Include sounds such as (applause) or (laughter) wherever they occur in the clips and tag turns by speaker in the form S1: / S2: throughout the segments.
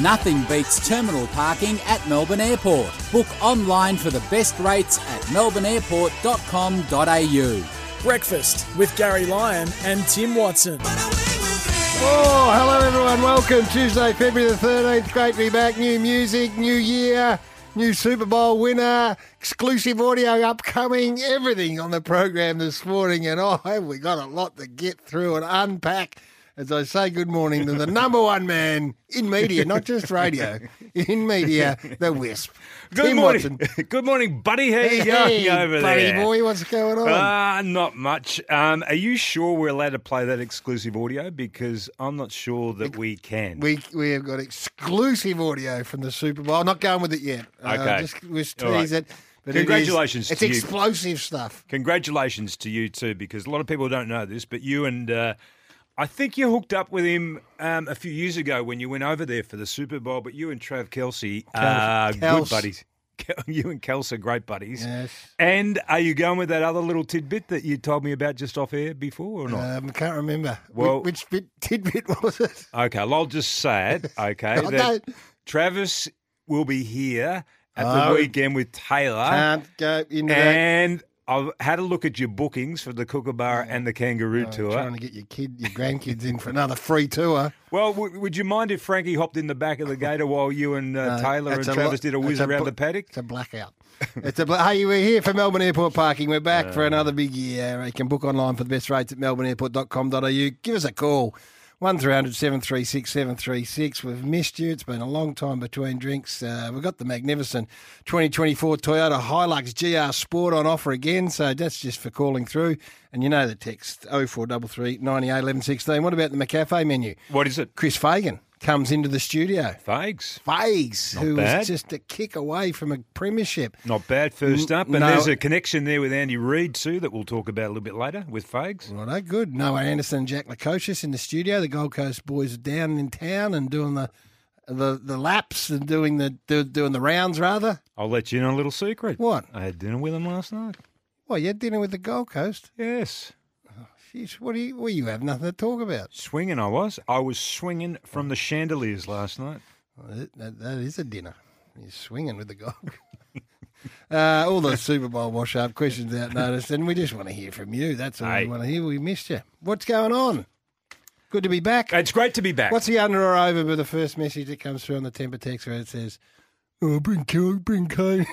S1: Nothing beats terminal parking at Melbourne Airport. Book online for the best rates at melbourneairport.com.au.
S2: Breakfast with Gary Lyon and Tim Watson.
S3: Oh, hello everyone. Welcome. Tuesday, February the 13th. Great to be back. New music, new year, new Super Bowl winner, exclusive audio upcoming, everything on the program this morning. And oh, have we got a lot to get through and unpack as I say good morning to the number one man in media, not just radio, in media, the Wisp.
S4: Good
S3: Tim
S4: morning.
S3: Watson.
S4: (laughs) Good morning, buddy. How you
S3: Hey,
S4: going over
S3: buddy
S4: there?
S3: boy, what's going on?
S4: Ah, not much. Um, are you sure we're allowed to play that exclusive audio? Because I'm not sure that we can.
S3: We we have got exclusive audio from the Super Bowl. I'm not going with it yet. Uh,
S4: Okay.
S3: just we'll tease
S4: All right.
S3: it. But it is-
S4: Congratulations
S3: it's
S4: to you.
S3: explosive stuff.
S4: Congratulations to you too, because a lot of people don't know this, but you and uh, I think you hooked up with him um, a few years ago when you went over there for the Super Bowl. But you and Trav Kelsey are
S3: Kels.
S4: good buddies. (laughs) Kel- You and Kelsey are great buddies.
S3: Yes.
S4: And are you going with that other little tidbit that you told me about just off air before or not?
S3: Um, can't remember Wh-
S4: Well-
S3: which, bit (laughs) tidbit was it.
S4: Okay, well, I'll just say
S3: (laughs)
S4: it. Okay,
S3: I
S4: that
S3: don't-
S4: Travis will be here at
S3: Oh.
S4: the weekend with Taylor,
S3: Can't go into that.
S4: and I've had a look at your bookings for the
S3: Oh.
S4: Kookaburra and the Kangaroo tour.
S3: Trying to get your kid, your grandkids in for another free tour.
S4: Well, w- would you mind if Frankie hopped in the
S3: (laughs)
S4: back of the gator while you and uh,
S3: No,
S4: Taylor and
S3: that's a
S4: Travis
S3: lot-
S4: did a
S3: that's
S4: whiz around
S3: bu-
S4: the paddock?
S3: It's a blackout. It's a bla- hey, we're here for Melbourne Airport parking. We're back for another big year. You can book online for the best rates at melbourneairport.com.au. Give us a call. 1300 736 736. We've missed you. It's been a long time between drinks. Uh, we've got the magnificent 2024 Toyota Hilux GR Sport on offer again. So that's just for calling through. And you know the text 0433 98 11 16. What about the McCafe menu?
S4: What is it?
S3: Chris Fagan comes into the studio.
S4: Fags.
S3: Fags, who
S4: bad.
S3: was just a kick away from a premiership.
S4: Not bad first up. And
S3: no.
S4: there's a connection there with Andy Reid, too, that we'll talk about a little bit later with Fags.
S3: Righto, good. Noah Anderson and Jack Lacocious in the studio. The Gold Coast boys are down in town and doing the the, the laps and doing the do, doing the rounds rather.
S4: I'll let you in on a little secret.
S3: What?
S4: I had dinner with him last night.
S3: Well, you had dinner with the Gold Coast.
S4: Yes.
S3: Jeez, what do you? Well, you have nothing to talk about.
S4: Swinging, I was. I was swinging from the chandeliers last night.
S3: That, that- that is a dinner. You're swinging with the Gold. (laughs) uh, all the Super Bowl wash up questions out notice, and we just want to hear from you. That's all
S4: Hey.
S3: we want to hear. We missed you. What's going on? Good to be back.
S4: It's great to be back.
S3: What's the under or over with the first message that comes through on the temper text where it says, oh, bring Kane, bring
S4: (laughs)
S3: Kane,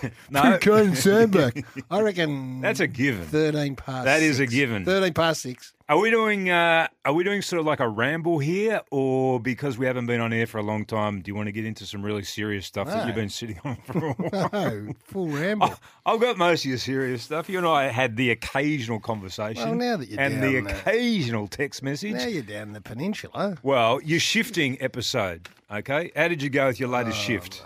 S3: bring
S4: no,
S3: Kane Sam
S4: (laughs)
S3: back. I reckon
S4: that's a given.
S3: 13 past
S4: That is a
S3: six.
S4: given.
S3: 13 past six.
S4: Are we doing? Uh, are we doing sort of like a ramble here, or because we haven't been on air for a long time? Do you want to get into some really serious stuff that
S3: No.
S4: you've been sitting on
S3: (laughs)
S4: for a while?
S3: Oh, full
S4: (laughs)
S3: ramble.
S4: I've got most of your serious stuff. You and I had the occasional conversation,
S3: Well, now that you're
S4: and the
S3: down there.
S4: occasional text message.
S3: Now you're down the peninsula.
S4: well, you're shifting episode. Okay, how did you go with your latest shift?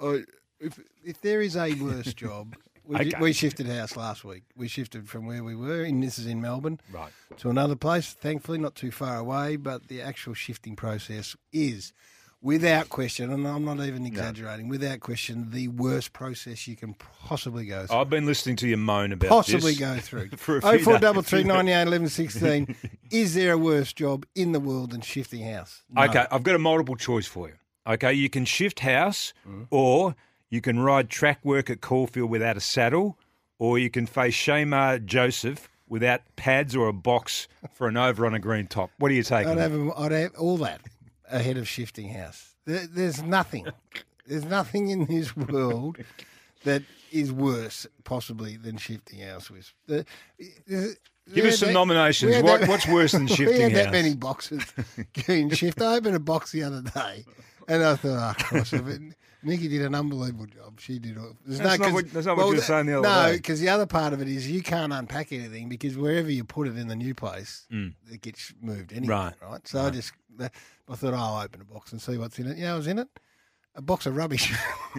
S3: Oh, if, if there is a worse
S4: (laughs)
S3: job, we,
S4: Okay.
S3: we shifted house last week. We shifted from where we were, and this is in Melbourne,
S4: Right.
S3: to another place, thankfully not too far away, but the actual shifting process is, without question, and I'm not even exaggerating, without question, the worst process you can possibly go through.
S4: I've been listening to you moan about
S3: Possibly
S4: Oh, this. (laughs)
S3: go through.
S4: For a few
S3: Oh
S4: days.
S3: four double three ninety
S4: (laughs)
S3: eight eleven sixteen. Is there a worse job in the world than shifting house? No.
S4: Okay, I've got a multiple choice for you. Okay, you can shift house,
S3: Mm-hmm.
S4: or you can ride track work at Caulfield without a saddle, or you can face Shamar Joseph without pads or a box for an over on a green top. What are you taking?
S3: I'd have, 'em- I'd have all that ahead of shifting house. There, there's nothing. There's nothing in this (laughs) world that is worse, possibly, than shifting house. With the, the-
S4: Give us
S3: had
S4: some
S3: that- we
S4: nominations.
S3: had
S4: What,
S3: that-
S4: what's worse than
S3: (laughs) we
S4: shifting
S3: had that
S4: house?
S3: many boxes getting shift. I opened a box the other day, and I thought, oh, cross of it. Nikki did an unbelievable job. She did all. There's
S4: That's not
S3: 'cause-
S4: what- that's not what you were
S3: th-
S4: saying the other
S3: no,
S4: day.
S3: because the other part of it is you can't unpack anything because wherever you put it in the new place, it gets moved anyway. Right.
S4: Mm. Right.
S3: right? So I just, I thought, oh, I'll open a box and see what's in it. You know, what was in it a box of
S4: (laughs)
S3: rubbish. (laughs)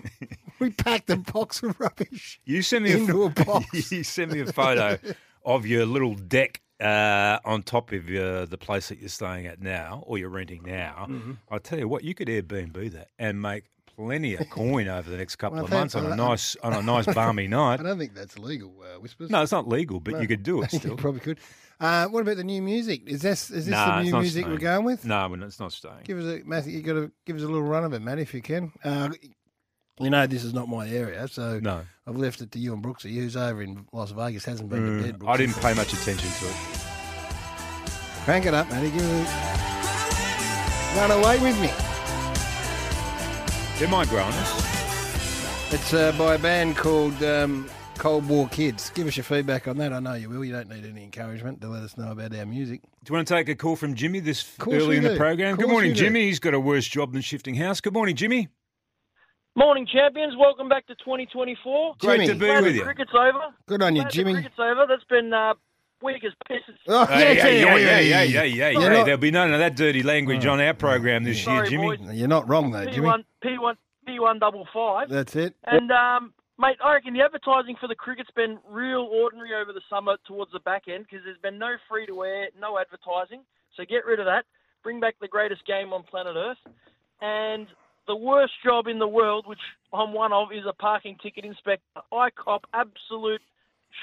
S3: we packed a box of rubbish.
S4: You sent me a, (laughs)
S3: Into a box.
S4: you sent me a
S3: (laughs)
S4: photo of your little deck uh, on top of uh, the place that you're staying at now, or you're renting now.
S3: Mm-hmm.
S4: I tell you what, you could Airbnb that and make
S3: (laughs)
S4: plenty of coin over the next couple
S3: Well,
S4: of
S3: thank-
S4: months on
S3: well,
S4: a
S3: I-
S4: nice
S3: (laughs)
S4: on a nice balmy night.
S3: I don't think that's legal, uh, Whispers.
S4: No, it's not legal, but you could do
S3: (laughs)
S4: it
S3: You (laughs)
S4: still.
S3: probably could. Uh, what about the new music? Is this is this
S4: Nah,
S3: the
S4: it's
S3: new
S4: not
S3: music
S4: staying.
S3: we're going with?
S4: No, we're not- it's not staying.
S3: Give us a Matthew. You got to give us a little run of it, Matt, if you can. Uh, you know this is not my area, so (laughs)
S4: No.
S3: I've left it to you and Brooksy, who's over in Las Vegas, hasn't been to bed.
S4: I
S3: Brooksy.
S4: didn't pay much attention to it.
S3: Crank it up, Matty. Give it. A... Run away with me.
S4: They're my groaners.
S3: It's uh, by a band called um, Cold War Kids. Give us your feedback on that. I know you will. You don't need any encouragement to let us know about our music.
S4: Do you want to take a call from Jimmy this
S3: course we
S4: early in the
S3: do.
S4: program?
S3: Of
S4: Good
S3: course
S4: morning,
S3: we do.
S4: Jimmy. He's got a worse job than shifting house. Good morning, Jimmy.
S5: Morning, champions. Welcome back to 2024.
S3: Great to
S5: Glad
S4: be
S5: the
S4: with you.
S5: Cricket's over.
S3: Good on you,
S5: Glad the
S3: Jimmy.
S5: cricket's over. That's been uh, weak as piss.
S3: Oh,
S4: Hey,
S3: yeah,
S4: hey,
S3: yeah, yeah,
S4: hey, hey,
S3: yeah,
S4: hey,
S3: yeah.
S4: hey, hey,
S3: You're
S4: hey,
S3: not-
S4: There'll be none of that dirty
S3: Oh.
S4: language on our program this year,
S5: Sorry,
S4: Jimmy.
S5: boys.
S3: You're not wrong though, Jimmy.
S5: P1, P1, P1 double five.
S3: That's it.
S5: And, um, mate, I reckon the advertising for the cricket's been real ordinary over the summer towards the back end because there's been no free to air, no advertising. So get rid of that. Bring back the greatest game on planet Earth. And the worst job in the world, which I'm one of, is a parking ticket inspector. I cop absolute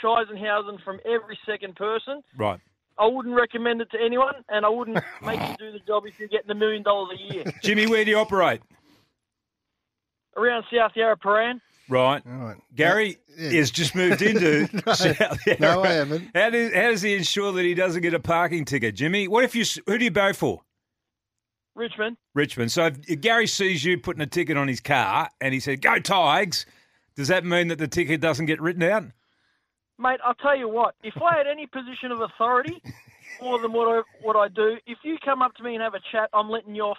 S5: Scheisenhausen from every second person.
S4: Right.
S5: I wouldn't recommend it to anyone, and I wouldn't make you do the job if you're getting a million dollars a year.
S4: Jimmy, where do you operate?
S5: Around South Yarra Paran,
S4: Right.
S3: All right.
S4: Gary
S3: Oh. Yeah.
S4: has just moved into South Yarra.
S3: (laughs) No, I haven't.
S4: How does, how does he ensure that he doesn't get a parking ticket, Jimmy? What if you? s- Who do you go for?
S5: Richmond,
S4: Richmond. So if Gary sees you putting a ticket on his car and he said, "Go Tigers," does that mean that the ticket doesn't get
S3: (laughs)
S4: written out?
S5: Mate, I'll tell you what. If I had any position of authority, more than what I what I do, if you come up to me and have a chat, I'm letting you off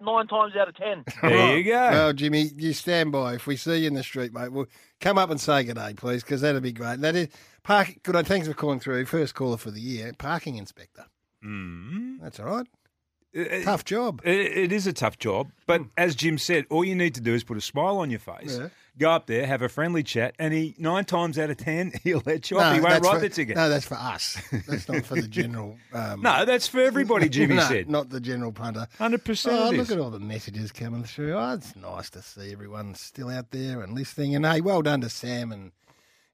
S5: nine times out of ten.
S4: There you go.
S3: Well, Jimmy, you stand by. If we see you in the street, mate, well, come up and say good day, please, because that'd be great. That is park. Good on. Thanks for calling through. First caller for the year, parking inspector. Mm.
S4: Mm-hmm.
S3: That's all right.
S4: It-
S3: Tough job.
S4: it- it is a tough job, but as Jim said, all you need to do is put a smile on your face.
S3: Yeah.
S4: Go up there, have a friendly chat, and he nine times out of ten (laughs) he'll let you off. he won't
S3: that's
S4: write
S3: for,
S4: the ticket.
S3: No, that's for us. That's not for the
S4: (laughs)
S3: general. Um,
S4: No, that's for everybody.
S3: (laughs)
S4: Jimmy
S3: no,
S4: said.
S3: Not the general punter.
S4: 100%
S3: Oh,
S4: it
S3: look
S4: is.
S3: at all the messages coming through. Oh, it's nice to see everyone still out there and listening. And hey, well done to Sam and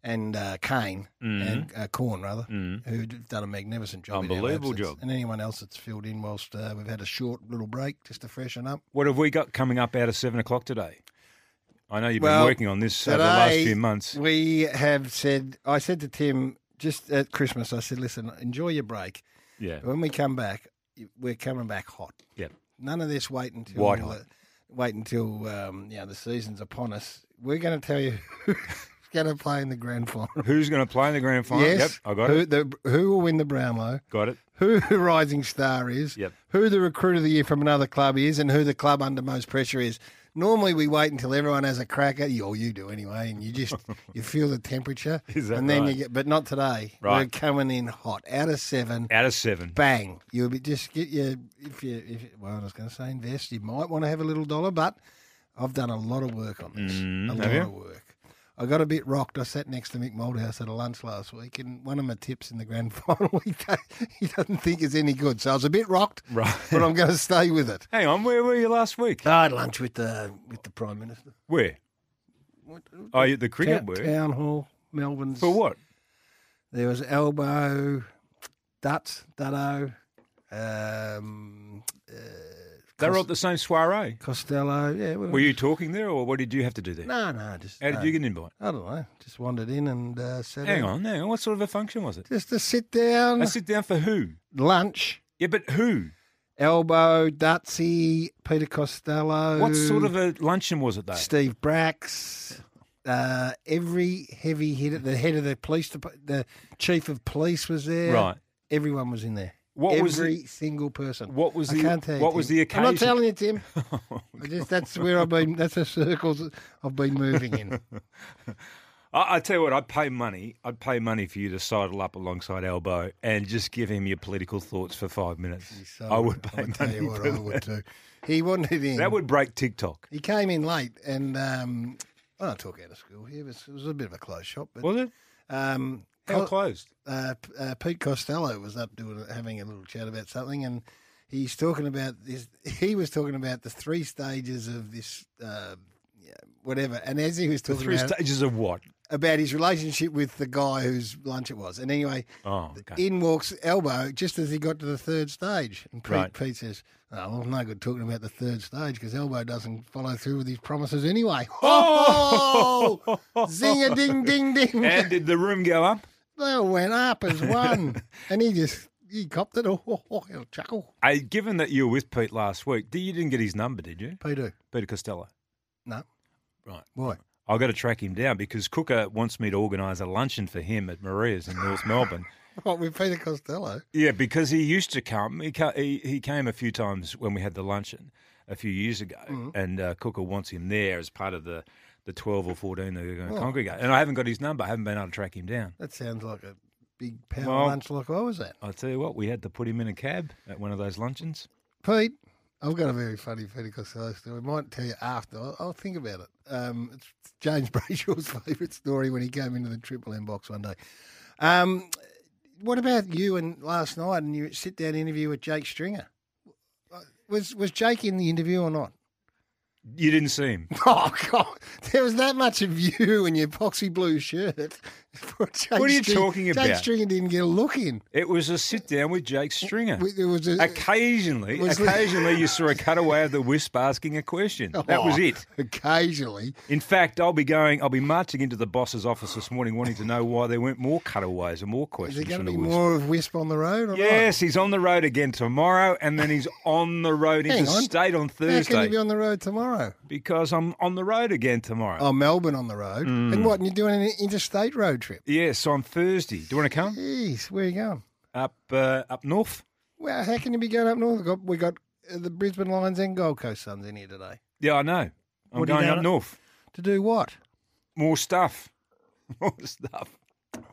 S3: and uh, Kane
S4: Mm.
S3: and uh, Corn rather, who've done a magnificent job. in our
S4: Unbelievable
S3: absence.
S4: job.
S3: And anyone else that's filled in whilst uh, we've had a short little break just to freshen up.
S4: What have we got coming up out of seven o'clock today? I know you've
S3: Well,
S4: been working on this over the last
S3: Today,
S4: few months.
S3: We have said. I said to Tim just at Christmas. I said, listen, enjoy your break.
S4: Yeah,
S3: When we come back, we're coming back hot.
S4: yeah.
S3: None of this wait until
S4: White
S3: the-
S4: hot.
S3: wait until um, you know the season's upon us. We're going to tell you (laughs) who's going to play in the grand final.
S4: Who's going to play in the grand final?
S3: Yes,
S4: Yep, I got
S3: who,
S4: it.
S3: The, who will win the Brownlow?
S4: Got it.
S3: Who the rising star is?
S4: Yep.
S3: Who the recruit of the year from another club is, and who the club under most pressure is. Normally, we wait until everyone has a crack at you, or you do anyway, and you
S4: (laughs)
S3: just you feel the temperature,
S4: Is that
S3: and then you
S4: right?
S3: get. But not today.
S4: Right.
S3: We're coming in hot, out of seven
S4: Out of seven.
S3: bang, you'll be just get your if you if you- well, I was going to say invest. You might want to have a little dollar, but I've done a lot of work on this, a lot
S4: Mm, you?
S3: of work. I got a bit rocked. I sat next to Mick Moldhouse at a lunch last week, and one of my tips in the grand (laughs) final, he, don't- he doesn't think is any good. So I was a bit rocked,
S4: Right.
S3: but I'm going to stay with it.
S4: Hang on, where were you last week?
S3: I had lunch with the with the Prime Minister.
S4: Where? Oh, you at the cricket
S3: Town-
S4: were.
S3: Town Hall, Melbourne's.
S4: For what?
S3: There was Elbow, Dut, Dutto, um,
S4: They were at the same soiree.
S3: Costello. Yeah, we
S4: Were you talking there, or what did you have to do there?
S3: No, no, just.
S4: How did
S3: no.
S4: you get an invite?
S3: I don't know. Just wandered in and uh, sat.
S4: Hang
S3: down.
S4: on, hang on. What sort of a function was it?
S3: Just to sit down.
S4: I sit down for who?
S3: Lunch.
S4: Yeah, but who?
S3: Elbow, Dutsy, Peter Costello.
S4: What sort of a luncheon was it though?
S3: Steve Brax. Uh, every heavy hitter, the head of the police, dep- the chief of police was there.
S4: Right.
S3: Everyone was in there.
S4: What
S3: every
S4: was the-
S3: single person.
S4: what was
S3: I
S4: the-
S3: can't tell you,
S4: what was
S3: Tim.
S4: the
S3: I'm not
S4: occasion? Oh,
S3: telling you,
S4: (laughs)
S3: Tim. I just, that's where I've been. That's the circles I've been moving in.
S4: I, I tell you what, I'd pay money. I'd pay money for you to sidle up alongside Elbow and just give him your political thoughts for five minutes.
S3: So
S4: I would pay (laughs)
S3: I'll tell
S4: money.
S3: you what
S4: for
S3: I
S4: that.
S3: would do. He wanted in.
S4: That would break TikTok.
S3: He came in late, and um, I don't talk out of school here. It was, it was a bit of a close shop, but
S4: Was it?
S3: um,
S4: How
S3: Co-
S4: closed?
S3: uh, P- uh, Pete Costello was up doing having a little chat about something, and he's (laughs) talking about this. He was talking about the three stages of this. Uh, yeah, whatever. And as he was talking
S4: Through
S3: about,
S4: stages of what?
S3: about his relationship with the guy whose lunch it was, and anyway,
S4: Oh, okay.
S3: in walks Elbow just as he got to the third stage. And Pete,
S4: Right.
S3: Pete says, Oh, well, no good talking about the third stage because Elbow doesn't follow through with his promises anyway.
S4: (laughs)
S3: Oh! Zing a ding ding ding.
S4: and did the room go up?
S3: (laughs) they went up as
S4: (laughs)
S3: one. and he just, he copped it. (laughs) Oh, oh, oh, he'll chuckle.
S4: Hey, given that you were with Pete last week, do- you didn't get his number, did you?
S3: Peter,
S4: Peter Costello.
S3: no.
S4: Right.
S3: Why? (laughs)
S4: I've got to track him down because Cooker wants me to organise a luncheon for him at Maria's in North Melbourne.
S3: What, with Peter Costello?
S4: Yeah, because he used to come. He ca- he, he came a few times when we had the luncheon a few years ago, and uh, Cooker wants him there as part of the, the 12 or 14 that are going to congregate. And I haven't got his number. I haven't been able to track him down.
S3: That sounds like a big power
S4: Well-
S3: lunch like I was at.
S4: I'll tell you what, we had to put him in a cab at one of those luncheons.
S3: Pete, I've got a very funny Peter Costello story. I might tell you after. I'll, I'll think about it. Um, it's James (laughs) Brayshaw's favourite story when he came into the Triple M box one day. Um, what about you and last night and your sit down interview with Jake Stringer? Was was Jake in the interview or not? (laughs)
S4: You didn't see him.
S3: Oh God, there was that much of you in your boxy blue shirt. what
S4: are you talking
S3: Jake
S4: about?
S3: Stringer didn't get a look in.
S4: It was a sit down with Jake Stringer.
S3: It was a-
S4: occasionally,
S3: was-
S4: occasionally you saw a cutaway of the Wisp asking a question. That was
S3: Oh,
S4: it.
S3: Occasionally,
S4: In fact, I'll be going. I'll be marching into the boss's office this morning, wanting to know why there weren't more cutaways and more
S3: is there
S4: questions
S3: going
S4: from
S3: to
S4: the
S3: be
S4: Wisp.
S3: more of Wisp on the road? Or not?
S4: Yes, he's on the road again tomorrow, and then he's on the road
S3: Hang on.
S4: interstate on
S3: How can
S4: Thursday
S3: you be on the road tomorrow?
S4: because I'm on the road again tomorrow.
S3: Oh, Melbourne on the road.
S4: Mm.
S3: And what? And you're doing an interstate road trip?
S4: Yes, on Thursday. Do you want to come
S3: Jeez, where are you going?
S4: up uh, up north?
S3: Well, how can you be going up north? We got, we got uh, the Brisbane Lions and Gold Coast Suns in here today.
S4: Yeah, I know. I'm
S3: What are you
S4: going
S3: going
S4: up
S3: on-
S4: north.
S3: To do what?
S4: More stuff. (laughs) More stuff.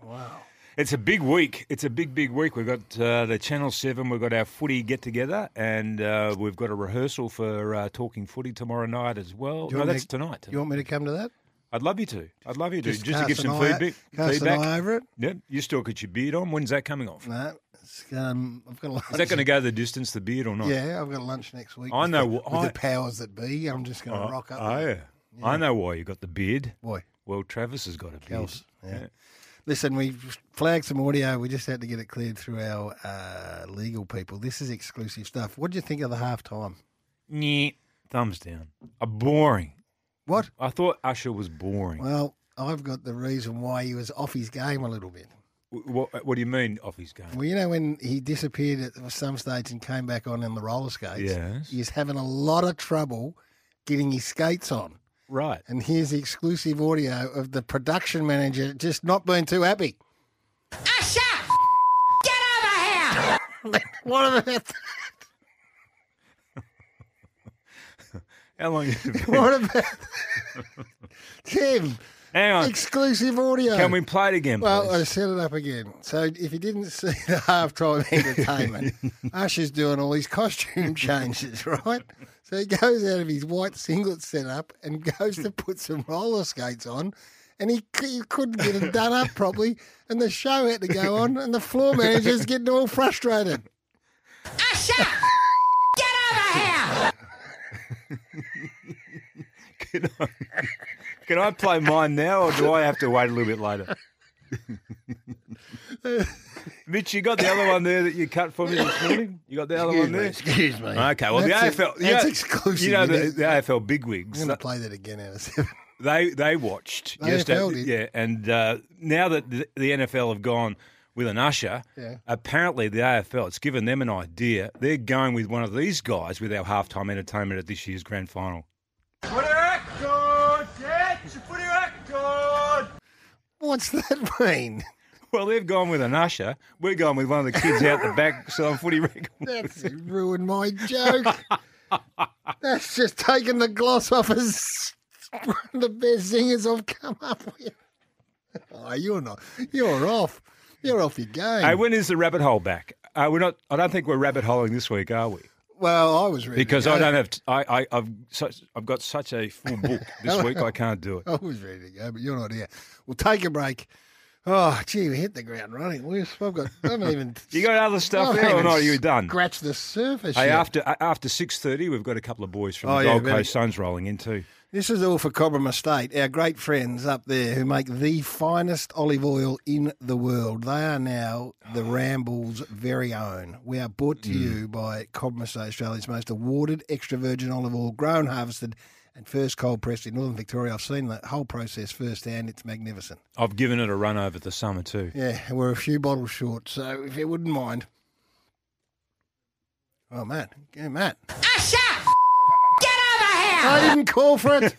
S3: Wow.
S4: It's a big week. It's a big, big week. We've got uh, the Channel 7, we've got our footy get together, and uh, we've got a rehearsal for uh, Talking Footy tomorrow night as well.
S3: you
S4: No,
S3: want me
S4: that's
S3: to-
S4: tonight.
S3: Do you want me to come to that?
S4: I'd love you to. I'd love you to. Just, to
S3: cast
S4: give
S3: an
S4: some
S3: eye-
S4: feedback.
S3: Cast
S4: feedback.
S3: an eye over it?
S4: Yeah, you still got your beard on. When's that coming off?
S3: No. It's, um, I've got a lunch.
S4: Is that going to go the distance, the beard or not?
S3: Yeah, I've got lunch next week.
S4: I
S3: with
S4: know
S3: the-
S4: what
S3: with
S4: I-
S3: the powers that be. I'm just going to rock up.
S4: Oh, yeah. I know why you got the beard.
S3: Boy.
S4: Well, Travis has got a beard.
S3: Kels, yeah. Listen, we flagged some audio. We just had to get it cleared through our uh, legal people. This is exclusive stuff. What do you think of the halftime?
S4: Nyeh. Thumbs down. A boring.
S3: What?
S4: I thought Usher was boring.
S3: Well, I've got the reason why he was off his game a little bit.
S4: W- What, what do you mean off his game?
S3: Well, you know when he disappeared at some stage and came back on in the roller skates.
S4: Yes.
S3: He's having a lot of trouble getting his skates on.
S4: Right.
S3: And here's the exclusive audio of the production manager just not being too happy.
S6: Usher! Get over here!
S3: (laughs) What about that?
S4: How
S3: (laughs)
S4: long have you been?
S3: What about that? (laughs) Tim?
S4: Hang on.
S3: Exclusive audio.
S4: Can we play it again, please?
S3: Well, I set it up again. So if you didn't (laughs) see the halftime entertainment,
S4: (laughs)
S3: Usher's doing all his costume changes, (laughs) right? So he goes out of his white singlet setup and goes to put some roller skates on. And he, c- he couldn't get it done up properly, and the show had to go on, and the floor manager's getting all frustrated.
S6: Usher! Get over here!
S4: can, I,
S3: uh,
S4: can I play mine now, or do I have to wait a little bit
S3: (laughs)
S4: later? Mitch, you got the other one there that you cut for me this morning. You got the other one there.
S3: Excuse me.
S4: Okay, well
S3: That's
S4: the
S3: it.
S4: AFL, you
S3: That's
S4: know-
S3: exclusive.
S4: You know
S3: isn't
S4: the,
S3: it?
S4: the AFL
S3: I'm
S4: bigwigs.
S3: going to play that again out of seven.
S4: They they watched.
S3: The AFL did.
S4: Yeah, and uh, now that the, the NFL have gone with an usher,
S3: Yeah.
S4: apparently the AFL it's given them an idea. They're going with one of these guys with our halftime entertainment at this year's grand final.
S3: (laughs) What's that mean?
S4: Well, they've gone with an usher. We're going with one of the kids out the (laughs) back selling footy records.
S3: That's it ruined my joke. That's just taking the gloss off as one of the best singers I've come up with. Oh, you're not. You're off. You're off your game.
S4: Hey, when is the rabbit hole back? Uh, we're not. I don't think we're rabbit holing this week, are we?
S3: well, I was ready
S4: Because
S3: to go.
S4: I don't have. T- I, I, I've such, I've got such a full book this week. I can't do it.
S3: I was ready to go, but you're not here. We'll take a break. Oh, gee, we hit the ground running. We've, I've got. I haven't even.
S4: (laughs) You got other
S3: I
S4: stuff
S3: haven't
S4: there, or
S3: even
S4: not? Are you done?
S3: Scratch the surface.
S4: Hey,
S3: yet.
S4: after a- after six thirty, we've got a couple of boys from
S3: Oh,
S4: the
S3: yeah,
S4: Gold
S3: better-
S4: Coast Suns rolling in too.
S3: This is all for Cobram Estate, our great friends up there who make the finest olive oil in the world. They are now the Ramble's very own. We are brought to you by Cobram Estate, Australia's most awarded extra virgin olive oil, grown, harvested, and first cold pressed in northern Victoria. I've seen the whole process firsthand. It's magnificent.
S4: I've given it a run over the summer too.
S3: Yeah, and we're a few bottles short, so if you wouldn't mind. Oh, Matt. Yeah, Matt.
S6: I shout, get over here.
S3: I didn't call for it.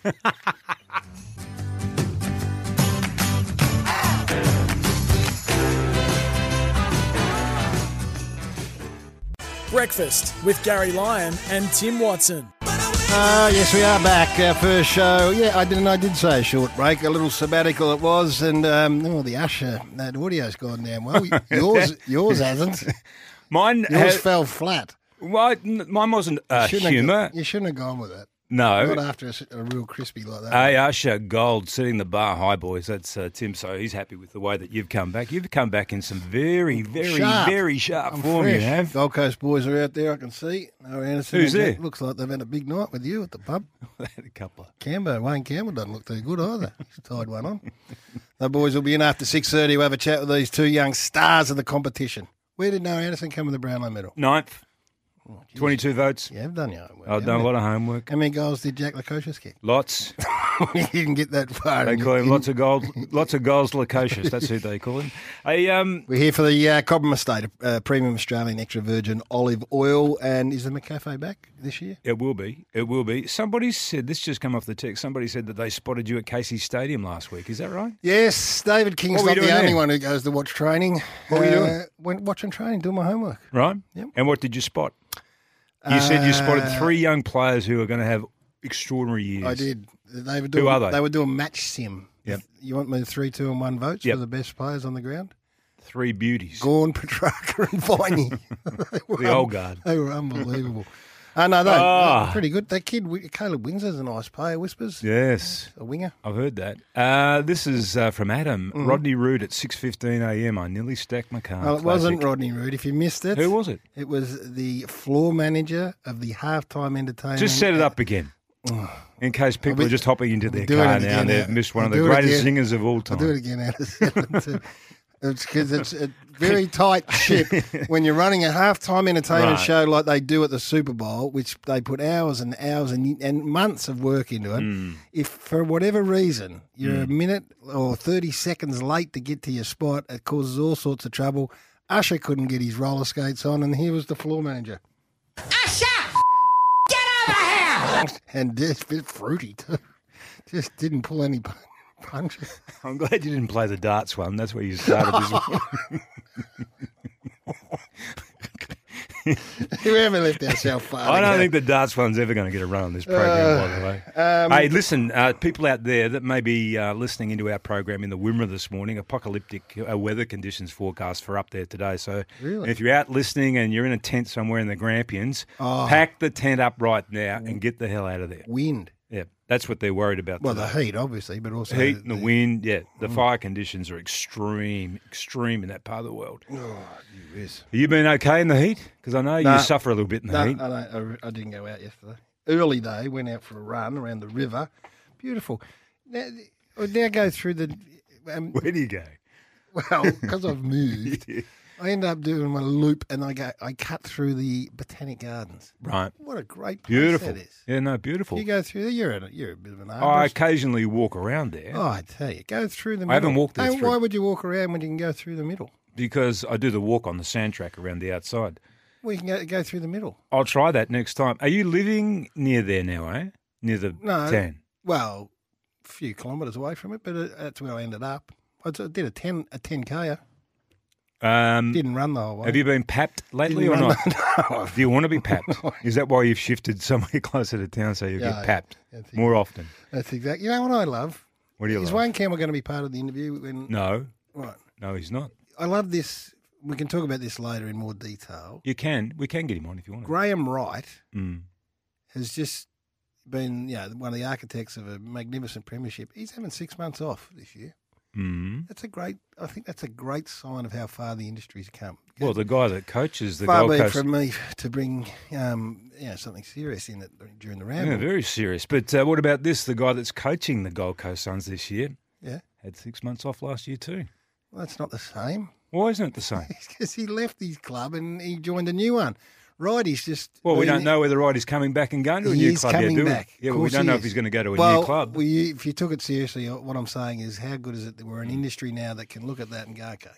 S2: Breakfast with Gary Lyon and Tim Watson.
S3: Uh, yes, we are back. Our first show. Yeah, I didn't. I did say a short break, a little sabbatical it was, and um, oh, the usher, that audio's gone down.
S4: (laughs)
S3: Well, yours, yours hasn't.
S4: Mine
S3: Yours
S4: has,
S3: fell flat.
S4: well, n- mine wasn't uh,
S3: Shouldn't have
S4: humour.
S3: gone- you shouldn't have gone with it. Not
S4: No.
S3: after a, s- a real crispy like that.
S4: Hey, Usher Gold setting the bar high, boys. That's uh, Tim. So he's happy with the way that you've come back. You've come back in some very, very,
S3: Sharp.
S4: very sharp
S3: I'm
S4: form. You
S3: fresh.
S4: have. (laughs)
S3: Gold Coast boys are out there. I can see. No, Anderson.
S4: Who's
S3: and
S4: there?
S3: Jack. Looks like they've had a big night with you at the pub.
S4: a couple.
S3: Camber, Wayne Campbell doesn't look too good either. He's tied one on. (laughs) The boys will be in after six thirty. We'll have a chat with these two young stars of the competition. Where did Noah Anderson come with the Brownlow medal?
S4: Ninth. Oh, Twenty-two votes.
S3: You have done your homework.
S4: I've
S3: haven't
S4: done a
S3: you?
S4: lot of homework.
S3: How many goals did Jack Lacocious (laughs) kick?
S4: Lots.
S3: he didn't get that far.
S4: They
S3: and you-
S4: call him
S3: you-
S4: lots of
S3: (laughs)
S4: gold. Lots of goals. Lacocious. That's who they call him. Hey, um,
S3: We're here for the uh, Cobram Estate uh, Premium Australian Extra Virgin Olive Oil. And is the McCafe back this year?
S4: It will be. It will be. Somebody said this just come off the text. Somebody said that they spotted you at Casey Stadium last week. Is that right?
S3: Yes, David King's
S4: What were
S3: not
S4: you
S3: the
S4: doing
S3: only
S4: there?
S3: one who goes to watch training. Uh,
S4: What were you doing?
S3: Went watching training, doing my homework.
S4: Right.
S3: Yep.
S4: And what did you spot? You said you spotted
S3: Uh,
S4: three young players who are going to have extraordinary years.
S3: I did. They were doing,
S4: are they?
S3: were doing match sim.
S4: Yep.
S3: You want me three, two, and one votes
S4: Yep.
S3: for the best players on the ground?
S4: Three beauties.
S3: Gorn, (laughs) Petrarca, and Viney. (laughs) They were
S4: The old guard.
S3: They were unbelievable. uh, no, they, they were
S4: Ah.
S3: pretty good. That kid, Wi- Caleb Windsor's a nice player, Whispers,
S4: Yes,
S3: a winger.
S4: I've heard that. Uh, this is uh, from Adam Rodney Root at six fifteen a.m. I nearly stacked my car.
S3: Mm-hmm. Well, it wasn't
S4: Ah, Classic.
S3: Rodney Root. If you missed it,
S4: Who was it?
S3: It was the floor manager of the halftime entertainment.
S4: Just set it
S3: (sighs)
S4: up again. In case people
S3: be-
S4: are just hopping into their
S3: doing
S4: car
S3: it
S4: now
S3: again,
S4: and they've
S3: Adam.
S4: missed one of
S3: I'll
S4: the
S3: do it
S4: greatest
S3: again.
S4: singers of all
S3: I'll do it
S4: time.
S3: (laughs) again, Anderson. it's because it's a very tight ship when you're running a halftime entertainment
S4: Right.
S3: show like they do at the Super Bowl, which they put hours and hours and, and months of work into it. If for whatever reason you're a minute or 30 seconds late to get to your spot, it causes all sorts of trouble. Usher couldn't get his roller skates on, and here was the floor manager.
S6: I shout, get over here.
S3: (laughs) And just a bit fruity, too. Just didn't pull any pun- punches.
S4: I'm glad you didn't play the darts one. That's where you started.
S3: (laughs)
S4: this one.
S3: (laughs) We haven't left ourselves far.
S4: I
S3: to
S4: don't
S3: go.
S4: think the darts one's ever going to get a run on this program, by the
S3: Uh,
S4: way.
S3: Um,
S4: hey, listen, uh, people out there that may be uh, listening into our program in the Wimmera this morning, apocalyptic uh, weather conditions forecast for up there today. So
S3: Really?
S4: if you're out listening and you're in a tent somewhere in the Grampians,
S3: Ah.
S4: pack the tent up right now and get the hell out of there.
S3: wind.
S4: Yeah, that's what they're worried about.
S3: Mm. Well, uh, the
S4: today.
S3: heat, obviously, but also
S4: heat and the wind. Yeah,
S3: Mm.
S4: the fire conditions are extreme, extreme in that part of the world.
S3: Yes.
S4: Have you been okay in the heat? Because I know
S3: Oh, Nah.
S4: you suffer a little bit in the
S3: No, I,
S4: heat. (laughs)
S3: don't, I, re- I didn't go out yesterday. Early day, went out for a run around the river. Beautiful. Now, I now go through the.
S4: (laughs)
S3: Um,
S4: Where do you go?
S3: well, because I've moved, I end up doing my loop and I go. I cut through the Botanic Gardens.
S4: Right.
S3: What a great place
S4: Beautiful.
S3: that is.
S4: Yeah, no, beautiful.
S3: You go through there. You're a, you're a bit of an
S4: I
S3: arborist.
S4: occasionally walk around there
S3: Oh, I tell you, go through the. middle.
S4: I haven't walked there
S3: Don't-
S4: through.
S3: Why would you walk around when you can go through the middle?
S4: because I do the walk on the soundtrack around the outside.
S3: Well, you can go, go through the middle.
S4: I'll try that next time. Are you living near there now, eh? Near the
S3: No.
S4: tan?
S3: well, a few kilometres away from it, but uh that's where I ended up. I d- did a ten a ten k. uh,
S4: Um,
S3: Didn't run the whole way.
S4: have you been papped lately
S3: Didn't
S4: or
S3: run (laughs)
S4: not? (laughs) Do you want to be papped? Is that why you've shifted (laughs) somewhere closer to town so you
S3: Yeah,
S4: get papped
S3: I think-
S4: more often?
S3: That's exactly. You know what I love
S4: What do you
S3: is
S4: like?
S3: Wayne Campbell going to be part of the interview. When
S4: No,
S3: right,
S4: no, he's not.
S3: I love this. We can talk about this later in more detail.
S4: You can. We can get him on if you want.
S3: Graham Wright
S4: Mm.
S3: has just been, you know, one of the architects of a magnificent premiership. He's having six months off this year.
S4: Mm.
S3: That's a great. I think that's a great sign of how far the industry's come.
S4: Well, the guy that coaches the
S3: far
S4: Gold
S3: be it
S4: Coast.
S3: from me to bring um, you know, something serious in it during the round.
S4: yeah, very serious. But uh, what about this? The guy that's coaching the Gold Coast Suns this year
S3: Yeah.
S4: had six months off last year too.
S3: Well, that's not the same. (laughs)
S4: Why isn't it the same?
S3: because he left his club and he joined a new one. Righty's just.
S4: Well, we
S3: been-
S4: don't know whether Roddy's coming back and going to a
S3: He
S4: new
S3: is
S4: club
S3: coming
S4: yet, do
S3: back.
S4: we? Yeah,
S3: Of
S4: but we
S3: course
S4: don't
S3: he
S4: know
S3: is.
S4: if he's going to go to a
S3: well,
S4: new club.
S3: well, you- if you took it seriously, what I'm saying is, how good is it that we're
S4: Mm.
S3: an industry now that can look at that and go, okay,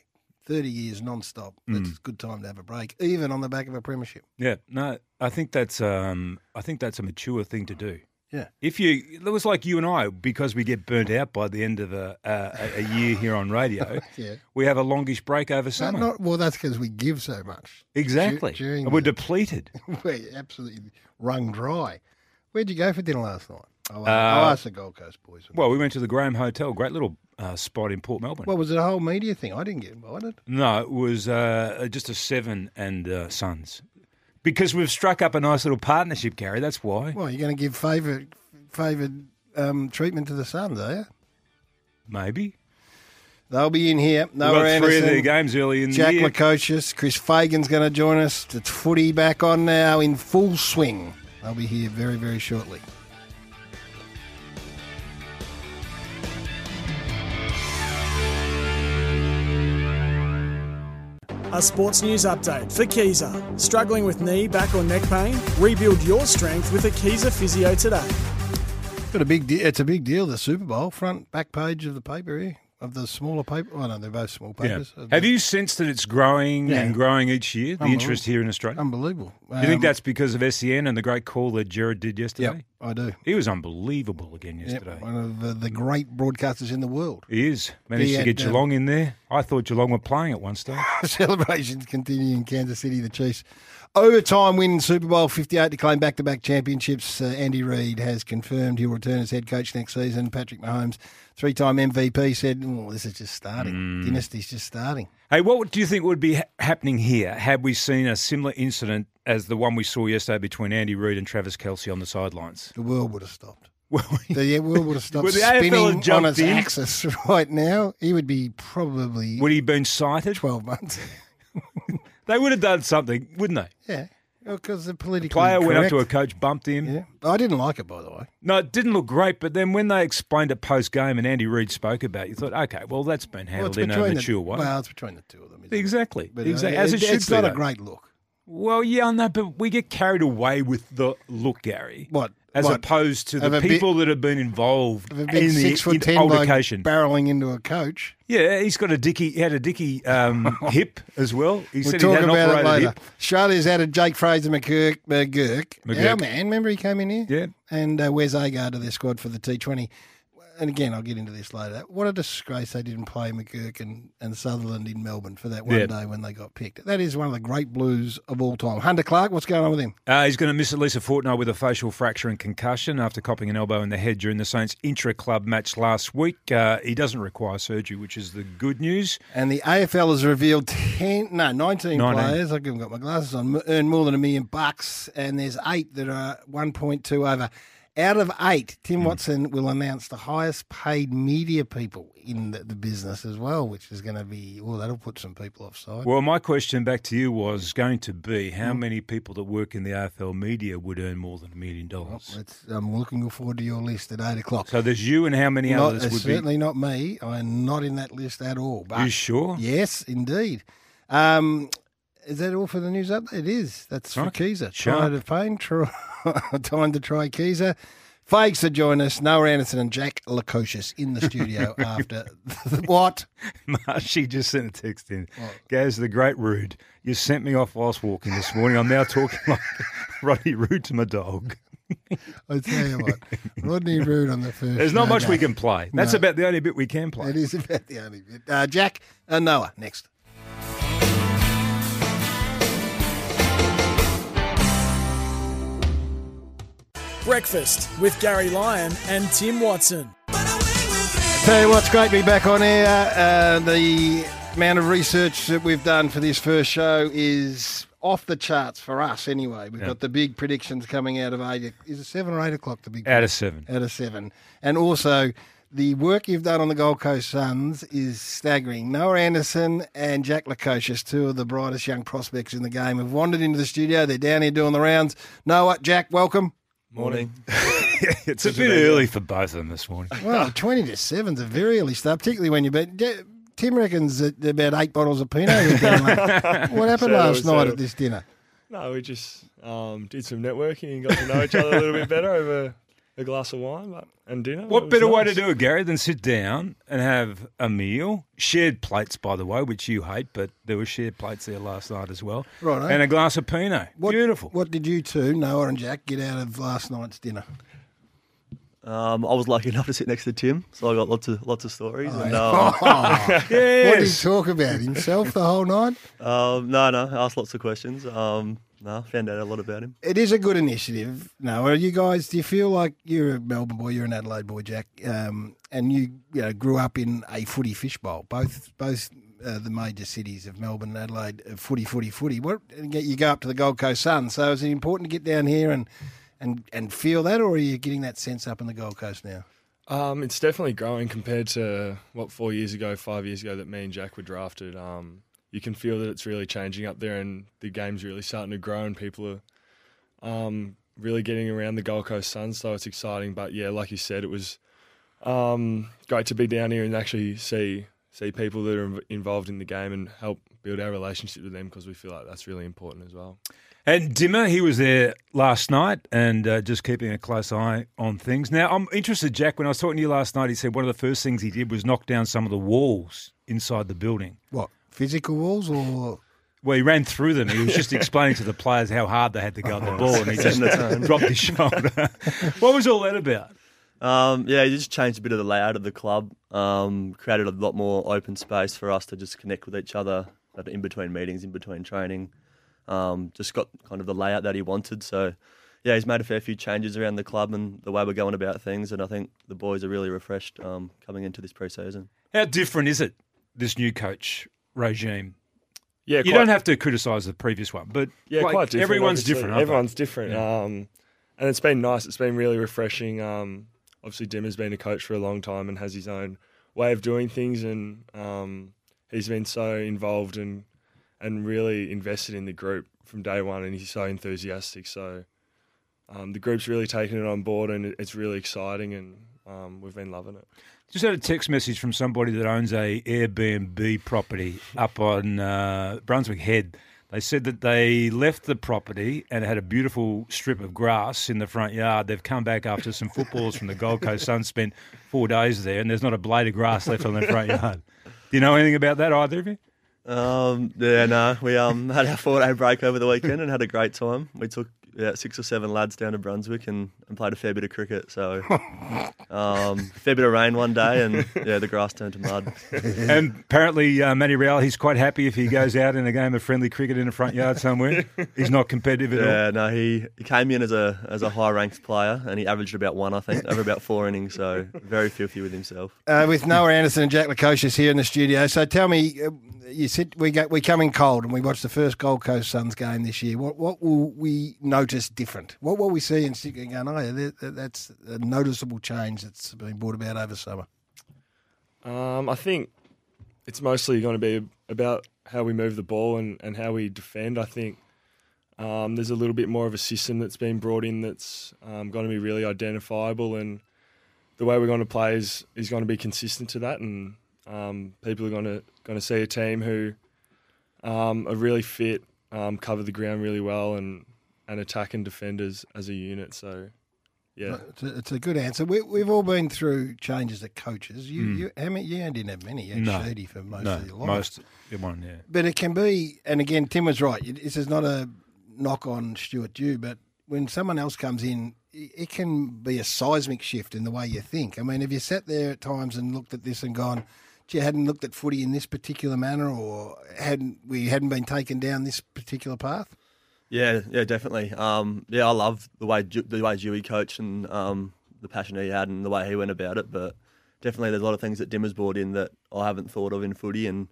S3: 30 years non-stop.
S4: Mm.
S3: That's a good time to have a break, even on the back of a premiership.
S4: Yeah, no, I think that's um, I think that's a mature thing to do.
S3: Yeah.
S4: If you, it was like you and I, because we get burnt out by the end of a a, a year here on radio.
S3: (laughs) Yeah.
S4: we have a longish break over
S3: But
S4: summer.
S3: not, well, that's because we give so much.
S4: exactly,
S3: Dur- during
S4: And we're
S3: the-
S4: depleted.
S3: We're absolutely wrung dry. Where'd you go for dinner last night? I'll,
S4: Uh,
S3: I'll ask the Gold Coast boys.
S4: Well, we went to the Graham Hotel, great little uh, spot in Port Melbourne.
S3: well, was it a whole media thing? I didn't get invited.
S4: no, it was uh, just a seven and uh, Sons, because we've struck up a nice little partnership, Gary. That's why.
S3: Well, you're going to give favoured favoured um, treatment to the Suns, are you?
S4: Maybe.
S3: They'll be in here.
S4: We've
S3: Noah
S4: got three of
S3: Anderson,
S4: their games early in
S3: Jack
S4: the year.
S3: Lukosius, Chris Fagan's going to join us. It's footy back on now in full swing. They'll be here very, very shortly.
S2: A sports news update for Keezer. Struggling with knee, back, or neck pain? Rebuild your strength with a Keezer Physio today.
S3: Got a big. De- it's a big deal. The Super Bowl front back page of the paper here of the smaller paper. Oh no, they're both small
S4: Yeah.
S3: papers.
S4: Have you sensed that it's growing
S3: Yeah.
S4: and growing each year, the
S3: Unbelievable.
S4: interest here in Australia?
S3: Unbelievable. Um,
S4: Do you think that's because of SEN and the great call that Jared did yesterday?
S3: Yeah, I do.
S4: He was unbelievable again
S3: Yep,
S4: yesterday.
S3: one of the, the great broadcasters in the world. (laughs)
S4: He is. Managed
S3: He
S4: to get
S3: had, um,
S4: Geelong in there. I thought Geelong were playing at one stage.
S3: celebrations continue in Kansas City. The Chiefs overtime win in Super Bowl 58 to claim back-to-back championships. Uh, Andy Reid has confirmed he'll return as head coach next season. Patrick Mahomes, three-time MVP, said, oh, "This is just starting.
S4: Mm.
S3: Dynasty's just starting."
S4: hey, what do you think would be ha- happening here had we seen a similar incident as the one we saw yesterday between Andy Reid and Travis Kelsey on the sidelines? (laughs)
S3: The world would have stopped.
S4: Well,
S3: The yeah, world
S4: (laughs)
S3: would have stopped
S4: Would the AFL
S3: spinning
S4: have
S3: on
S4: jumped
S3: its
S4: in?
S3: axis (laughs) right now. He would be probably
S4: would he been cited?
S3: 12 months. (laughs)
S4: They would have done something, wouldn't they?
S3: yeah, because the political
S4: Player went up to a coach, bumped him.
S3: Yeah, I didn't like it by the way.
S4: No, it didn't look great, but then when they explained it post game and Andy Reid spoke about it, you thought, okay, well, that's been handled in a mature
S3: the,
S4: way.
S3: well, it's between the two of them. isn't it?
S4: exactly.
S3: But, uh,
S4: exactly. As it, should
S3: it's
S4: be.
S3: not a
S4: though.
S3: great look.
S4: Well, yeah, no, but we get carried away with the look, Gary.
S3: What?
S4: As
S3: What?
S4: opposed to
S3: Of
S4: the
S3: a big-
S4: people that have been involved
S3: If a big
S4: in the
S3: six foot
S4: in
S3: ten bloke
S4: altercation.
S3: barreling into a coach.
S4: yeah, he's got a dicky. He had a dicky um,
S3: (laughs)
S4: hip as well. He
S3: We'll
S4: said he
S3: talk
S4: had an
S3: about it
S4: operated
S3: later.
S4: hip.
S3: Australia's added Jake Fraser McGurk. McGurk.
S4: McGurk.
S3: Our man, remember he came in here?
S4: Yeah.
S3: And uh, where's Agar to their squad for the T20? And again, I'll get into this later. What a disgrace they didn't play McGurk and, and Sutherland in Melbourne for that one
S4: Yeah.
S3: day when they got picked. That is one of the great blues of all time. Hunter Clark, what's going on with him?
S4: Uh, he's going to miss at least a fortnight with a facial fracture and concussion after copping an elbow in the head during the Saints intra club match last week. Uh, he doesn't require surgery, which is the good news.
S3: And the AFL has revealed 10, no, 19,
S4: 19.
S3: players, I've even got my glasses on, m- earn more than a million bucks, and there's eight that are 1.2 over. Out of eight, Tim Watson will announce the highest paid media people in the, the business as well, which is going to be, well, that'll put some people offside.
S4: Well, my question back to you was going to be how
S3: Hmm.
S4: many people that work in the AFL media would earn more than a million dollars?
S3: That's, I'm looking forward to your list at 8 o'clock.
S4: So there's you and how many
S3: Not- uh,
S4: others would be?
S3: certainly not me. I'm not in that list at all. But
S4: You sure?
S3: Yes, indeed. Um, is that all for the news update? It is. That's for
S4: Right.
S3: Keezer.
S4: Sharp.
S3: Tired of pain? Try, (laughs) time to try Keezer. Fakes to join us. Noah Anderson and Jack Lacocious in the
S4: (laughs)
S3: studio after (laughs) the, what?
S4: She just sent a text in. Gaz, the great Rude, you sent me off whilst walking this morning. I'm now talking (laughs) like Roddy Rude to my dog.
S3: I tell you what, Rodney Rood on the first.
S4: There's not
S3: no
S4: much
S3: go.
S4: we can play. That's about the only bit we can play.
S3: That is about the only bit. Uh, Jack and Noah next.
S2: Breakfast with Gary Lyon and Tim Watson.
S3: Tell you what's great to be back on air. Uh, the amount of research that we've done for this first show is off the charts for us anyway. We've got the big predictions coming out of eight. Is it seven or eight o'clock? The big
S4: Out of seven.
S3: out of seven, and also The work you've done on the Gold Coast Suns is staggering. Noah Anderson and Jack Lacocious, two of the brightest young prospects in the game, have wandered into the studio. They're down here doing the rounds. Noah, Jack, welcome.
S4: Morning. it's a bit early for both of them
S3: (laughs)
S4: this morning.
S3: Well, 20 to 7's a very early start, particularly when you bet. Ja- Tim reckons that about eight bottles of Pinot. we've been
S4: (laughs)
S3: like- What happened
S7: Settle,
S3: last night
S7: settle.
S3: at this dinner?
S7: No, we just um, did some networking and got to know each other a little bit better over a glass of wine but, and dinner. It
S4: What
S7: was
S4: better way to
S7: nice.
S4: do it, Gary, than sit down and have a meal? Shared plates, by the way, which you hate, but there were shared plates there last night as well.
S3: Righto.
S4: And a glass of Pinot.
S3: What,
S4: Beautiful.
S3: What did you two, Noah and Jack, get out of last night's dinner?
S8: Um, I was lucky enough to sit next to Tim, so I got lots of lots of stories. and, um,
S3: Oh, (laughs) What did he
S4: Yes.
S3: talk about? Himself the whole night?
S8: um, no, no, asked lots of questions. Um, no, found out a lot about him.
S3: It is a good initiative. No, are you guys? Do you feel like you're a Melbourne boy? You're an Adelaide boy, Jack, um, and you, you know, grew up in a footy fishbowl. Both, both uh, the major cities of Melbourne and Adelaide, uh, footy, footy, footy. What and yet you go up to the Gold Coast Sun? So is it important to get down here and and and feel that, or are you getting that sense up in the Gold Coast now?
S7: Um, it's definitely growing compared to what four years ago, five years ago that me and Jack were drafted. Um, you can feel that it's really changing up there, and the game's really starting to grow, and people are um, really getting around the Gold Coast Suns. So it's exciting. But yeah, like you said, it was um, great to be down here and actually see see people that are inv- involved in the game and help build our relationship with them because we feel like that's really important as well.
S4: And Dimmer, he was there last night and uh, just keeping a close eye on things. Now, I'm interested, Jack, when I was talking to you last night, he said one of the first things he did was knock down some of the walls inside the building.
S3: What physical walls or
S4: Well, he ran through them. He was just explaining to the players how hard they had to go at the ball, and he just dropped his shoulder. (laughs) what was all that about?
S8: Um, yeah, he just changed a bit of the layout of the club, um, created a lot more open space for us to just connect with each other at- in between meetings, in between training. Um, just got kind of the layout that he wanted. So, yeah, he's made a fair few changes around the club and the way we're going about things. And I think the boys are really refreshed um, coming into this pre-season.
S4: How different is it, this new coach regime?
S7: Yeah,
S4: You don't have to criticise the previous one, but
S7: Yeah,
S4: like,
S7: quite different.
S4: everyone's
S7: obviously.
S4: different. aren't they?
S7: Everyone's different. Um, and it's been nice. It's been really refreshing. Um, obviously, Dimmer's been a coach for a long time and has his own way of doing things, and um, he's been so involved and and really invested in the group from day one, and he's so enthusiastic. So um, the group's really taken it on board, and it- it's really exciting, and um, we've been loving it.
S4: Just had a text message from somebody that owns a Airbnb property up on uh, Brunswick Head. They said that they left the property and had a beautiful strip of grass in the front yard. They've come back after some footballs from the Gold Coast Sun spent four days there, and there's not a blade of grass left on the front yard. Do you know anything about that, either of you?
S8: Um, yeah, no, we um, had our four-day break over the weekend and had a great time. We took yeah, six or seven lads down to Brunswick and, and played a fair bit of cricket. So, um, fair bit of rain one day, and yeah, the grass turned to mud.
S4: And apparently, uh, Matty Rowell, he's quite happy if he goes out in a game of friendly cricket in the front yard somewhere. He's not competitive at all.
S8: Yeah, no, he, he came in as a as a high-ranked player, and he averaged about one, I think, over about four innings. So very filthy with himself.
S3: uh, with Noah Anderson and Jack Lacocious here in the studio. So tell me, uh, you sit we go, we come in cold and we watch the first Gold Coast Suns game this year. What what will we notice different? What will we see and sit and going, oh, yeah, that, that- that's a noticeable change that's been brought about over summer.
S7: Um, I think it's mostly going to be about how we move the ball and, and how we defend. I think um, there's a little bit more of a system that's been brought in that's um, going to be really identifiable, and the way we're going to play is, is going to be consistent to that, and um, people are going to going to see a team who um, are really fit, um, cover the ground really well, and and attack and defend as, as a unit. So, yeah.
S3: It's a, it's a good answer. We, we've all been through changes at coaches. You, you, how many, you didn't have many. You had
S4: Hmm. No.
S3: Sheedy for most
S4: No,
S3: of your life.
S4: most one, yeah.
S3: But it can be, and again, Tim was right. It- This is not a knock on Stuart Dew, but when someone else comes in, i- it can be a seismic shift in the way you think. I mean, have you sat there at times and looked at this and gone, gee, I hadn't looked at footy in this particular manner, or hadn't we hadn't been taken down this particular path?
S8: Yeah, yeah, definitely. Um, yeah, I love the way Ju- the way Dewey coached and um, the passion he had and the way he went about it. But definitely, there's a lot of things that Dimmer's brought in that I haven't thought of in footy. And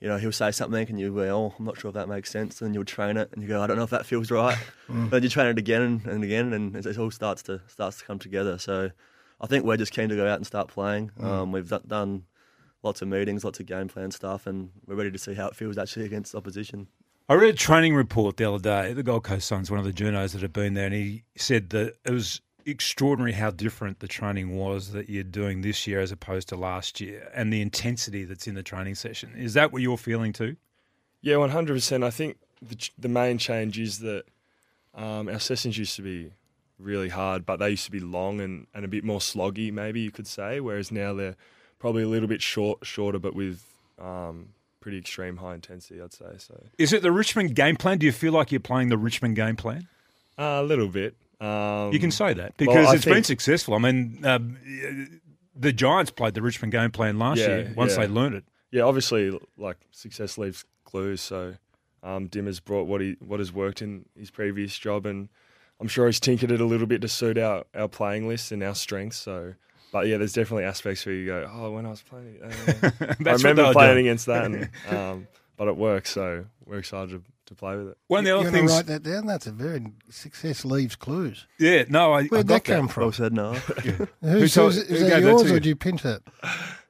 S8: you know, he'll say something, and you'll be, "Oh, I'm not sure if that makes sense." And you'll train it, and you go, "I don't know if that feels right." Then you train it again and, and again, and it, it all starts to starts to come together. So, I I think we're just keen to go out and start playing. Um, we've d- done lots of meetings, lots of game plan stuff, and we're ready to see how it feels actually against opposition.
S4: I read a training report the other day. The Gold Coast Sun's one of the journos that had been there, and he said that it was extraordinary how different the training was that you're doing this year as opposed to last year, and the intensity that's in the training session. Is that what you're feeling too?
S7: Yeah, one hundred percent. I think the, ch- the main change is that um, our sessions used to be really hard, but they used to be long and, and a bit more sloggy, maybe you could say. Whereas now they're probably a little bit short, shorter, but with um, pretty extreme high intensity, I'd say. So
S4: Is it the Richmond game plan? Do you feel like you're playing the Richmond game plan?
S7: uh, a little bit. Um,
S4: You can say that
S7: well,
S4: because
S7: I
S4: it's been
S7: think-
S4: successful. I mean, um, the Giants played the Richmond game plan last
S7: Yeah,
S4: year once
S7: yeah.
S4: they learned it. (laughs)
S7: yeah, obviously, like success leaves clues. So um, Dim has brought what he what has worked in his previous job, and I'm sure he's tinkered it a little bit to suit our, our playing list and our strengths. So, but yeah, there's definitely aspects where you go, oh, when I was playing, uh, I
S4: That's what they
S7: remember
S4: were
S7: playing
S4: doing.
S7: against that,
S4: (laughs)
S7: and, um, but it works. So we're excited to, to play with it.
S4: One of the
S3: You
S4: other
S3: want to
S4: things,
S3: write that down? That's a very success leaves clues.
S4: yeah, no, I, I
S3: Where'd that
S4: got
S3: come from?
S8: Well said, no.
S3: Who
S4: told-
S3: says,
S4: who
S3: is
S4: gave
S3: that
S4: that
S3: yours
S4: to you?
S3: or did you pinch that?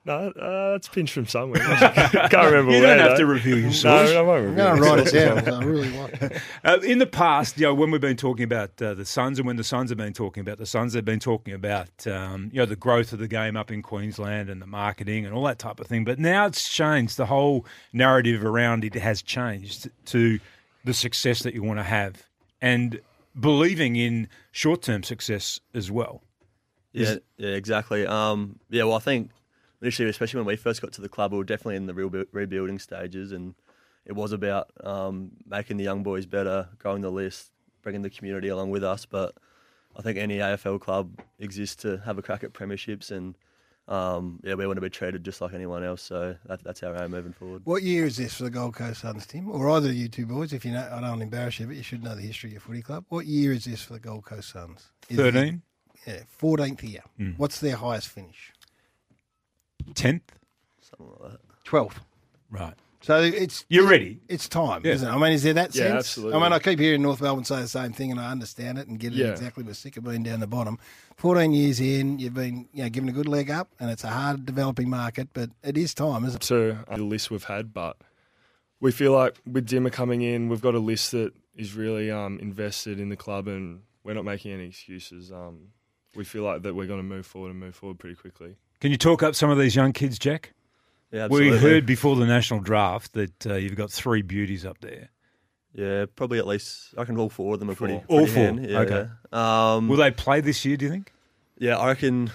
S7: No, uh, that's pinched from
S4: (laughs)
S7: somewhere. Can't remember
S4: You
S7: where.
S4: don't have
S7: though.
S4: to reveal
S7: (laughs)
S4: your
S7: No,
S4: source.
S7: I won't
S3: I'm
S7: reveal
S3: going
S7: it.
S3: to (laughs) write it down 'cause I really want it.
S4: Uh, in the past, you know, when we've been talking about uh, the Suns and when the Suns have been talking about the Suns, they've been talking about um, you know the growth of the game up in Queensland and the marketing and all that type of thing. But now it's changed. The whole narrative around it has changed to the success that you want to have and believing in short-term success as well.
S8: Yeah, yeah, exactly. Um, yeah, well, I think initially, especially when we first got to the club, we were definitely in the real rebuilding stages, and it was about um, making the young boys better, growing the list, bringing the community along with us. But I think any AFL club exists to have a crack at premierships, and um, yeah, we want to be treated just like anyone else. So that, that's our aim moving forward.
S3: What year is this for the Gold Coast Suns, Tim? Or either of you two boys, if you know, I don't want to embarrass you, but you should know the history of your footy club. What year is this for the Gold Coast Suns? Is it-
S4: Thirteen,
S3: Yeah, 14th year. What's their highest finish?
S4: tenth,
S8: Something like that.
S3: 12th.
S4: right?
S3: So it's
S4: You're ready.
S3: it's time,
S4: Yeah.
S3: isn't it? I mean, is there that
S7: Yeah,
S3: sense?
S7: absolutely.
S3: I mean, I keep hearing North Melbourne say the same thing, and I understand it and get it
S7: Yeah.
S3: exactly. We're sick of being down the bottom. Fourteen years in, you've been you know given a good leg up, and it's a hard developing market, but it is time, isn't it?
S7: to the list we've had, but we feel like with Dimmer coming in, we've got a list that is really um, invested in the club, and we're not making any excuses. Um, we feel like that we're going to move forward and move forward pretty quickly.
S4: Can you talk up some of these young kids, Jack?
S8: Yeah,
S4: We
S8: absolutely.
S4: heard before the national draft that uh, you've got three beauties up there.
S8: Yeah, probably at least I reckon all four of them are pretty.
S4: All
S8: pretty
S4: four,
S8: hand, yeah,
S4: okay.
S8: yeah. Um,
S4: Will they play this year? Do you think?
S8: yeah, I reckon.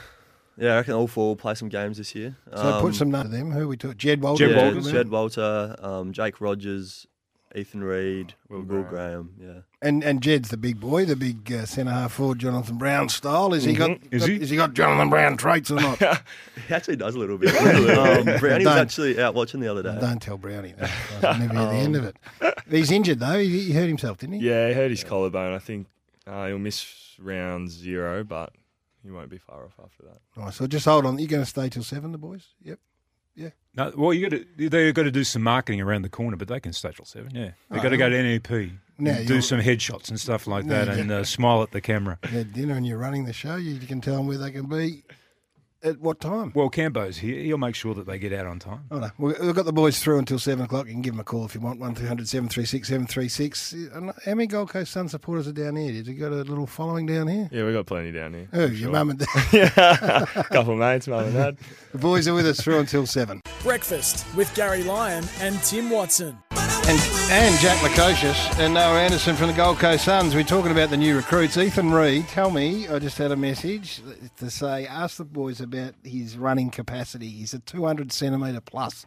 S8: Yeah, I reckon all four will play some games this year.
S3: So
S8: Um,
S3: put some numbers to them. Who we talk? Jed Walden.
S4: Jed
S8: yeah,
S4: Walters.
S8: Jed Walter, um, Jake Rogers, Ethan Reed, Will, Graham.
S3: And and Jed's the big boy, the big uh, centre half forward, Jonathan Brown style. Is he got?
S4: Is he?
S3: Has he got Jonathan Brown traits or not?
S8: Yeah, (laughs) he actually does a
S4: (laughs)
S8: little bit. um, Brownie was
S3: Done.
S8: actually out watching the other day.
S3: Don't tell Brownie that. I'll never hear the end of it. He's injured though. He, he hurt himself, didn't he?
S7: Yeah, he hurt his collarbone. I think uh, he'll miss round zero, but he won't be far off after that.
S3: Nice. So just hold on. You're going to stay till seven, the boys. Yep.
S4: No, well, you got to they've got to do some marketing around the corner, but they can stage till seven. Yeah, they've got to go to NEP,
S3: No,
S4: and do
S3: you're-
S4: some headshots and stuff like that, and uh, smile at the camera.
S3: You had dinner and you're running the show. You can tell them where they can be at what time.
S4: Well, Cambo's here; he'll make sure that they get out on time.
S3: Oh, no. We- We've got the boys through until 7 o'clock. You can give them a call if you want. 1300 736 736. And uh, How many Gold Coast Sun supporters are down here? Did you got a little following down here?
S7: Yeah, we got plenty down here.
S3: (laughs) Oh, your mum and dad.
S7: A couple of mates, mum and dad.
S3: The boys are with us through until 7.
S2: Breakfast with Gary Lyon and Tim Watson.
S3: And, and Jack Lukosius and Noah Anderson from the Gold Coast Suns. We're talking about the new recruits. Ethan Reed, tell me, I just had a message to say, ask the boys about his running capacity. He's a 200 centimetre plus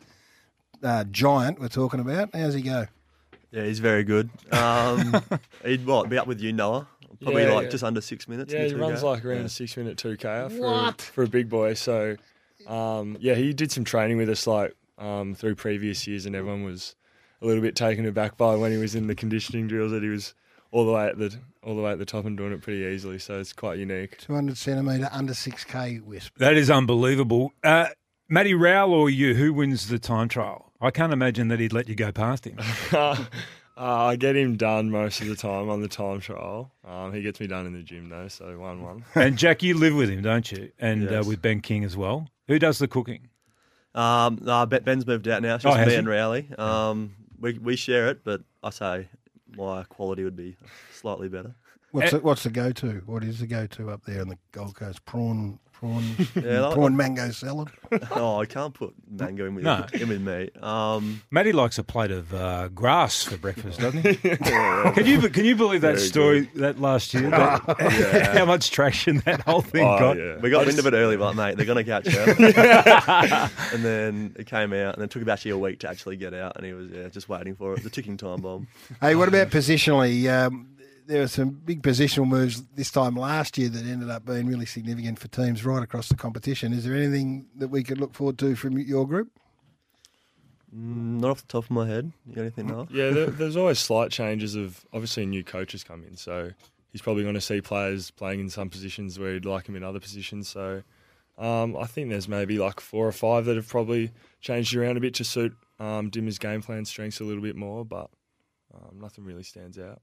S3: uh, giant we're talking about. How's he go?
S8: Yeah, he's very good.
S7: (laughs)
S8: Um, he'd what be up with you, Noah? Probably
S7: Yeah,
S8: like
S7: yeah.
S8: just under six minutes.
S7: Yeah,
S8: in
S7: he
S8: the
S7: runs
S8: 2K.
S7: like around a six minute two k for a, for a big boy. So, um, yeah, he did some training with us like um, through previous years, and everyone was a little bit taken aback by when he was in the conditioning drills that he was all the way at the all the way at the top and doing it pretty easily. So it's quite unique. (laughs)
S3: 200 centimetre under 6K wisp.
S4: That is unbelievable. Uh, Matty Rowell or you, who wins the time trial? I can't imagine that he'd let you go past him.
S7: uh, Uh, I get him done most of the time on the time trial. Um, he gets me done in the gym though, so one one.
S4: And Jack, you live with him, don't you? And
S8: Yes.
S4: uh, with Ben King as well. Who does the cooking?
S8: Um, nah, Ben- Ben's moved out now. It's
S4: Oh,
S8: just
S4: has
S8: me
S4: he?
S8: and Rowley. Um, we we share it, but I say my quality would be slightly better. (laughs)
S3: What's
S4: Eh.
S3: the, what's the go-to? What is the go-to up there on the Gold Coast? Prawn, prawn,
S8: that-
S3: prawn mango salad.
S8: oh, I can't put mango in with,
S4: No.
S8: in with me. Um,
S4: Matty likes a plate of uh, grass for breakfast, doesn't
S7: (laughs)
S4: he? can you can you believe that story that last year?
S7: (laughs)
S4: That- (laughs) How much traction that whole thing
S7: Oh,
S4: got?
S7: yeah.
S8: We got wind of it early, but mate, they're gonna catch her. (laughs) and then it came out, and it took him actually a week to actually get out, and he was yeah, just waiting for it. The ticking time bomb.
S3: Hey, what about positionally? Um, there were some big positional moves this time last year that ended up being really significant for teams right across the competition. Is there anything that we could look forward to from your group?
S8: Mm, Not off the top of my head. You got anything now?
S7: Yeah, there, there's always slight changes of obviously new coaches come in, so he's probably going to see players playing in some positions where he'd like him in other positions. So um, I think there's maybe like four or five that have probably changed around a bit to suit um, Dimmer's game plan strengths a little bit more, but um, nothing really stands out.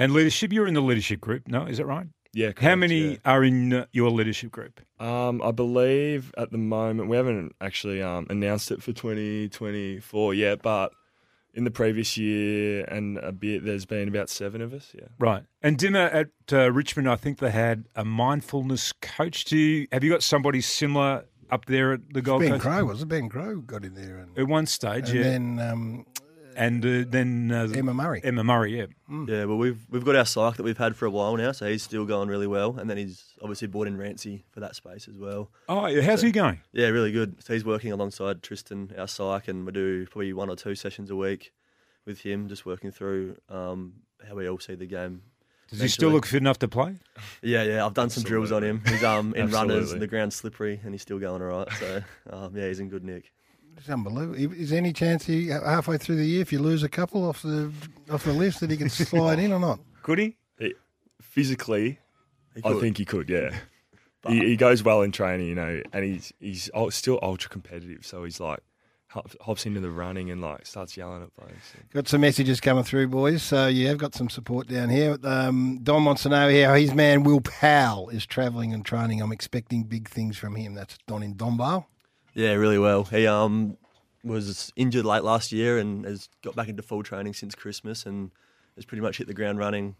S4: And leadership, you're in the leadership group, no? Is that right?
S7: Yeah,
S4: How
S7: correct,
S4: many
S7: yeah.
S4: are in uh, your leadership group?
S7: Um, I believe at the moment we haven't actually um, announced it for 2024 yet, but in the previous year and a bit, there's been about seven of us. Yeah.
S4: Right. And dinner at uh, Richmond, I think they had a mindfulness coach. Do you, have you got somebody similar up there at the Gold
S3: Ben
S4: Coast?
S3: Crow was it? Ben Crow got in there, and,
S4: At one stage,
S3: and
S4: yeah.
S3: then um,
S4: and uh, then uh,
S3: Emma Murray.
S4: Emma Murray, yeah.
S8: Yeah, well we've we've got our psych that we've had for a while now, so he's still going really well, and then he's obviously brought in Rancy for that space as well.
S4: Oh, yeah. how's he going?
S8: Yeah, really good. So he's working alongside Tristan, our psych, and we do probably one or two sessions a week with him, just working through um, how we all see the game
S4: Does he still
S8: Eventually.
S4: look fit enough to play?
S8: Yeah, yeah, I've done some drills on him. He's um in runners
S7: Absolutely.
S8: and the ground's slippery and he's still going all right. So um, yeah, he's in good nick.
S3: It's unbelievable. Is there any chance he halfway through the year, if you lose a couple off the off the list, that he
S4: (laughs)
S3: can slide in or not?
S4: Could he?
S7: Physically,
S8: He
S7: I
S8: could.
S7: think he could.
S4: (laughs)
S7: Yeah. he, he goes well in training, you know, and he's he's ul- still ultra competitive. So he's like hop- hops into the running and like starts yelling at players.
S3: Got some messages coming through, boys. So you have got some support down here. Um, Don wants to know how his man Will Powell is travelling and training. I'm expecting big things from him. That's Don in Donbar.
S8: Yeah, really well. He um was injured late last year and has got back into full training since Christmas and has pretty much hit the ground running,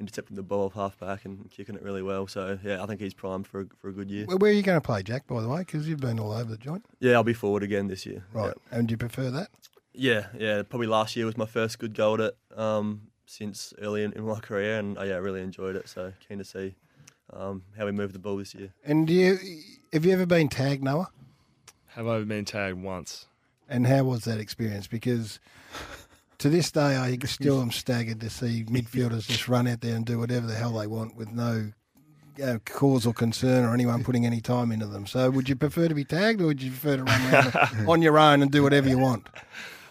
S8: intercepting the ball off half back and kicking it really well. So yeah, I think he's primed for a, for a good year.
S3: Where where are you going to play, Jack? By the way, because you've been all over the joint,
S8: Yeah, I'll be forward again this year.
S3: right? And do you prefer that?
S8: Yeah, yeah. Probably last year was my first good goal at it um, since early in, in my career, and I yeah, really enjoyed it. So keen to see um, how we move the ball this year.
S3: And do you have you ever been tagged, Noah?
S7: Have I been tagged once?
S3: And how was that experience? Because to this day,
S4: (laughs)
S3: I still am staggered to see midfielders just run out there and do whatever the hell they want with no uh, cause or concern or anyone putting any time into them. So, would you prefer to be tagged or would you prefer to run
S4: (laughs)
S3: around on your own and do whatever you want?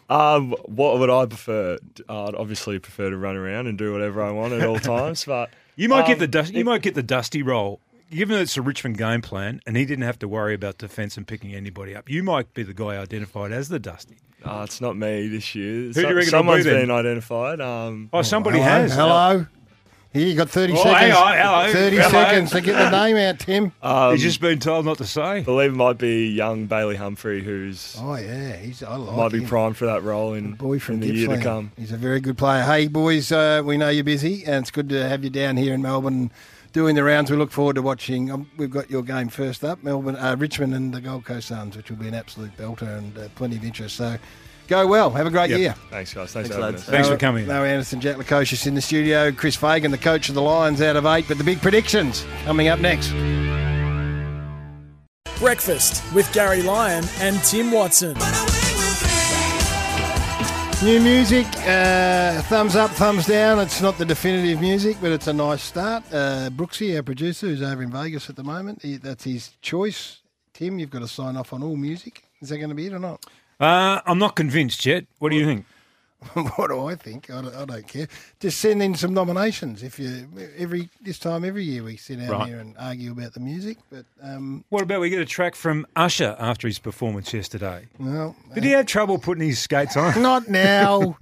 S7: Um, what would I prefer? D- I'd obviously prefer to run around and do whatever I want
S4: (laughs)
S7: at all times, but
S4: You might get
S7: um,
S4: the dust, you might get the dusty roll. Given that it's a Richmond game plan, and he didn't have to worry about defence and picking anybody up, you might be the guy identified as the dusty.
S7: Uh, it's not me this year.
S4: do you reckon it'll be
S7: someone's
S4: then?
S7: been identified. Um,
S4: Oh, somebody
S3: hello,
S4: has.
S3: Hello. Here you got thirty
S4: Oh,
S3: seconds.
S4: hang on, hello,
S3: Thirty
S4: hello.
S3: seconds to get the name out, Tim.
S4: He's just been told not to say.
S7: I um, believe it might be young Bailey Humphrey, who's
S3: oh yeah, he's I like
S7: might be
S3: him.
S7: primed for that role in,
S3: boy from
S7: in the year to
S3: Gippsland.
S7: come.
S3: He's a very good player. Hey, boys, uh, we know you're busy, and it's good to have you down here in Melbourne doing the rounds. We look forward to watching. Um, we've got your game first up, Melbourne, uh, Richmond, and the Gold Coast Suns, which will be an absolute belter and uh, plenty of interest. So, go well. Have a great
S4: Yep.
S3: year.
S7: Thanks, guys. Thanks,
S8: Thanks,
S7: for having
S8: lads.
S7: us.
S4: Thanks
S3: Noah-
S4: for coming.
S3: Noah Anderson, Jack Lukosius in the studio. Chris Fagan, the coach of the Lions, out of eight. But the big predictions coming up next.
S2: Breakfast with Gary Lyon and Tim Watson.
S3: New music, uh, thumbs up, thumbs down. It's not the definitive music, but it's a nice start. Uh, Brooksy, our producer, who's over in Vegas at the moment, he, that's his choice. Tim, you've got to sign off on all music. Is that going to be it or not? (laughs)
S4: Uh, I'm not convinced yet. What do you think?
S3: what do I think? I don't, I don't care. Just send in some nominations. If you every this time every year we sit down
S4: Right.
S3: here and argue about the music, but um,
S4: What about we get a track from Usher after his performance yesterday?
S3: well,
S4: Did he have trouble putting his skates (laughs) on?
S3: Not now.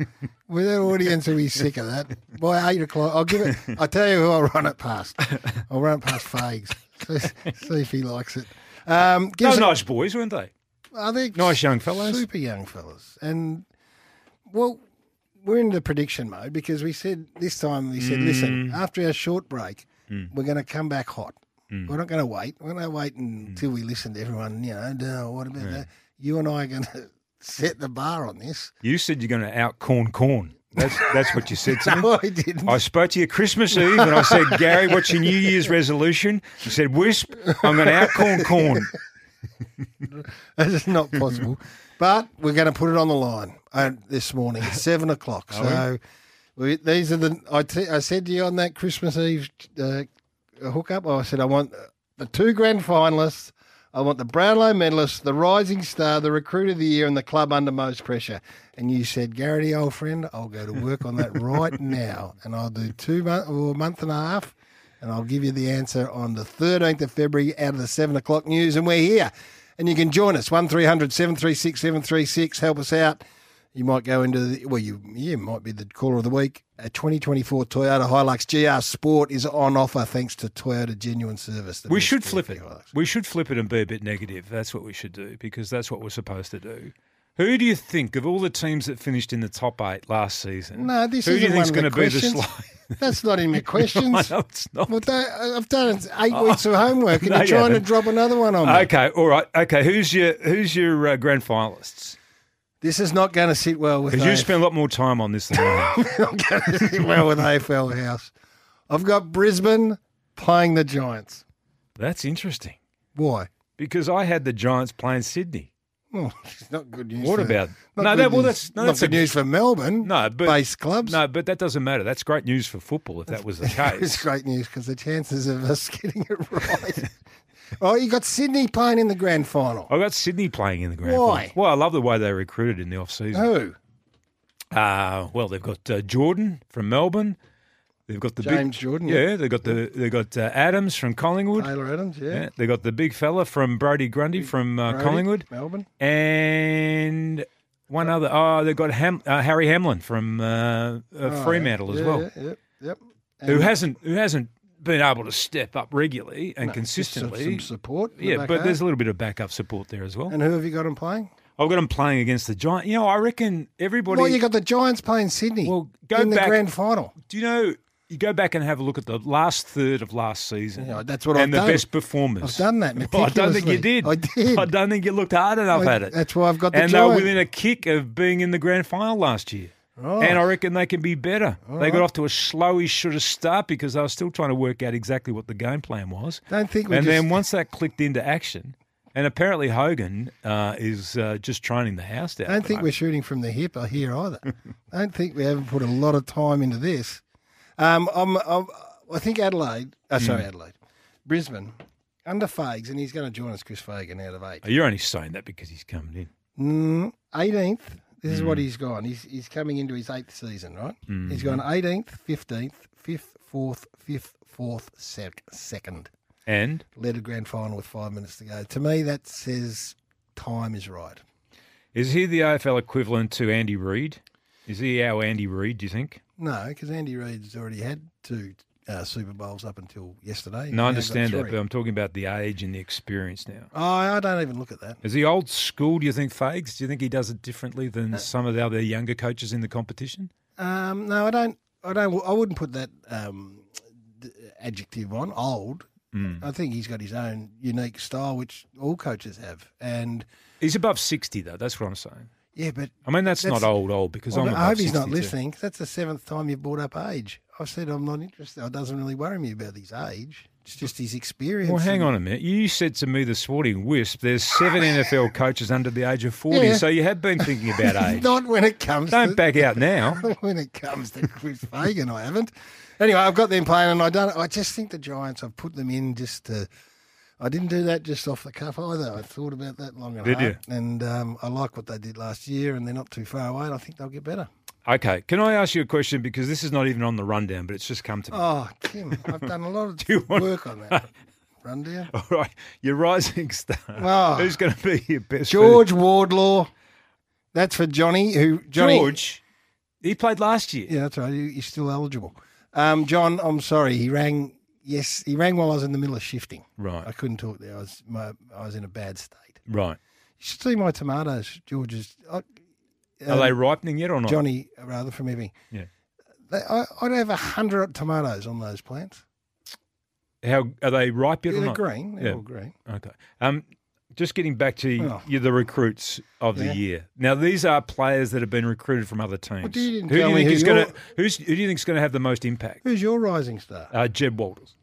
S3: With that audience, will be sick of that. By eight o'clock, I'll give it. I tell you who I'll run it past. I'll run it past Fags. See, see if he likes it. Um, give
S4: They
S3: us
S4: were
S3: a-
S4: nice boys, weren't they?
S3: are they
S4: nice young fellas.
S3: Super young fellas. And well, we're in the prediction mode because we said this time we said,
S4: Mm.
S3: listen, after our short break, we're going to come back hot.
S4: Mm.
S3: We're not going to wait. We're going to wait until we listen to everyone. You know, "Oh, what about that? You and I are going to (laughs) set the bar on this. (laughs)
S4: You said you're going to out corn corn. That's that's what you said (laughs) to me.
S3: No, I didn't.
S4: I spoke to you Christmas Eve and
S3: (laughs)
S4: I said, Gary, what's your New Year's resolution? You said, Wisp, I'm going to out
S3: (laughs)
S4: corn corn.
S3: That is not possible. but we're going to put it on the line uh, this morning, seven o'clock. so we, these are the. I, t- I said to you on that Christmas Eve uh, hookup. I said I want the two grand finalists. I want the Brownlow medalist, the rising star, the recruit of the year, and the club under most pressure. And you said, Garrity, old friend, I'll go to work on that right now, and I'll do two month or a month and a half, and I'll give you the answer on the 13th of February out of the 7 o'clock news. And we're here. And you can join us, 1300 736 736. Help us out. You might go into the, well, you, you might be the caller of the week. A 2024 Toyota Hilux GR Sport is on offer thanks to Toyota Genuine Service. the
S4: We
S3: best
S4: should
S3: deal
S4: flip
S3: for
S4: it.
S3: your Hilux.
S4: We should flip it and be a bit negative. That's what we should do because that's what we're supposed to do. Who do you think of all the teams that finished in the top eight last season?
S3: No, this
S4: who do
S3: isn't
S4: you think's
S3: one
S4: gonna
S3: of the
S4: be the
S3: questions.
S4: slide? (laughs)
S3: That's not (laughs) in my
S4: I
S3: questions.
S4: know it's not.
S3: Well, they- I've done eight weeks of homework, and
S4: (laughs) No,
S3: you're trying
S4: you
S3: to
S4: haven't.
S3: drop another one on me.
S4: Okay, all right. Okay, who's your who's your uh, grand finalists?
S3: This is not going to sit well with.
S4: Because you
S3: AFL.
S4: spend a lot more time on this than I
S3: (laughs)
S4: have.
S3: not going to (laughs) sit well with AFL House. I've got Brisbane playing the Giants.
S4: That's interesting
S3: Why?
S4: because I had the Giants playing Sydney.
S3: Well, (laughs) it's not good news.
S4: What
S3: for-
S4: about-
S3: not
S4: No,
S3: good
S4: that- well,
S3: news-
S4: that's- no,
S3: not
S4: that's
S3: good
S4: a-
S3: news for Melbourne.
S4: No, but
S3: base clubs.
S4: No, but that doesn't matter. That's great news for football if that was the
S3: It's
S4: case.
S3: great news because the chances of us (laughs) getting it right. oh, you got Sydney playing in the grand final.
S4: I got Sydney playing in the grand
S3: Why?
S4: final. Well, I love the way they recruited in the off season.
S3: Who? Oh.
S4: Uh, well, they've got uh, Jordan from Melbourne. They've got the big,
S3: James Jordan, yeah.
S4: Yeah, they've got the they got uh, Adams from Collingwood.
S3: Taylor Adams. Yeah.
S4: Yeah, they got the big fella from Brody Grundy from uh,
S3: Brody,
S4: Collingwood,
S3: Melbourne.
S4: and one other. Oh, they've got Ham, uh, Harry Hamlin from uh, uh, Fremantle
S3: Oh,
S4: as
S3: Yeah,
S4: well,
S3: yeah, Yep. Yep.
S4: who hasn't who hasn't been able to step up regularly
S3: Just
S4: and
S3: some-
S4: consistently.
S3: Some support. in the
S4: yeah,
S3: back
S4: but
S3: half.
S4: there's a little bit of backup support there as well.
S3: And who have you got them playing?
S4: I've got them playing against the Giants. You know, I reckon everybody.
S3: well, you got the Giants playing Sydney.
S4: Well, go
S3: in the
S4: back-
S3: grand final.
S4: Do you know? You go back and have a look at the last third of last season.
S3: Yeah, that's what
S4: and
S3: I've
S4: the
S3: done.
S4: best performers.
S3: I've done that
S4: (laughs) Well, I don't think you
S3: meticulously.
S4: did.
S3: I did.
S4: I don't think you looked hard enough
S3: I-
S4: at it.
S3: that's why I've got the
S4: And they were
S3: giant.
S4: within a kick of being in the grand final last year.
S3: Right.
S4: And I reckon they can be better. they got off to a slowish sort of start because they were still trying to work out exactly what the game plan was.
S3: Don't think we
S4: and
S3: just-
S4: then once that clicked into action, and apparently Hogan uh, is uh, just training the house down.
S3: I don't think we're shooting from the hip here either. I don't think we haven't put a lot of time into this. Um, I'm, I'm, I think Adelaide. Oh, sorry, Adelaide, Brisbane under Fags, and he's going to join us, Chris Fagan, out of eight. Mm,
S4: You're only saying that because he's coming in.
S3: Eighteenth. This is what he's gone. He's he's coming into his eighth season, right? He's gone eighteenth, fifteenth, fifth, fourth, fifth, fourth, sec- second.
S4: And
S3: Led a grand final with five minutes to go. To me, that says time is right.
S4: is he the AFL equivalent to Andy Reid? Is he our Andy Reid, do you think?
S3: No, because Andy Reid's already had two uh, Super Bowls up until yesterday. He's
S4: No,
S3: now
S4: I
S3: got
S4: understand that,
S3: three.
S4: but I'm talking about the age and the experience now.
S3: Oh, I don't even look at that.
S4: Is he old school, do you think, Fags? Do you think he does it differently
S3: Uh,
S4: than some of the other younger coaches in the competition?
S3: Um, no, I don't. I don't. I wouldn't put that um, d- adjective on old.
S4: Mm.
S3: I think he's got his own unique style, which all coaches have. And
S4: He's above 60, though. That's what I'm saying.
S3: yeah, but
S4: I mean, that's,
S3: That's-
S4: not old, old, because
S3: I
S4: I'm
S3: don't-
S4: above
S3: I hope he's not
S4: 62.
S3: listening. 'cause That's the seventh time you've brought up age. I've said I'm not interested. It doesn't really worry me about his age. It's just his experience.
S4: Well, hang
S3: and-
S4: on a minute. You said to me this morning, Wisp,
S3: (laughs)
S4: there's seven NFL coaches under the age of 40,
S3: Yeah.
S4: so you have been thinking
S3: (laughs)
S4: about age.
S3: Not when it comes. to,
S4: Don't back out now.
S3: (laughs) when it comes to Chris Fagan, I haven't. Anyway, I've got them playing, and I don't. I just think the Giants. I've put them in just to. I didn't do that just off the cuff either. I thought about that long and
S4: Did
S3: hard, and um, I like what they did last year, and they're not too far away. And I think they'll get better.
S4: Okay, can I ask you a question? Because this is not even on the rundown, but it's just come to me.
S3: Oh, Tim, I've done a lot
S4: (laughs)
S3: of
S4: you want- Oh,
S3: work on
S4: (laughs)
S3: that rundown.
S4: All (laughs) right, your rising star.
S3: Oh.
S4: Who's going to be your best?
S3: George Wardlaw. That's for Johnny. Who Johnny?
S4: George. He played last year.
S3: Yeah, that's right. You- You're still eligible. Um, John, I'm sorry. He rang. Yes, he rang while I was in the middle of shifting.
S4: Right.
S3: I couldn't talk there. I was my, I was in a bad state.
S4: Right.
S3: You should see my tomatoes, George's. I, Um,
S4: Are they ripening yet or not?
S3: Johnny, rather from Ebbing.
S4: Yeah.
S3: They- I, I'd have a hundred tomatoes on those plants.
S4: How are they ripe yet
S3: Yeah,
S4: or
S3: they're
S4: not?
S3: green. They're
S4: Yeah.
S3: all green.
S4: Okay. Um, just getting back to y-
S3: Oh.
S4: you, the recruits of
S3: Yeah.
S4: the year. Now these are players that have been recruited from other teams.
S3: you didn't
S4: who
S3: tell
S4: do
S3: me
S4: you think
S3: who
S4: is going to
S3: your-
S4: who's who do you think is going to have the most impact?
S3: Who's your rising star?
S4: Uh, Jeb Walters.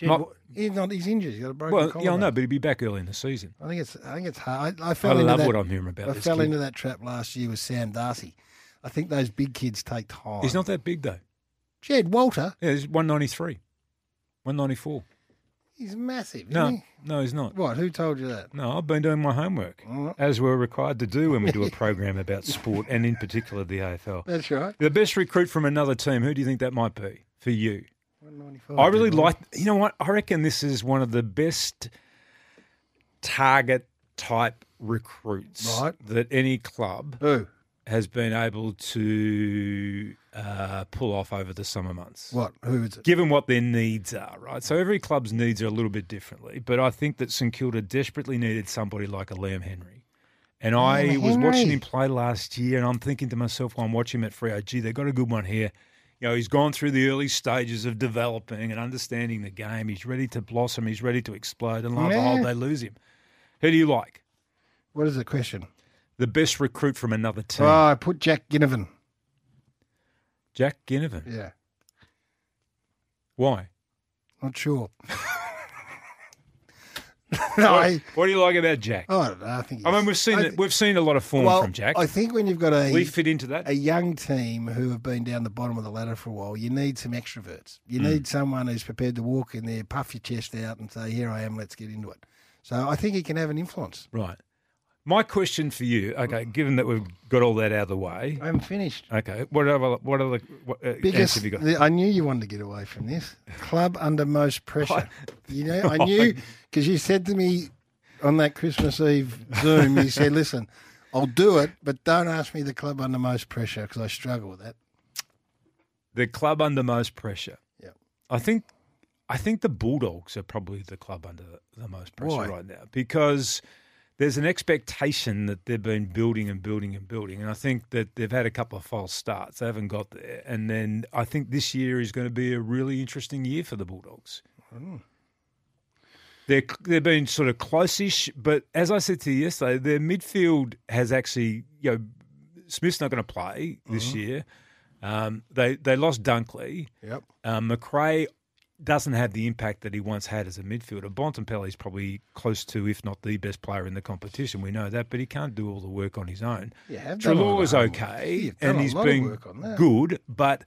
S4: Not-
S3: He's not. He's injured. He's got a broken
S4: well,
S3: collarbone.
S4: yeah, I know, but he'll be back early in the season.
S3: I think it's. I think it's hard. I, I
S4: I
S3: fell into
S4: love
S3: that.
S4: what I'm hearing about.
S3: I
S4: this
S3: fell
S4: kid.
S3: into that trap last year with Sam Darcy. I think those big kids take time.
S4: He's not that big though.
S3: Jed Walter.
S4: Yeah, he's 193, 194.
S3: He's massive. Isn't
S4: No,
S3: he?
S4: no, he's not.
S3: What? Who told you that?
S4: No, I've been doing my homework,
S3: Mm.
S4: as we're required to do when we do a program about sport and, in particular, the AFL.
S3: That's right.
S4: The best recruit from another team, who do you think that might be for you?
S3: 195.
S4: I really like, you know what? I reckon this is one of the best target type recruits
S3: Right.
S4: that any club
S3: Who?
S4: has been able to uh, pull off over the summer months.
S3: What? Who is it?
S4: Given what their needs are, right? So every club's needs are a little bit differently, but I think that St Kilda desperately needed somebody like a Liam Henry. And I
S3: Liam
S4: was watching
S3: Henry.
S4: him play last year, and I'm thinking to myself while I'm watching him at Freo, gee, they've got a good one here. You know, he's gone through the early stages of developing and understanding the game. He's ready to blossom. He's ready to explode. And lo and behold,
S3: Yeah.
S4: they lose him. Who do you like?
S3: What is the question?
S4: The best recruit from another team.
S3: Oh, I put Jack Ginnivan.
S4: Jack Ginnivan.
S3: Yeah.
S4: Why?
S3: Not sure. (laughs) no, I,
S4: What do you like about Jack?
S3: oh, I don't know. I think.
S4: I mean,
S3: he's-
S4: we've seen
S3: I-
S4: we've seen a lot of form
S3: well,
S4: from Jack.
S3: I think when you've got a
S4: we fit into that.
S3: a young team who have been down the bottom of the ladder for a while, you need some extroverts.
S4: Mm.
S3: You need someone who's prepared to walk in there, puff your chest out, and say, "Here I am, let's get into it." So I think he can have an influence.
S4: Right. My question for you, okay, given that we've got all that out of the way,
S3: I haven't finished.
S4: okay, what other what other what, uh, answer
S3: Biggest,
S4: have you got?
S3: the- I knew you wanted to get away from this club under
S4: (laughs)
S3: most pressure. you know, I knew because you said to me on that Christmas Eve Zoom, you said, "Listen, I'll do it, but don't ask me the club under most pressure because I struggle with that."
S4: The club under most pressure.
S3: Yep.
S4: I think I think the Bulldogs are probably the club under the, the most pressure
S3: Why?
S4: right now because there's an expectation that they've been building and building and building, and I think that they've had a couple of false starts. They haven't got there, and then I think this year is going to be a really interesting year for the Bulldogs. They're they've been sort of close-ish, but as I said to you yesterday, their midfield has actually you know Smith's not going to play this year. Um, they they lost Dunkley.
S3: Yep.
S4: Um, McRae doesn't have the impact that he once had as a midfielder. Bontempelli is probably close to, if not the best player in the competition. We know that, but he can't do all the work on his own.
S3: You have done a lot
S4: Trelaw
S3: of
S4: is
S3: homework.
S4: okay,
S3: You've done
S4: and
S3: a
S4: he's
S3: lot of
S4: been
S3: work on that.
S4: good, but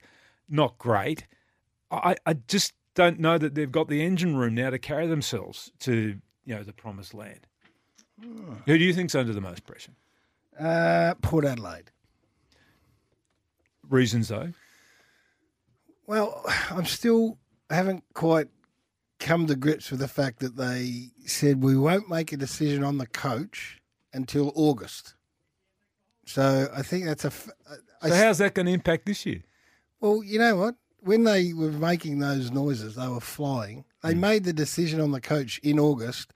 S4: not great. I, I just don't know that they've got the engine room now to carry themselves to you know the promised land.
S3: Hmm.
S4: Who do you think's under the most pressure?
S3: Uh, Port Adelaide.
S4: Reasons though.
S3: Well, (sighs) I'm still haven't quite come to grips with the fact that they said we won't make a decision on the coach until August. So I think that's a. f- I-
S4: So how's that going to impact this year?
S3: well, you know what? When they were making those noises, they were flying.
S4: Hmm.
S3: They made the decision on the coach in August,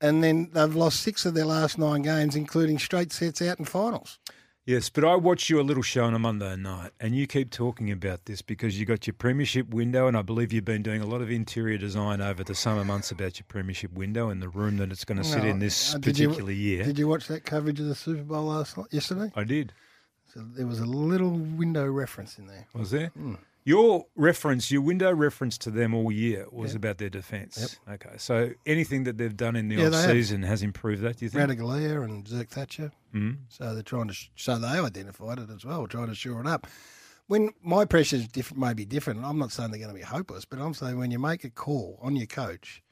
S3: and then they've lost six of their last nine games, including straight sets out in finals.
S4: Yes, but I watched your little show on a Monday night, and you keep talking about this because you got your premiership window, and I believe you've been doing a lot of interior design over the summer months about your premiership window and the room that it's going to sit in this
S3: Uh, did you-
S4: particular year.
S3: Did you watch that coverage of the Super Bowl last night, yesterday?
S4: I did.
S3: So there was a little window reference in there.
S4: Was there?
S3: Hmm.
S4: Your reference, your window reference to them all year was about their defence. Okay, so anything that they've done in the
S3: Yeah,
S4: off
S3: they have.
S4: season has improved that. Do you think?
S3: Radaglia and Zirk Thatcher.
S4: Mm-hmm.
S3: Mm. So they're trying to, so they identified it as well, trying to shore it up. When my pressures diff- may be different, I'm not saying they're going to be hopeless, but I'm saying when you make a call on your coach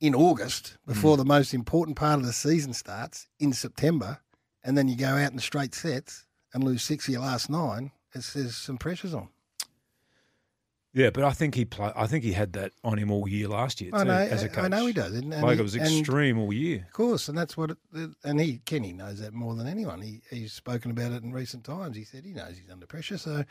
S3: in August
S4: Mm.
S3: before the most important part of the season starts in September, and then you go out in straight sets and lose six of your last nine, it's, there's some pressures on.
S4: Yeah, but I think he play, I think he had that on him all year last year too,
S3: I know,
S4: as a coach.
S3: I know he does. And, and
S4: like
S3: he-
S4: it was
S3: and
S4: extreme all year.
S3: Of course, and that's what. It, and he Kenny knows that more than anyone. He he's spoken about it in recent times. He said he knows he's under pressure. So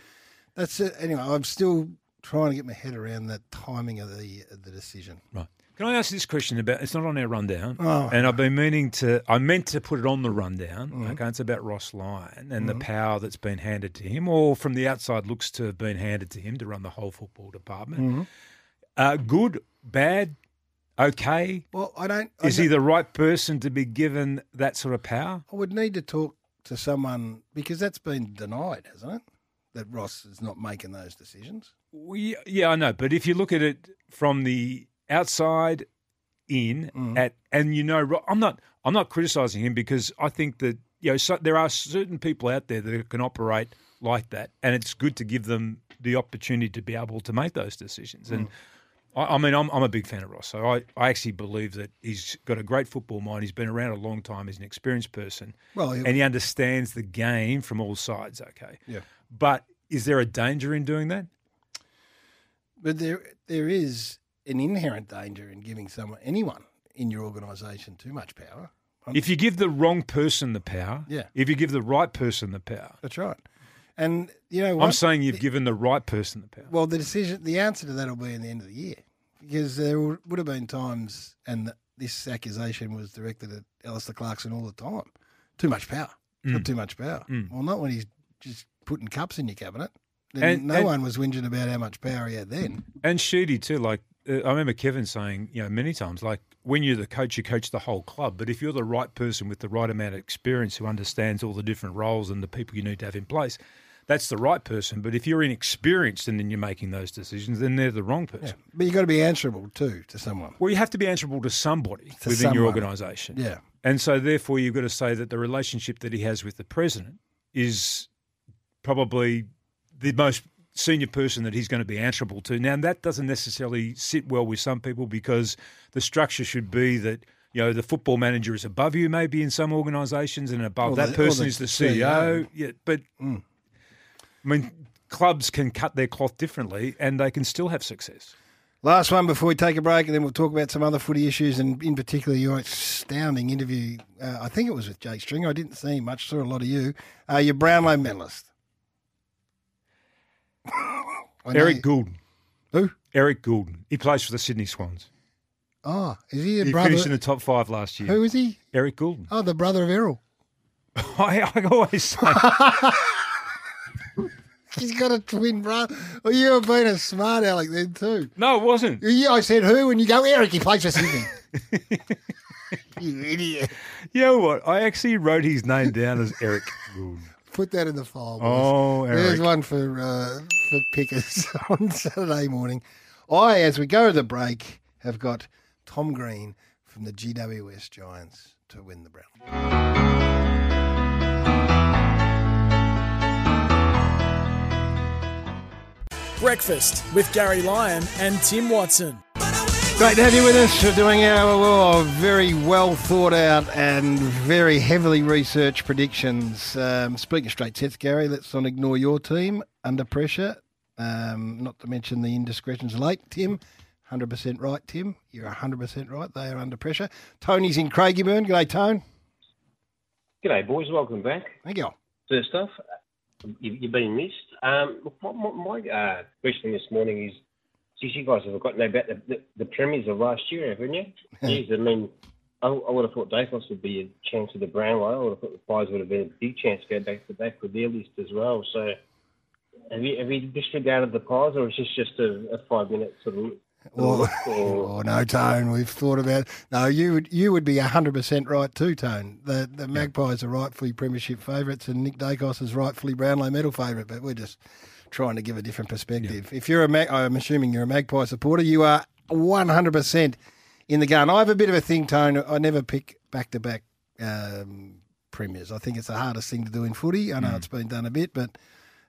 S3: that's it. Anyway, I'm still trying to get my head around the timing of the of the decision.
S4: Right. Can I ask this question about? It's not on our rundown,
S3: Oh. Mm.
S4: and I've been meaning to. I meant to put it on the rundown. Okay, it's about Ross Lyon and the power that's been handed to him, or from the outside looks to have been handed to him to run the whole football department.
S3: Mm-hmm.
S4: Uh, good, bad, okay.
S3: Well, I don't. I
S4: Is
S3: don't-
S4: he the right person to be given that sort of power?
S3: I would need to talk to someone because that's been denied, hasn't it? That Ross is not making those decisions.
S4: We, yeah, I know. But if you look at it from the outside in, at and you know, Ro- I'm not, I'm not criticizing him because I think that you know, so, there are certain people out there that can operate like that, and it's good to give them the opportunity to be able to make those decisions. And I, I mean, I'm, I'm a big fan of Ross, so I, I actually believe that he's got a great football mind. He's been around a long time. He's an experienced person.
S3: Well, he-
S4: and he understands the game from all sides. Okay,
S3: Yeah.
S4: But is there a danger in doing that?
S3: But there, there is an inherent danger in giving someone, anyone in your organisation, too much power.
S4: If you give the wrong person the power,
S3: Yeah.
S4: If you give the right person the power,
S3: That's right. And you know,
S4: I'm
S3: what?
S4: saying you've given the right person the power.
S3: Well, the decision, the answer to that will be in the end of the year, because there w- would have been times, and this accusation was directed at Alistair Clarkson all the time. Too much power. It's
S4: Mm.
S3: Got too much power. Well, not when he's just putting cups in your cabinet. Then
S4: And-
S3: no
S4: and-
S3: one was whinging about how much power he had then.
S4: And Sheedy too. Like uh, I remember Kevin saying, you know, many times, like when you're the coach, you coach the whole club. But if you're the right person with the right amount of experience who understands all the different roles and the people you need to have in place, that's the right person. But if you're inexperienced and then you're making those decisions, then they're the wrong person.
S3: But you got to be answerable too to someone.
S4: Well, you have to be answerable to somebody within your
S3: someone.
S4: organisation.
S3: Yeah.
S4: And so, therefore, you've got to say that the relationship that he has with the president is probably the most senior person that he's going to be answerable to. Now, that doesn't necessarily sit well with some people because the structure should be that. You know, the football manager is above you, maybe in some organisations, and above
S3: Or
S4: that
S3: the- or
S4: person
S3: the
S4: is the CEO.
S3: CEO.
S4: Yeah, but I mean, clubs can cut their cloth differently, and they can still have success.
S3: Last one before we take a break, and then we'll talk about some other footy issues, and in particular your astounding interview. Uh, I think it was with Jake Stringer. I didn't see much, saw a lot of you. Uh, your Brownlow medalist. (laughs) I know
S4: Eric
S3: you-
S4: Goulden.
S3: Who?
S4: Eric Goulden. He plays for the Sydney Swans.
S3: Oh, is he a
S4: He
S3: brother?
S4: finished in the top five last year.
S3: Who is he?
S4: Eric Goulden.
S3: Oh, the brother of Errol.
S4: (laughs)
S3: (laughs)
S4: I, I always say,
S3: He's got a twin brother. Well, you have been a smart aleck then too.
S4: no, it wasn't.
S3: Yeah, I said who, and you go Eric. He plays for
S4: (laughs)
S3: Sydney. you idiot!
S4: You know what? I actually wrote his name down as Eric Goulden.
S3: Put that in the file. boys.
S4: Oh,
S3: There's
S4: Eric.
S3: one for uh, for pickers (laughs) on Saturday morning. I, as we go to the break, have got Tom Green from the GWS Giants to win the Brown.
S2: Breakfast with Gary Lyon and Tim Watson.
S3: Great to have you with us. We're doing our well, very well thought out and very heavily researched predictions. Um, speaking of straight sets, Gary, let's not ignore your team under pressure. Um, not to mention the indiscretions late, Tim. 100% right, Tim. You're 100% right. They are under pressure. Tony's in Craigieburn. G'day, Tone.
S9: G'day, boys. Welcome back.
S3: Thank you.
S9: First off, you, you've been missed. Um, look, my my, my uh, question this morning is, geez, you guys have forgotten about the, the, the premiers of last year,
S10: (laughs)
S9: haven't you? Jeez, I mean, I, I would have thought Dacos would be a chance of the Brownlow. I would have thought the Pies would have been a big chance to go back to back with their list as well. So have you, have you disregarded the Pies, or is this just a, a five-minute sort of...
S3: Oh, (laughs)
S9: or-
S3: oh, no, Tone. We've thought about. No, you would you would be hundred percent right too, Tone. The the Magpies are rightfully premiership favourites, and Nick Dacos is rightfully Brownlow medal favourite. But we're just trying to give a different perspective. If you're a Mag, I'm assuming you're a Magpie supporter, you are one hundred percent in the gun. I have a bit of a thing, Tone. I never pick back to back um, premiers. I think it's the hardest thing to do
S9: Mm.
S3: in footy. I know it's been done a bit, but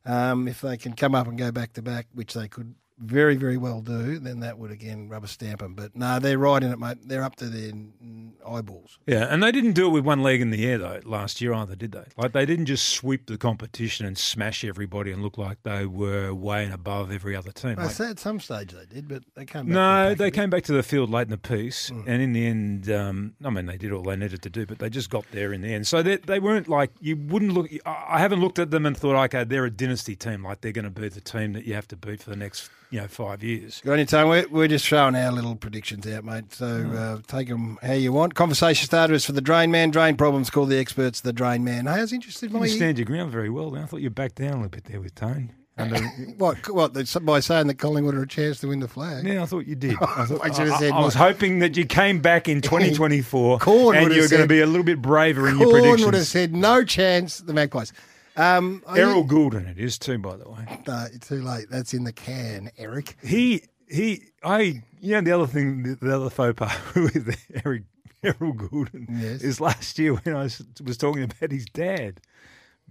S3: um, if they can come up and go back to back, which they could very, very well do, then that would again rubber stamp them. But no, they're right in it, mate. They're up to their mm, eyeballs.
S4: Yeah, and they didn't do it with one leg in the air though last year either, did they? Like they didn't just sweep the competition and smash everybody and look like they were way and above every other team.
S3: I
S4: Like,
S3: say at some stage they did, but they came. Back
S4: no,
S3: from
S4: they
S3: back
S4: came back to the field late in the piece,
S3: Hmm.
S4: and in the end, um, I mean, they did all they needed to do, but they just got there in the end. So they, they weren't like you wouldn't look. I I haven't looked at them and thought, okay, they're a dynasty team. Like they're going to be the team that you have to beat for the next you know five years.
S3: Go on your time. We're, we're just throwing our little predictions out, mate. So uh, take them how you want. Conversation starter is for the drain man. Drain problems. Call the experts. The drain man. Hey, I was interested.
S4: You
S3: By
S4: didn't stand your ground very well. Then I thought you backed down a little bit there with Tone. Under,
S3: what? What? that- By saying that Collingwood are a chance to win the flag.
S4: yeah, I thought you did. I, thought,
S3: (laughs) I should've
S4: I-
S3: said
S4: I was
S3: what?
S4: hoping that you came back
S3: (laughs)
S4: in 2024
S3: Corn
S4: and
S3: would've
S4: you were going to
S3: said-
S4: be a little bit braver in your
S3: Corn would have
S4: predictions.
S3: said no chance. The Magpies. Um, I-
S4: Errol Goulden, it is too, by the way.
S3: No, it's uh, too late. That's in the can,
S4: (laughs)
S3: Eric.
S4: he he I you know the other thing the, the other faux pas (laughs) with Eric Errol Goulden
S3: Yes.
S4: is last year when I was, was talking about his dad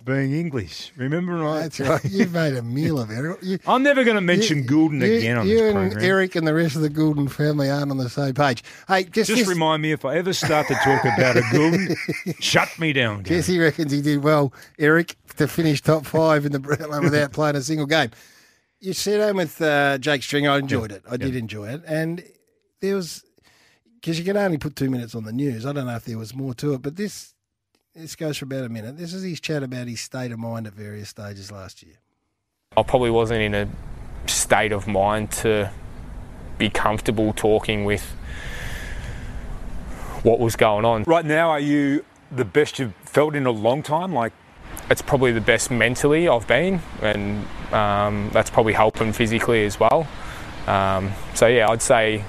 S4: being English. Remember when I
S3: That's right. You've made a meal of it. You,
S4: (laughs) I'm never going to mention
S3: you-
S4: Goulden
S3: you-
S4: again on
S3: you and
S4: this program.
S3: Eric and the rest of the Goulden family aren't on the same page. Hey, just,
S4: Just
S3: this-
S4: remind me if I ever start to talk about a
S3: (laughs)
S4: Goulden, shut me down. Gary.
S3: Jesse reckons he did well, Eric, to finish top five in the Brownlow
S4: (laughs)
S3: without playing a single game. You sit down with uh, Jake Stringer. I enjoyed it. I did enjoy it. And there was, because you can only put two minutes on the news. I don't know if there was more to it, but this this goes for about a minute. This is his chat about his state of mind at various stages last year.
S10: I probably wasn't in a state of mind to be comfortable talking with what was going on.
S4: Right now, are you the best you've felt in a long time? Like
S10: It's probably the best mentally I've been, and um, that's probably helping physically as well. Um, so yeah, I'd say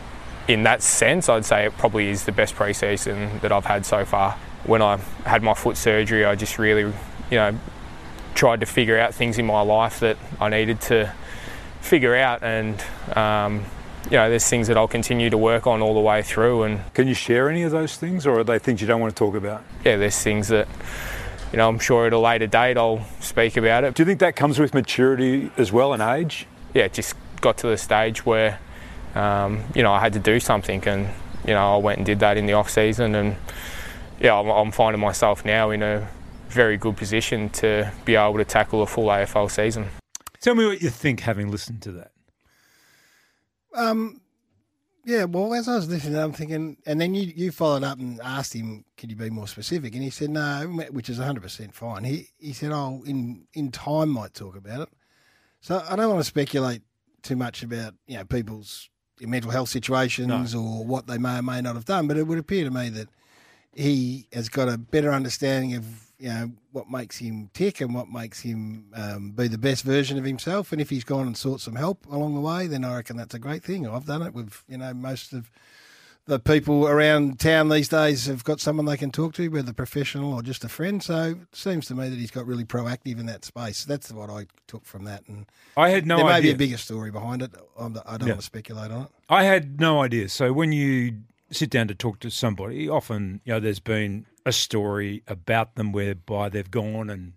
S10: in that sense, I'd say it probably is the best preseason that I've had so far. When I had my foot surgery, I just really, you know, tried to figure out things in my life that I needed to figure out, and um, you know, there's things that I'll continue to work on all the way through, and
S4: can you share any of those things, or are they things you don't want to talk about?
S10: yeah, there's things that you know I'm sure at a later date I'll speak about it.
S4: Do you think that comes with maturity as well and age?
S10: Yeah, it just got to the stage where um, you know I had to do something, and you know I went and did that in the off season, and yeah, I'm, I'm finding myself now in a very good position to be able to tackle a full AFL season.
S4: Tell me what you think having listened to that.
S3: Um, yeah, well, as I was listening, I'm thinking, and then you, you followed up and asked him, "Can you be more specific?" And he said, "No," which is 100 percent fine. He he said, "Oh, in in time, might talk about it." So I don't want to speculate too much about you know people's mental health situations or what they may or may not have done, but it would appear to me that he has got a better understanding of you know what makes him tick and what makes him um, be the best version of himself. And if he's gone and sought some help along the way, then I reckon that's a great thing. I've done it with you know most of the people around town these days have got someone they can talk to, whether professional or just a friend. So it seems to me that he's got really proactive in that space. That's what I took from that. And
S4: I had no
S3: there may
S4: idea.
S3: be a bigger story behind it. I'm, I don't
S4: Yeah.
S3: want to speculate on it.
S4: I had no idea. So when you sit down to talk to somebody, often you know there's been a story about them whereby they've gone and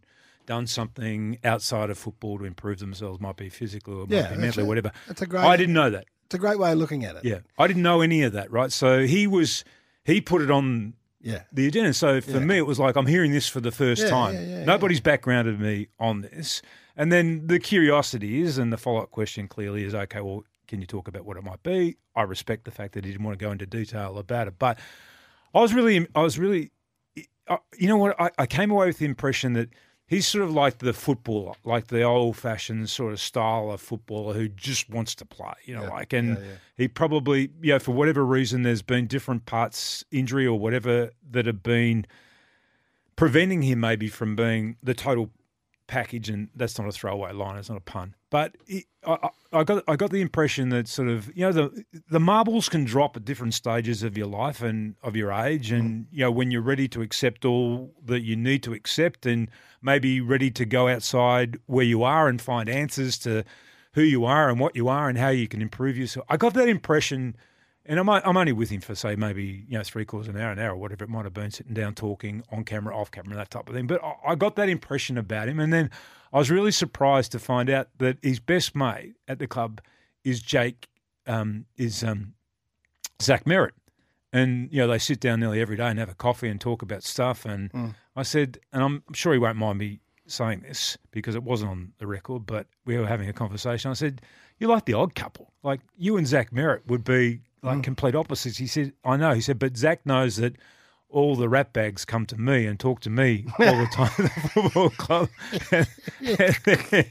S4: done something outside of football to improve themselves, might be physical or
S3: Yeah,
S4: might be
S3: that's
S4: mentally,
S3: a-
S4: whatever.
S3: that's a great-
S4: I didn't know that.
S3: It's a great way of looking at it.
S4: Yeah, I didn't know any of that. Right. So he was he put it on
S3: Yeah.
S4: the agenda. So for me, it was like I'm hearing this for the first
S3: Yeah,
S4: time.
S3: yeah, yeah,
S4: Nobody's backgrounded me on this. And then the curiosity is, and the follow up question clearly is, okay, well, can you talk about what it might be? I respect the fact that he didn't want to go into detail about it, but I was really, I was really, I, you know what? I, I came away with the impression that he's sort of like the footballer, like the old fashioned sort of style of footballer who just wants to play, you know, like, and he probably, you know, for whatever reason, there's been different parts, injury or whatever, that have been preventing him maybe from being the total package. And that's not a throwaway line; it's not a pun. But he, I, I I got I got the impression that sort of you know the the marbles can drop at different stages of your life and of your age, and you know when you're ready to accept all that you need to accept, and maybe ready to go outside where you are and find answers to who you are and what you are and how you can improve yourself. I got that impression and I'm, I'm only with him for say maybe you know three quarters of an hour, an hour, or whatever it might have been, sitting down talking on camera, off camera, that type of thing. But I, I got that impression about him, and then I was really surprised to find out that his best mate at the club is Jake um, is um, Zach Merritt, and you know they sit down nearly every day and have a coffee and talk about stuff. And
S11: Mm.
S4: I said, and I'm sure he won't mind me saying this because it wasn't on the record, but we were having a conversation. I said, "You're like the odd couple. Like you and Zach Merritt would be like complete opposites." He said, "I know." He said, "But Zach knows that." All the rat bags come to me and talk to me all the time at the football club. (laughs) And- and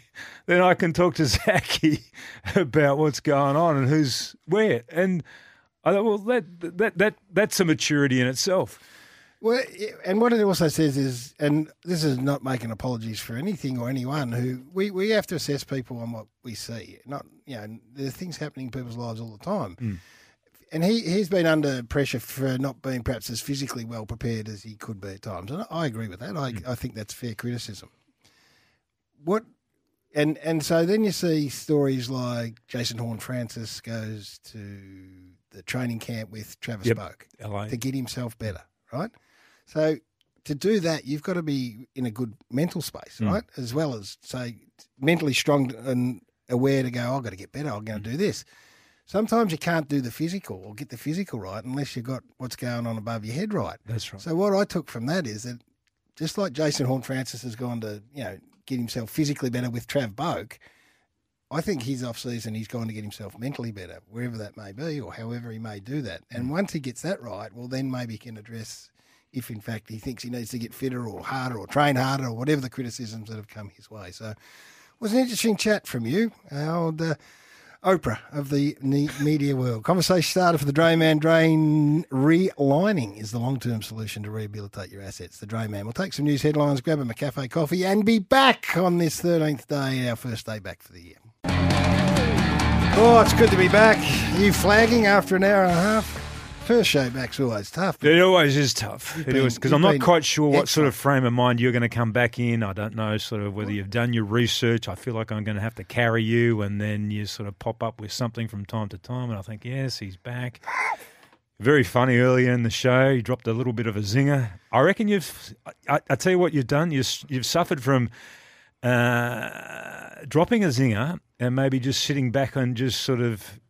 S4: then I can talk to Zachy about what's going on and who's where. And I thought, well, that that that that's a maturity in itself.
S3: Well, and what it also says is, and this is not making apologies for anything or anyone who we, we have to assess people on what we see. Not you know, there are things happening in people's lives all the time. And he, he's been under pressure for not being perhaps as physically well prepared as he could be at times. And I agree with that. I, I think that's fair criticism. What and and so then you see stories like Jason Horn Francis goes to the training camp with Travis
S4: Yep,
S3: Boak
S4: LA.
S3: to get himself better, right? So to do that, you've got to be in a good mental space,
S4: Mm.
S3: right? As well as say mentally strong and aware to go, I've got to get better. I'm going to do this. Sometimes you can't do the physical or get the physical right unless you've got what's going on above your head right.
S4: That's right.
S3: So what I took from that is that just like Jason Horn Francis has gone to, you know, get himself physically better with Trav Boak, I think his off season he's gone to get himself mentally better, wherever that may be, or however he may do that. And once he gets that right, well then maybe he can address if in fact he thinks he needs to get fitter or harder or train harder or whatever the criticisms that have come his way. So it was an interesting chat from you, our old uh, Oprah of the ne- media world. Conversation starter for the Drayman Drain Relining is the long term solution to rehabilitate your assets. The Drayman will take some news headlines, grab him a cafe coffee, and be back on this 13th day, our first day back for the year. Oh, it's good to be back. You flagging after an hour and a half? First show back's always tough.
S4: It always is tough.
S3: You've
S4: It always because
S3: been-
S4: I'm
S3: you've
S4: not
S3: been
S4: quite sure what sort of frame of mind you're going to come back in. I don't know sort of whether you've done your research. I feel like I'm going to have to carry you, and then you sort of pop up with something from time to time, and I think yes, he's back. Very funny earlier in the show. You dropped a little bit of a zinger. I reckon you've. I, I tell you what you've done. You've, you've suffered from uh, dropping a zinger and maybe just sitting back and just sort of,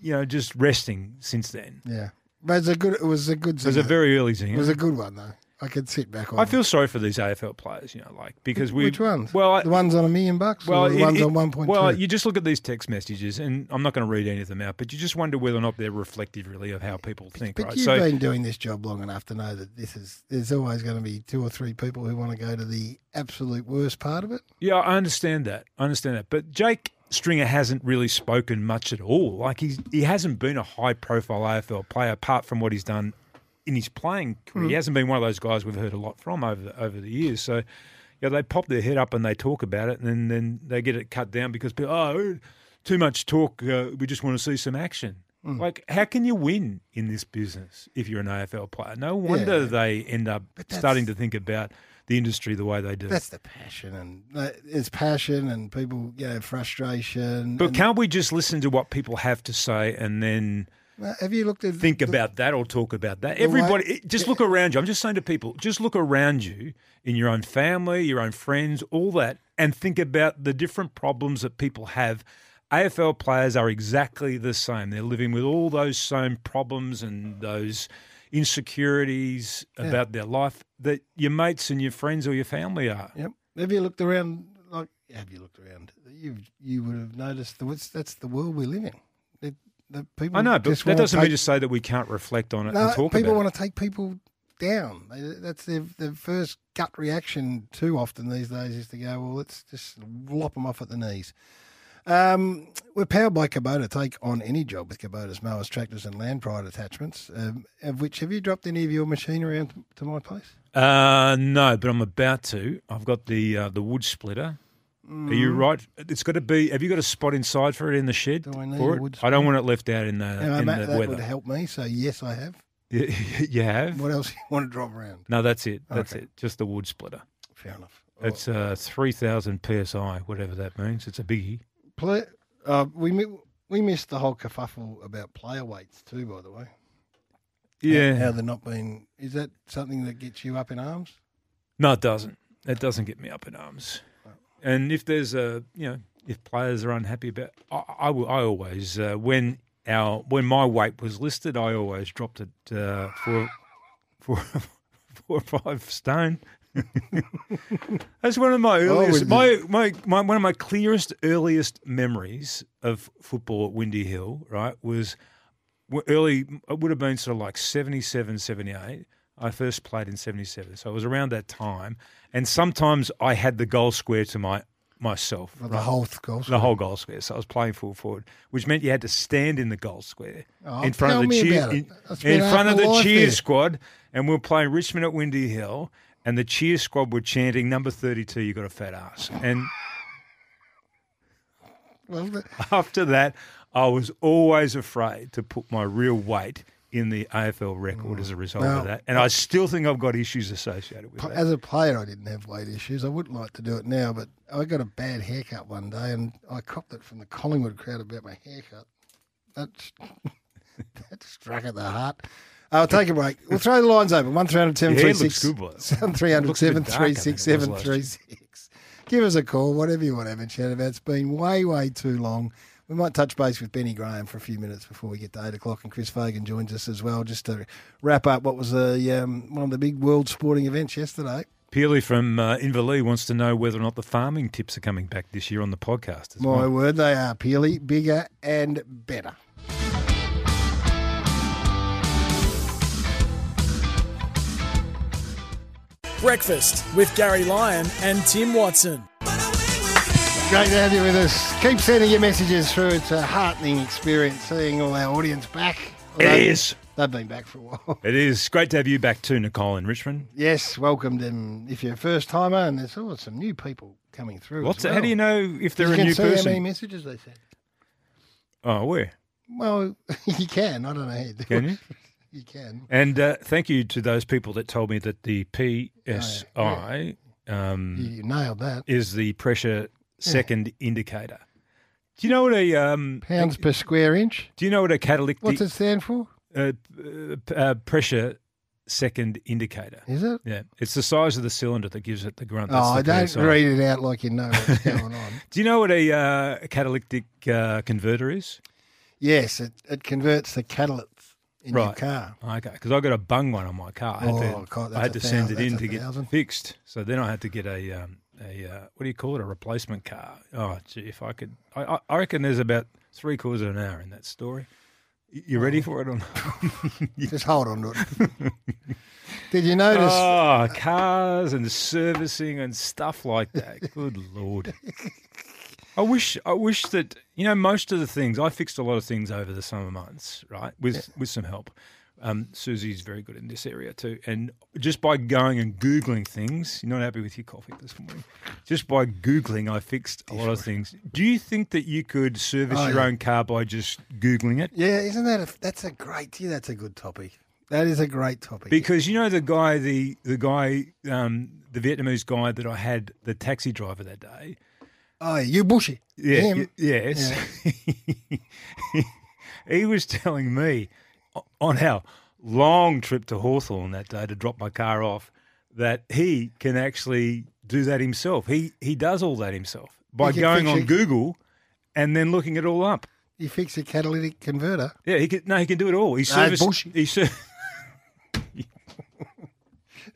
S4: you know, just resting since then.
S3: Yeah. But it's a good, it was a good
S4: It was a
S3: zinger.
S4: very early zinger.
S3: It was a good one, though. I could sit back on
S4: I feel sorry for these AFL players, you know, like because we
S3: Which ones?
S4: Well, I,
S3: the ones on a million bucks or the
S4: it-
S3: ones
S4: it-
S3: on 1.2?
S4: Well, you just look at these text messages, and I'm not going to read any of them out, but you just wonder whether or not they're reflective, really, of how people think.
S3: But
S4: right?
S3: you've
S4: so,
S3: been doing this job long enough to know that this is there's always going to be two or three people who want to go to the absolute worst part of it.
S4: yeah, I understand that. I understand that. But Jake Stringer hasn't really spoken much at all. Like he's he hasn't been a high profile AFL player apart from what he's done in his playing career. He
S11: Mm.
S4: hasn't been one of those guys we've heard a lot from over the, over the years. So. Yeah, they pop their head up and they talk about it, and then, then they get it cut down because people, oh, too much talk. Uh, we just want to see some action. Like, how can you win in this business if you're an AFL player? No wonder they end up starting to think about the industry the way they do.
S3: That's the passion, and uh, it's passion, and people, you know, frustration.
S4: but
S3: and-
S4: can't we just listen to what people have to say and then
S3: Well, Uh, have you looked at
S4: think about that or talk about that?
S3: the way-
S4: Everybody, it- just look around you. I'm just saying to people, just look around you in your own family, your own friends, all that, and think about the different problems that people have. AFL players are exactly the same. They're living with all those same problems and those insecurities
S3: Yeah.
S4: about their life that your mates and your friends or your family are.
S3: Yep. Have you looked around? Like, have you looked around? You you would have noticed that what's- that's the world we live in. That that people.
S4: I know, but
S3: just
S4: that
S3: wanna
S4: doesn't
S3: take-
S4: mean to say that we can't reflect on it
S3: No,
S4: and talk
S3: people
S4: about it.
S3: want to take people down. They- That's their, their first gut reaction too often these days is to go, well, let's just lop them off at the knees. Um, we're powered by Kubota. Take on any job with Kubota's mowers, tractors, and land pride attachments. Um, of which have you dropped any of your machinery out to my place?
S4: Uh, no, but I'm about to. I've got the uh, the wood splitter. Are you
S3: Mhm.
S4: right? It's got to be. Have you got a spot inside for it in the shed?
S3: I need
S4: for
S3: a
S4: it?
S3: wood
S4: I don't
S3: splitter?
S4: want it left out in the,
S3: Anyway,
S4: Uh, in
S3: Matt,
S4: the
S3: that
S4: weather.
S3: would help me. So yes, I have.
S4: You- (laughs) you have?
S3: What else (laughs) you want to drop around?
S4: No, that's it. That's
S3: Okay. Oh.
S4: it. Just the wood splitter.
S3: Fair enough.
S4: It's uh, 3,000 psi, whatever that means. It's a biggie.
S3: Play, uh, we mi- we missed the whole kerfuffle about player weights too. By the way.
S4: Yeah.
S3: How, how they're not being. Is that something that gets you up in arms?
S4: No, it doesn't. It doesn't get me up in arms. And if there's a you know if players are unhappy about. I, I, will- I always uh, when our when my weight was listed, I always dropped it uh, for for (laughs) four or five stone. (laughs) That's one of my
S11: Oh,
S4: earliest,
S11: with
S4: my,
S11: the-
S4: my, my one of my clearest earliest memories of football at Windy Hill. Right was w- early. It would have been sort of like 77, 78. I first played in seventy seven, so it was around that time. And sometimes I had the goal square to my myself.
S3: Well, the whole th- goal
S4: The whole goal square. So I was playing full forward, which meant you had to stand in the goal square
S3: Oh,
S4: in front
S3: tell
S4: of the
S3: me
S4: cheer
S3: about it.
S4: in,
S3: That's been
S4: in front
S3: half
S4: of
S3: my
S4: the
S3: life
S4: cheer
S3: there.
S4: squad, and we were playing Richmond at Windy Hill, and the cheer squad were chanting number thirty two. You got a fat ass, and
S3: Well,
S4: (laughs)
S3: the-
S4: after that, I was always afraid to put my real weight in the AFL record as a result
S3: Now-
S4: of that, and I still think I've got issues associated with
S3: P-
S4: that.
S3: As a player, I didn't have weight issues. I wouldn't like to do it now, but I got a bad haircut one day, and I copped it from the Collingwood crowd about my haircut. That's (laughs) that struck at the heart. I'll take a break. We'll throw the lines open. One three hundred seven
S4: Your hair
S3: three
S4: looks
S3: six
S4: good, bloke.
S3: seven three hundred
S4: Looks a bit
S3: seven
S4: darker than
S3: three
S4: it
S3: six
S4: was
S3: seven
S4: last
S3: three six. Give us a call, whatever you want to have a chat about. It's been way, way too long. We might touch base with Benny Graham for a few minutes before we get to eight o'clock, and Chris Fagan joins us as well, just to wrap up what was the um, one of the big world sporting events yesterday.
S4: Peely from uh, Inverleigh wants to know whether or not the farming tips are coming back this year on the podcast. as
S3: My
S4: well.
S3: word, they are Peely, bigger and better.
S2: Breakfast with Gary Lyon and Tim Watson.
S3: Great to have you with us. Keep sending your messages through. It's a heartening experience seeing all our audience back.
S4: It
S3: Although
S4: is.
S3: They've been back for a while.
S4: It is great to have you back too, Nicole in Richmond.
S3: Yes, welcome them if you're a first timer, and there's always some new people coming through.
S4: What's
S3: as well.
S4: how do you know if they're
S3: you
S4: a
S3: can
S4: new
S3: see
S4: person?
S3: How many messages they sent?
S4: oh, where
S3: Well, (laughs) you can. I don't know how you do
S4: can
S3: it.
S4: you?
S3: (laughs) You can.
S4: And uh, thank you to those people that told me that the
S3: Oh,
S4: PSI um,
S3: You nailed that.
S4: is the pressure second indicator. Do you know what a um,
S3: Pounds per square inch.
S4: Do you know what a catalytic
S3: What's it stand for?
S4: uh, p- uh, pressure second indicator?
S3: Is it?
S4: Yeah, it's the size of the cylinder that gives it the grunt.
S3: oh,
S4: That's
S3: I
S4: the
S3: don't
S4: PSI.
S3: read it out like you know
S4: (laughs)
S3: what's going on.
S4: Do you know what a uh, catalytic uh, converter is?
S3: Yes, it, it converts the catalyst in your
S4: (laughs)
S3: car.
S4: Okay, because I got a bung one on my car. I had
S3: Oh,
S4: to,
S3: God, that's
S4: I had
S3: a
S4: to send
S3: thou-
S4: it in
S3: that's a
S4: to get
S3: thousand.
S4: fixed. So then I had to get a um, a uh, what do you call it? A replacement car. Oh, gee, if I could, I, I- I reckon there's about three quarters of an hour in that story. Y- You
S3: Oh.
S4: ready for it or not?
S3: Just hold on to it. (laughs) Did you notice?
S4: Oh, cars and servicing and stuff like that. Good lord. I wish I wish that you know most of the things I fixed a lot of things over the summer months, right? With with some help. Um, Susie's very good in this area too, and just by going and googling things, you're not happy with your coffee this morning. Just by googling, I fixed a lot of things. Do you think that you could service
S3: Oh,
S4: your
S3: yeah.
S4: own car by just googling it?
S3: yeah, isn't that a, that's a great? Gee, that's a good topic. That is a great topic.
S4: Because you know the guy, the the guy, um, the Vietnamese guy that I had, the taxi driver that day.
S3: Oh, you bushy.
S4: Yeah.
S3: Him.
S4: y- yes. (laughs) he was telling me o- on our long trip to Hawthorne that day to drop my car off that he can actually do that himself. He he does all that himself by
S3: can
S4: going
S3: fix
S4: on
S3: your-
S4: Google and then looking it all up.
S3: You fix a catalytic converter.
S4: Yeah, he can. No, he can do it all. He
S3: Nah,
S4: serviced.
S3: bullshit.
S4: he ser-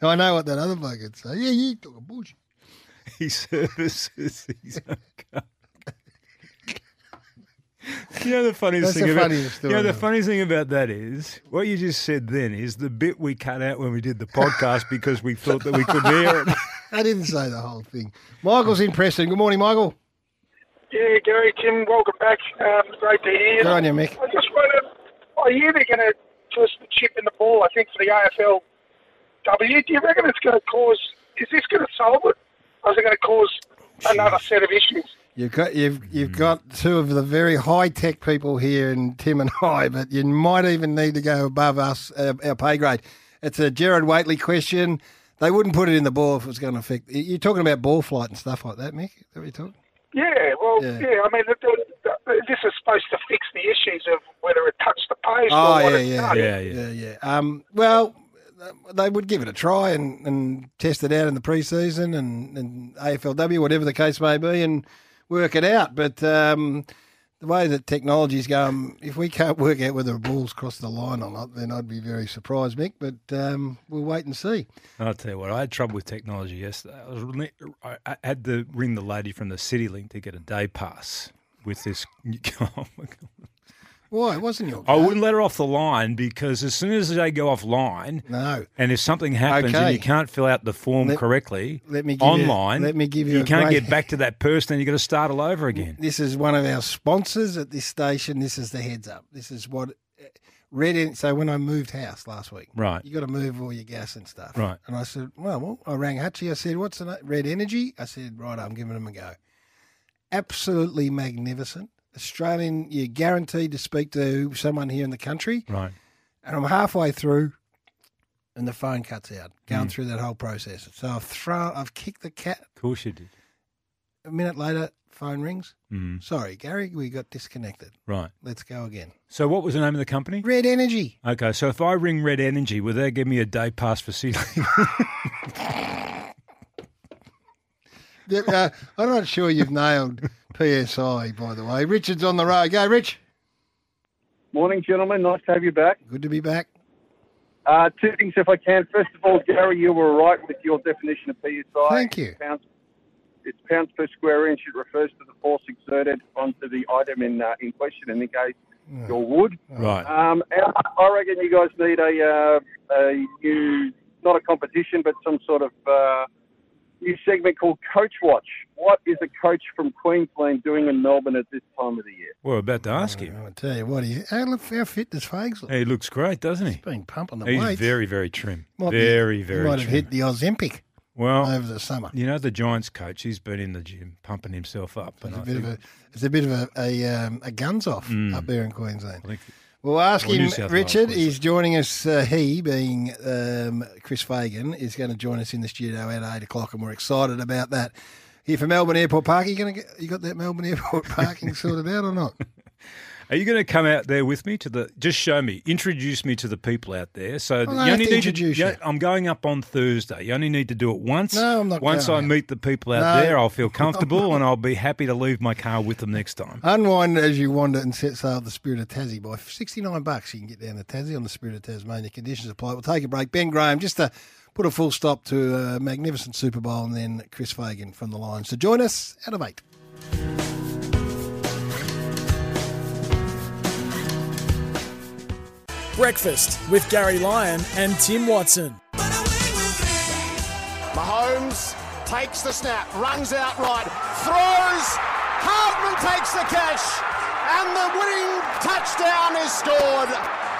S3: Now, I know what that other bloke would say. Yeah, you took a bush.
S4: (laughs) he services his
S3: Oh,
S4: own car. You know the funniest
S3: That's
S4: thing
S3: the
S4: about
S3: funniest
S4: you know
S3: story.
S4: the funniest thing about that is what you just said then is the bit we cut out when we did the podcast because we thought that we couldn't hear it.
S3: I didn't say the whole thing. Michael's in Preston. Good morning, Michael.
S12: Yeah, Gary, Tim, welcome back. Um, great to hear you.
S3: Good on you, Mick.
S12: I just want to. I hear they're going to twist the chip in the ball. I think for the AFL W. Do you reckon it's going to cause? Is this going to solve it? Or is it going to cause another set of issues?
S3: You've got you've you've got two of the very high tech people here, in Tim and (laughs) I. But you might even need to go above us uh, our pay grade. It's a Jared Waitley question. They wouldn't put it in the ball if it was going to affect. you- You're talking about ball flight and stuff like that, Mick. Is that what you're talking?
S12: Yeah, well,
S3: Yeah.
S12: yeah. I mean, the, the, the, this is supposed to fix the issues of whether it touched the post
S3: Oh
S12: or what
S3: yeah,
S12: it's
S3: (laughs) yeah,
S12: done.
S3: yeah, yeah. Um, well, they would give it a try and, and test it out in the preseason and, and AFLW, whatever the case may be, and work it out. But um, the way that technology's going, if we can't work out whether a ball's crossed the line or not, then I'd be very surprised, Mick. But um, we'll wait and see.
S4: I'll tell you what, I had trouble with technology yesterday. I, was, really- I I had to ring the lady from the CityLink to get a day pass with this. (laughs) oh my God.
S3: Why? It wasn't your.
S4: I wouldn't let her off the line because as soon as they go offline,
S3: No.
S4: and if something happens
S3: Okay.
S4: and you can't fill out the form
S3: Let-
S4: correctly
S3: let me give you-
S4: online,
S3: let me give you a
S4: can't
S3: great-
S4: get back to that person and you've got to start all
S3: (laughs)
S4: over again.
S3: This is one of our sponsors at this station. This is the heads up. This is what uh, Red. En- So when I moved house last week,
S4: Right.
S3: you got to move all your gas and stuff,
S4: Right.
S3: And I said, well, well, I rang Hutchie. I said, what's the name? Red Energy? I said, right, I'm giving them a go. Absolutely magnificent. Australian, you're guaranteed to speak to someone here in the country.
S4: Right.
S3: And I'm halfway through, and the phone cuts out. Going
S4: Mm.
S3: through that whole process. So I've thrown, I've kicked the cat.
S4: Of course you did.
S3: A minute later, phone rings.
S4: Mm.
S3: Sorry, Gary, we got disconnected.
S4: Right.
S3: Let's go again.
S4: So what was the name of the company?
S3: Red Energy.
S4: Okay, so if I ring Red Energy, will they give me a day pass for CityLink?
S3: Yeah, uh, I'm not sure you've nailed PSI, by the way. Richard's on the road. Go, Rich.
S11: Morning, gentlemen. Nice to have you back.
S3: Good to be back.
S11: Uh, two things, if I can. First of all, Gary, you were right with your definition of PSI.
S3: Thank you.
S11: Pounds, it's pounds per square inch. It refers to the force exerted onto the item in uh, in question. In the case,
S3: Hmm.
S11: your wood.
S4: (laughs) Right.
S11: Um, and I- I reckon you guys need a uh, a new, not a competition, but some sort of uh, new segment called Coach Watch. What is a coach from Queensland doing in Melbourne at this time of the year?
S4: We're about to ask him.
S3: I tell you what, he, how, look- how fit does Fags look?
S4: He looks great, doesn't he?
S3: He's been pumping the
S4: He's
S3: weights.
S4: very, very trim.
S3: Might be-
S4: very,
S3: he
S4: very
S3: might
S4: trim.
S3: have hit the Ozempic
S4: well,
S3: over the summer.
S4: You know the Giants coach, he's been in the gym pumping himself up. And
S3: It's a
S4: I
S3: bit
S4: think,
S3: of a, it's a bit of a a, um, a guns off
S4: Mm.
S3: up there in Queensland.
S4: I think-
S3: We'll ask
S4: Or New
S3: him,
S4: South Wales,
S3: Richard. He's joining us. Uh, he, being um, Chris Fagan, is going to join us in the studio at eight o'clock, and we're excited about that. Here from Melbourne Airport Park. You going to get? You got that Melbourne Airport (laughs) parking sorted out or not?
S4: Are you going to come out there with me to the? Just show me, introduce me to the people out there. So that
S3: don't have to introduce
S4: yeah,
S3: you.
S4: I'm going up on Thursday. You only need to do it once.
S3: No, I'm not
S4: Once
S3: going
S4: I
S3: out.
S4: meet the people out
S3: No.
S4: there,
S3: (laughs)
S4: I'll feel comfortable and I'll be happy to leave my car with them next time.
S3: Unwind as you wander and set sail the Spirit of Tassie by 69 bucks. You can get down to Tassie on the Spirit of Tasmania. Conditions apply. We'll take a break. Ben Graham, just to put a full stop to a magnificent Super Bowl, and then Chris Fagan from the Lions. So join us out of eight.
S2: Breakfast with Gary Lyon and Tim Watson.
S13: Mahomes takes the snap, runs out right, throws. Hartman takes the catch, and the winning touchdown is scored.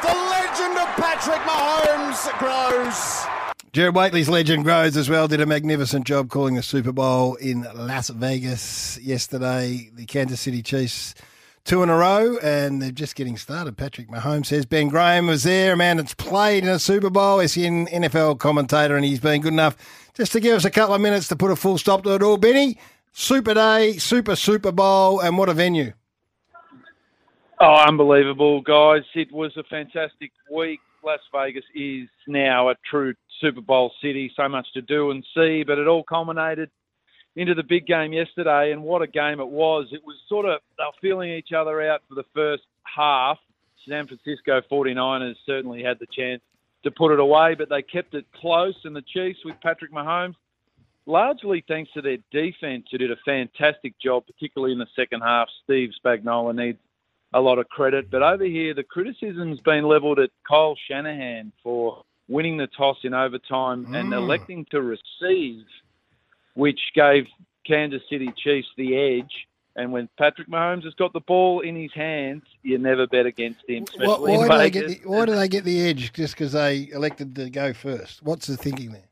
S13: The legend of Patrick Mahomes grows.
S3: Jared Waitley's legend grows as well. Did a magnificent job calling the Super Bowl in Las Vegas yesterday. The Kansas City Chiefs two in a row, and they're just getting started. Patrick Mahomes says Ben Graham was there, a man that's played in a Super Bowl. He's an NFL commentator, and he's been good enough just to give us a couple of minutes to put a full stop to it all. Benny, Super Day, Super Super Bowl, and what a venue!
S14: Oh, unbelievable, guys. It was a fantastic week. Las Vegas is now a true Super Bowl city. So much to do and see, but it all culminated into the big game yesterday. And what a game it was. It was sort of, they were feeling each other out for the first half. San Francisco 49ers certainly had the chance to put it away, but they kept it close. And the Chiefs with Patrick Mahomes largely thanks to their defense, who did a fantastic job, particularly in the second half. Steve Spagnola needs a lot of credit. But over here, the criticism's been levelled at Kyle Shanahan for winning the toss in overtime and
S15: Mm.
S14: electing to receive, which gave Kansas City Chiefs the edge. And when Patrick Mahomes has got the ball in his hands, you never bet against him.
S3: Why,
S14: especially in
S3: why do they get
S14: Vegas.
S3: the, why do they get the edge just because they elected to go first? What's the thinking there?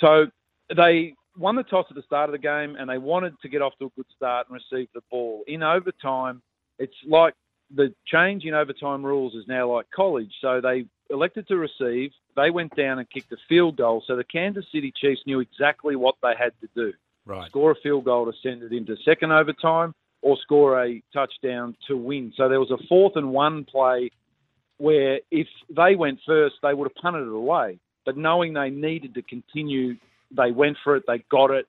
S14: So they won the toss at the start of the game and they wanted to get off to a good start and receive the ball. In overtime, it's like the change in overtime rules is now like college. So they elected to receive, they went down and kicked a field goal. So the Kansas City Chiefs knew exactly what they had to do
S4: Right.
S14: score a field goal to send it into second overtime or score a touchdown to win. So there was a fourth and one play where if they went first, they would have punted it away. But knowing they needed to continue, they went for it, they got it,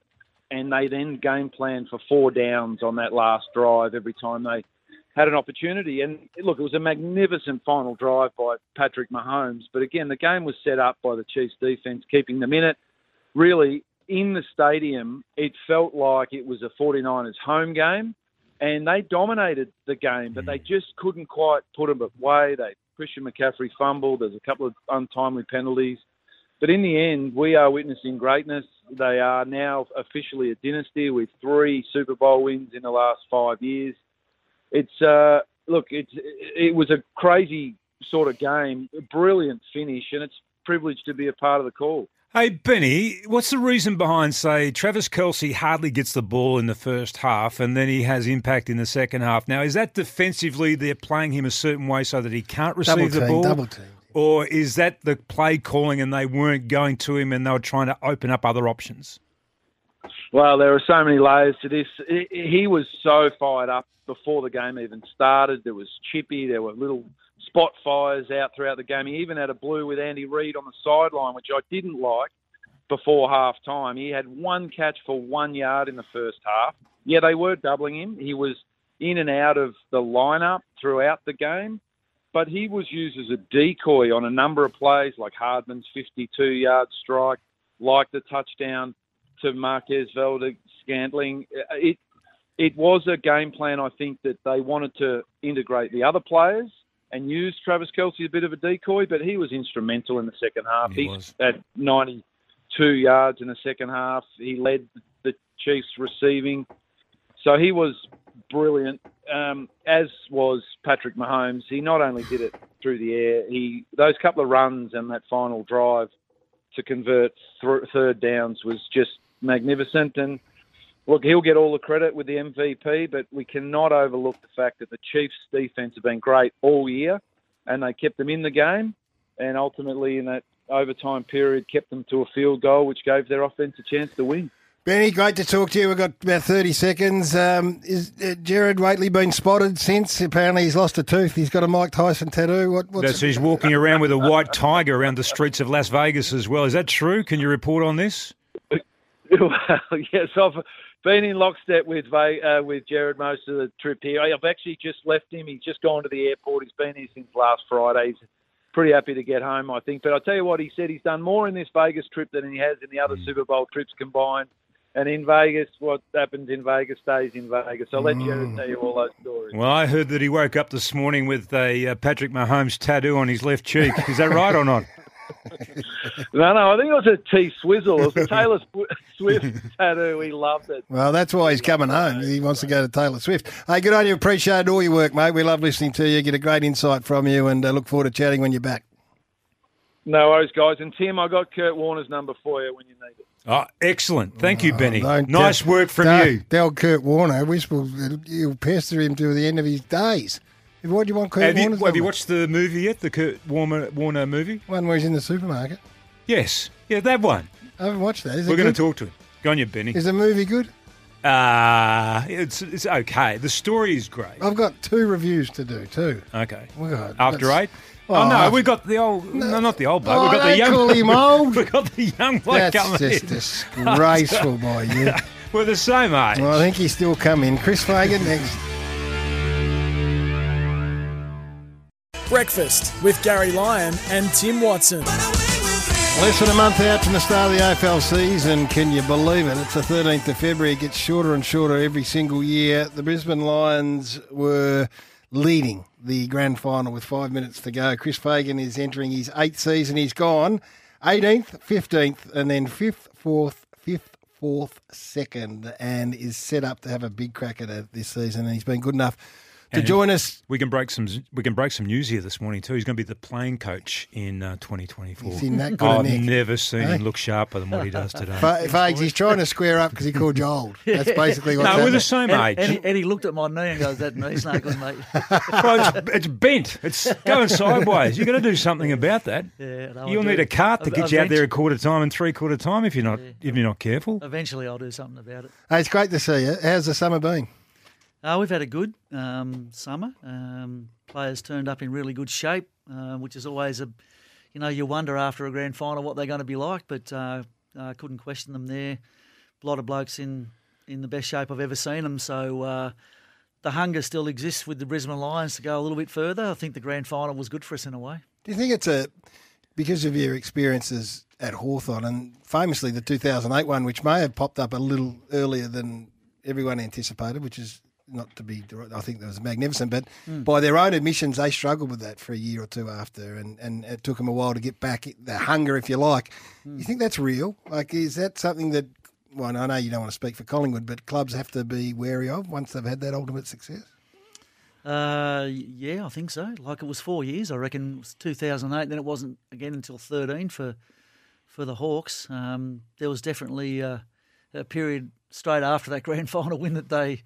S14: and they then game planned for four downs on that last drive every time they had an opportunity. And look, it was a magnificent final drive by Patrick Mahomes. But again, the game was set up by the Chiefs defense, keeping them in it. Really, in the stadium, it felt like it was a 49ers home game. And they dominated the game, but they just couldn't quite put them away. They Christian McCaffrey fumbled. There's a couple of untimely penalties. But in the end, we are witnessing greatness. They are now officially a dynasty with three Super Bowl wins in the last five years. It's uh, look, it's it was a crazy sort of game, a brilliant finish, and it's a privilege to be a part of the call.
S4: Hey, Benny, what's the reason behind, say, Travis Kelsey hardly gets the ball in the first half and then he has impact in the second half? Now, is that defensively they're playing him a certain way so that he can't receive
S3: Double
S4: the
S3: team,
S4: ball?
S3: double team.
S4: Or is that the play calling and they weren't going to him and they were trying to open up other options?
S14: Well, there are so many layers to this. He- He was so fired up before the game even started. There was chippy. There were little spot fires out throughout the game. He even had a blue with Andy Reid on the sideline, which I didn't like before half time. He had one catch for one yard in the first half. Yeah, they were doubling him. He was in and out of the lineup throughout the game, but he was used as a decoy on a number of plays, like Hardman's 52 yard strike, like the touchdown to Marquez Valdez Scantling. It it was a game plan I think that they wanted to integrate the other players and use Travis Kelsey a bit of a decoy, but he was instrumental in the second half.
S15: He
S14: He,
S15: was.
S14: had 92 yards in the second half. He led the Chiefs receiving, so he was brilliant. Um, as was Patrick Mahomes. He not only did it through the air, he those couple of runs and that final drive to convert th- third downs was just magnificent. And look, he'll get all the credit with the MVP, but we cannot overlook the fact that the Chiefs' defense have been great all year, and they kept them in the game, and ultimately in that overtime period kept them to a field goal, which gave their offense a chance to win.
S3: Benny, great to talk to you. We've got about 30 seconds. Um, is uh, Jared Waitley been spotted since? Apparently, he's lost a tooth. He's got a Mike Tyson tattoo. What, what's
S4: That's, he's walking around with a white tiger around the streets of Las Vegas as well. Is that true? Can you report on this?
S14: well, (laughs) yes, I've been in lockstep with Va- uh, with Jared most of the trip here. I've actually just left him. He's just gone to the airport. He's been here since last Friday. He's pretty happy to get home, I think. But I tell you what, he said he's done more in this Vegas trip than he has in the other Super Bowl trips combined. And in Vegas, what happens in Vegas stays in Vegas. I'll let Jared tell you all those stories.
S4: Well, I heard that he woke up this morning with a uh, Patrick Mahomes tattoo on his left cheek. Is that right
S3: (laughs)
S4: or not?
S14: no, no, I think it was a T Swizzle. It was the Taylor Swi- Swift tattoo. He loved it.
S3: Well, that's why he's coming home. He wants to go to Taylor Swift. Hey, good on you. Appreciate all your work, mate. We love listening to you. Get a great insight from you and uh, look forward to chatting when you're back.
S14: No worries, guys. And Tim, I got Kurt Warner's number for you when you need it.
S4: Oh, excellent. Thank you, Benny. Nice
S3: Tell-
S4: work from
S3: tell-
S4: you.
S3: Tell Kurt Warner. Whistle, you'll pester him to the end of his days. What do you want Kurt
S4: Have you,
S3: Warner's
S4: have you
S3: number?
S4: watched the movie yet? The Kurt Warner, Warner movie?
S3: One where he's in the supermarket.
S4: Yes. Yeah, that one.
S3: I haven't watched that. Is it
S4: We're going
S3: good?
S4: to talk to him. Go on, you, Benny.
S3: Is the movie good?
S4: Uh, it's, it's okay. The story is great.
S3: I've got two reviews to do, too.
S4: Okay.
S3: We got-
S4: After
S3: that's-
S4: eight?
S3: Oh,
S4: Oh, no,
S3: I've-
S4: we got the old. No, not the old bloke.
S3: Oh,
S4: we got
S3: don't
S4: the young.
S3: call him old.
S4: (laughs) we got the young bloke
S3: That's
S4: coming
S3: just
S4: in. (laughs)
S3: disgraceful by you.
S4: We're the same age.
S3: Well, I think he's still coming. Chris Fagan next.
S2: Breakfast with Gary Lyon and Tim Watson.
S3: Less than a month out from the start of the AFL season, can you believe it? It's the 13th of February. It gets shorter and shorter every single year. The Brisbane Lions were leading the grand final with five minutes to go. Chris Fagan is entering his eighth season. He's gone 18th, 15th, and then 5th, 4th, 5th, 4th, 2nd, and is set up to have a big crack at it this season. And he's been good enough to
S4: And
S3: join us
S4: We can break some. We can break some news here this morning too. He's going to be the playing coach in uh, 2024.
S3: He's in that good a
S4: I've
S3: nick.
S4: never seen
S3: Eh?
S4: him look sharper than what
S3: (laughs)
S4: he does today.
S3: Fa- Fags, he's trying to square up because he called you old. That's basically what.
S4: No, we're the same
S16: and,
S4: age.
S16: And he, and he looked at my knee and goes, "That knee's no good, mate."
S4: Well, it's, it's bent. It's going sideways. You're going to do something about that.
S16: Yeah, no, I
S4: You'll
S16: do.
S4: need a cart to
S16: Ev-
S4: get you out there
S16: eventu-
S4: a quarter time and three quarter time if you're not if you're not careful.
S16: Eventually, I'll do something about it.
S3: Hey, it's great to see you. How's the summer been?
S16: Uh, we've had a good um, summer. Um, players turned up in really good shape, uh, which is always a, you know, you wonder after a grand final what they're going to be like, but uh, I couldn't question them there. a lot of blokes in, in the best shape I've ever seen them. So uh, the hunger still exists with the Brisbane Lions to go a little bit further. I think the grand final was good for us in a way.
S3: Do you think it's a because of your experiences at Hawthorn and famously the 2008 one, which may have popped up a little earlier than everyone anticipated, which is not to be, I think that was magnificent, but
S15: Mm.
S3: by their own admissions, they struggled with that for a year or two after, and, and it took them a while to get back the hunger, if you like. You think that's real? Like, is that something that, well, I know you don't want to speak for Collingwood, but clubs have to be wary of once they've had that ultimate success?
S16: Uh, yeah, I think so. Like it was four years, I reckon. It was 2008, then it wasn't again until 13 for for the Hawks. Um, there was definitely uh, a period straight after that (laughs) grand final win that they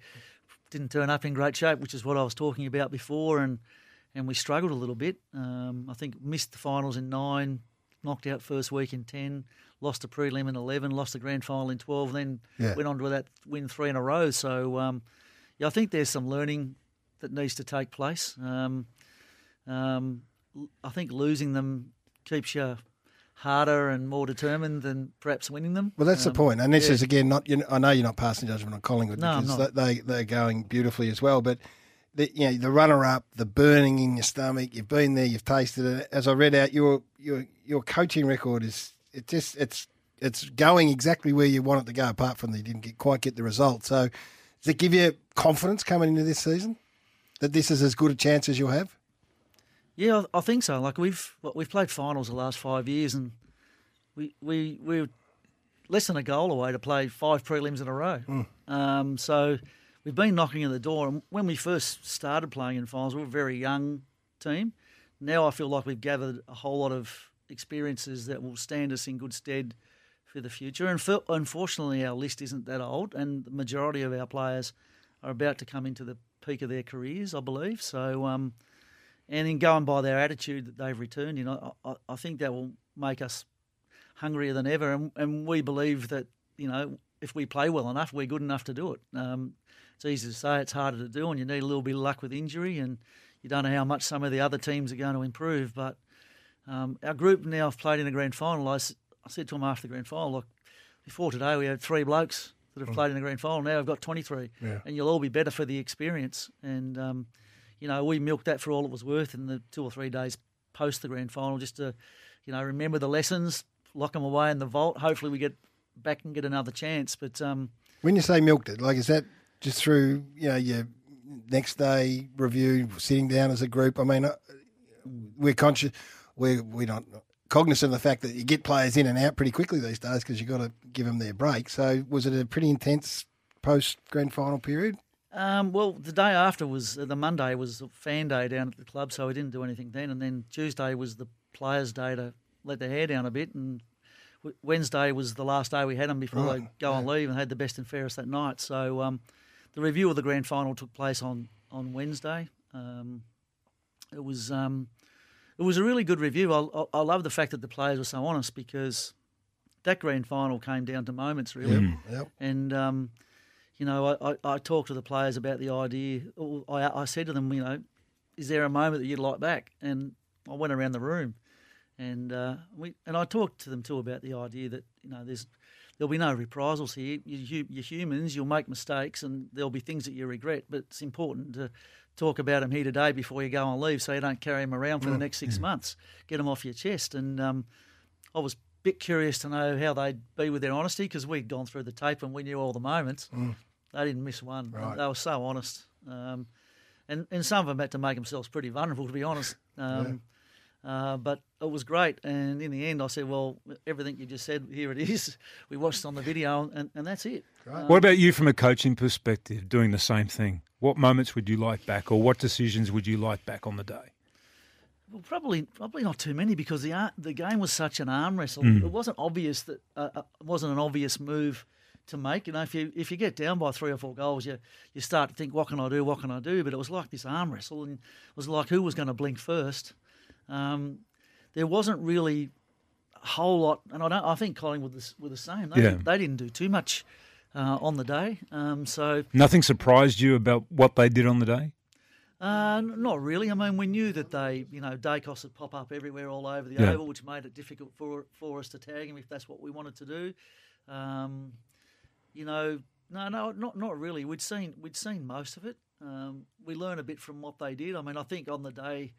S16: didn't turn up in great shape, which is what I was talking about before, and and we struggled a little bit. Um, I think missed the finals in nine, knocked out first week in ten, lost the prelim in eleven, lost the grand final in twelve, then
S3: Yeah.
S16: went on to that win three in a row. So um, yeah, I think there's some learning that needs to take place. Um, um, l- I think losing them keeps you harder and more determined than perhaps winning them.
S3: Well, that's
S16: Um,
S3: the point, and this
S16: yeah.
S3: is again not. You know, I know you're not passing judgment on Collingwood
S16: No, I'm
S3: because
S16: not.
S3: they they- they're going beautifully as well. But the, you know the runner up, the burning in your stomach. You've been there, you've tasted it. As I read out, your your your coaching record is it just it's it's going exactly where you want it to go. Apart from that, you didn't get, quite get the result. So, does it give you confidence coming into this season that this is as good a chance as you'll have?
S16: Yeah, I I think so. Like we've well, we've played finals the last five years, and we we we're less than a goal away to play five prelims in a row.
S3: Hmm.
S6: Mm.
S16: Um, so we've been knocking at the door. And when we first started playing in finals, we were a very young team. Now I feel like we've gathered a whole lot of experiences that will stand us in good stead for the future. And for, unfortunately, our list isn't that old, and the majority of our players are about to come into the peak of their careers, I believe. So. Um, and in going by their attitude that they've returned in, I, I, I think that will make us hungrier than ever. And, and we believe that, you know, if we play well enough, we're good enough to do it. Um, it's easy to say, it's harder to do, and you need a little bit of luck with injury, and you don't know how much some of the other teams are going to improve. But um, our group now have played in a grand final. I, s- I said to them after the grand final, look, before today we had three blokes that have
S17: Mm.
S16: played in the grand final. Now I've got 23,
S17: Yeah.
S16: and you'll all be better for the experience. And um, you know, we milked that for all it was worth in the two or three days post the grand final, just to you know remember the lessons, lock them away in the vault. Hopefully, we get back and get another chance. But um,
S3: When you say milked it, like is that just through you know your next day review, sitting down as a group? I mean, uh, we're conscious, we're we're not cognizant of the fact that you get players in and out pretty quickly these days because you got to give them their break. So was it a pretty intense post grand final period?
S16: Um, well, the day after was uh, the Monday was fan day down at the club, so we didn't do anything then. And then Tuesday was the players' day to let their hair down a bit. And w- Wednesday was the last day we had them before they
S18: Right,
S16: go on leave and had the best and fairest that night. So um, the review of the grand final took place on on Wednesday. Um, it was um, it was a really good review. I, I, I love the fact that the players were so honest because that grand final came down to moments, really.
S3: Yep, yep.
S16: And um, you know, I, I, I talked to the players about the idea. or I, I said to them, you know, is there a moment that you'd like back? And I went around the room, and uh, we and I talked to them too about the idea that you know there's there'll be no reprisals here. You, you, you're humans. You'll make mistakes, and there'll be things that you regret. But it's important to talk about them here today before you go on leave, so you don't carry them around for the
S18: Mm.
S16: next six months. Get them off your chest. And um, I was a bit curious to know how they'd be with their honesty because we'd gone through the tape and we knew all the moments.
S3: Mm.
S16: They didn't miss one.
S3: Right.
S16: They were so honest. Um, and, and some of them had to make themselves pretty vulnerable, to be
S3: (laughs)
S16: honest. Um, uh, but it was great. And in the end, I said, well, everything you just said, here it is. (laughs) We watched on the video, and, and that's it. Um,
S4: What about you from a coaching perspective, doing the same thing? What moments would you like back, or what decisions would you like back on the day?
S16: Well, probably, probably not too many because the ar- the game was such an arm wrestle.
S4: Mm.
S16: It wasn't obvious that uh, uh, it wasn't an obvious move to make. You know, if you if you get down by three or four goals, you you start to think, what can I do? What can I do? But it was like this arm wrestle, and it was like who was going to blink first. Um, there wasn't really a whole lot, and I don't. I think Collingwood was- were the same. They,
S4: Yeah.
S16: didn't, they didn't do too much uh, on the day. Um, so
S4: Nothing surprised you about what they did on the day?
S16: uh, n- not really. I mean, we knew that they, you know, Dacos would pop up everywhere all over the
S4: Yeah.
S16: oval, which made it difficult for for us to tag him if that's what we wanted to do. Um, you know, no, no, not not really. We'd seen we'd seen most of it. Um, we learn a bit from what they did. I mean, I think on the day,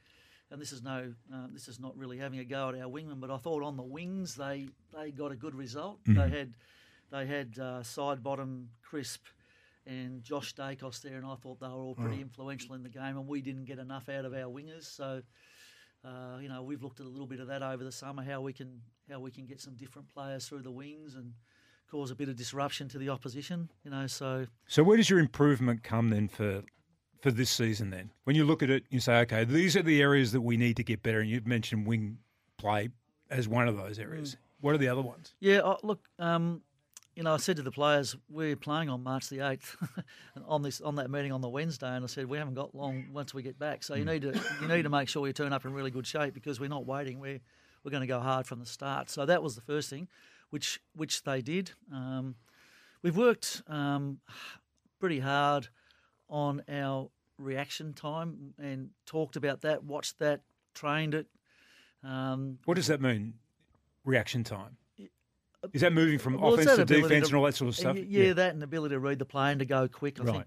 S16: and this is no, uh, this is not really having a go at our wingmen, but I thought on the wings they they got a good result.
S15: Mhm.
S16: They had they had uh, side bottom crisp and Josh Dacos there, and I thought they were all pretty
S15: Mm.
S16: influential in the game, and we didn't get enough out of our wingers. So, uh, you know, we've looked at a little bit of that over the summer, how we can how we can get some different players through the wings and cause a bit of disruption to the opposition. You know, so
S4: So where does your improvement come then for for this season then? When you look at it, you say, okay, these are the areas that we need to get better. And you've mentioned wing play as one of those areas.
S16: Mm.
S4: What are the other ones?
S16: Yeah, uh, look, um, you know, I said to the players, we're playing on March the eighth, (laughs) on this on that meeting on the Wednesday, and I said we haven't got long once we get back, so you
S15: Mm.
S16: need to you need to make sure you turn up in really good shape because we're not waiting. We're we're going to go hard from the start. So that was the first thing, which which they did. Um, we've worked um, pretty hard on our reaction time and talked about that, watched that, trained it. Um,
S4: What does that mean? Reaction time. Is that moving from
S16: Uh, Well, it's
S4: offense to
S16: that ability
S4: defense
S16: to-
S4: and all that sort of
S16: y-
S4: stuff?
S16: Yeah, that and ability to read the play and to go quick. I
S4: Right.
S16: think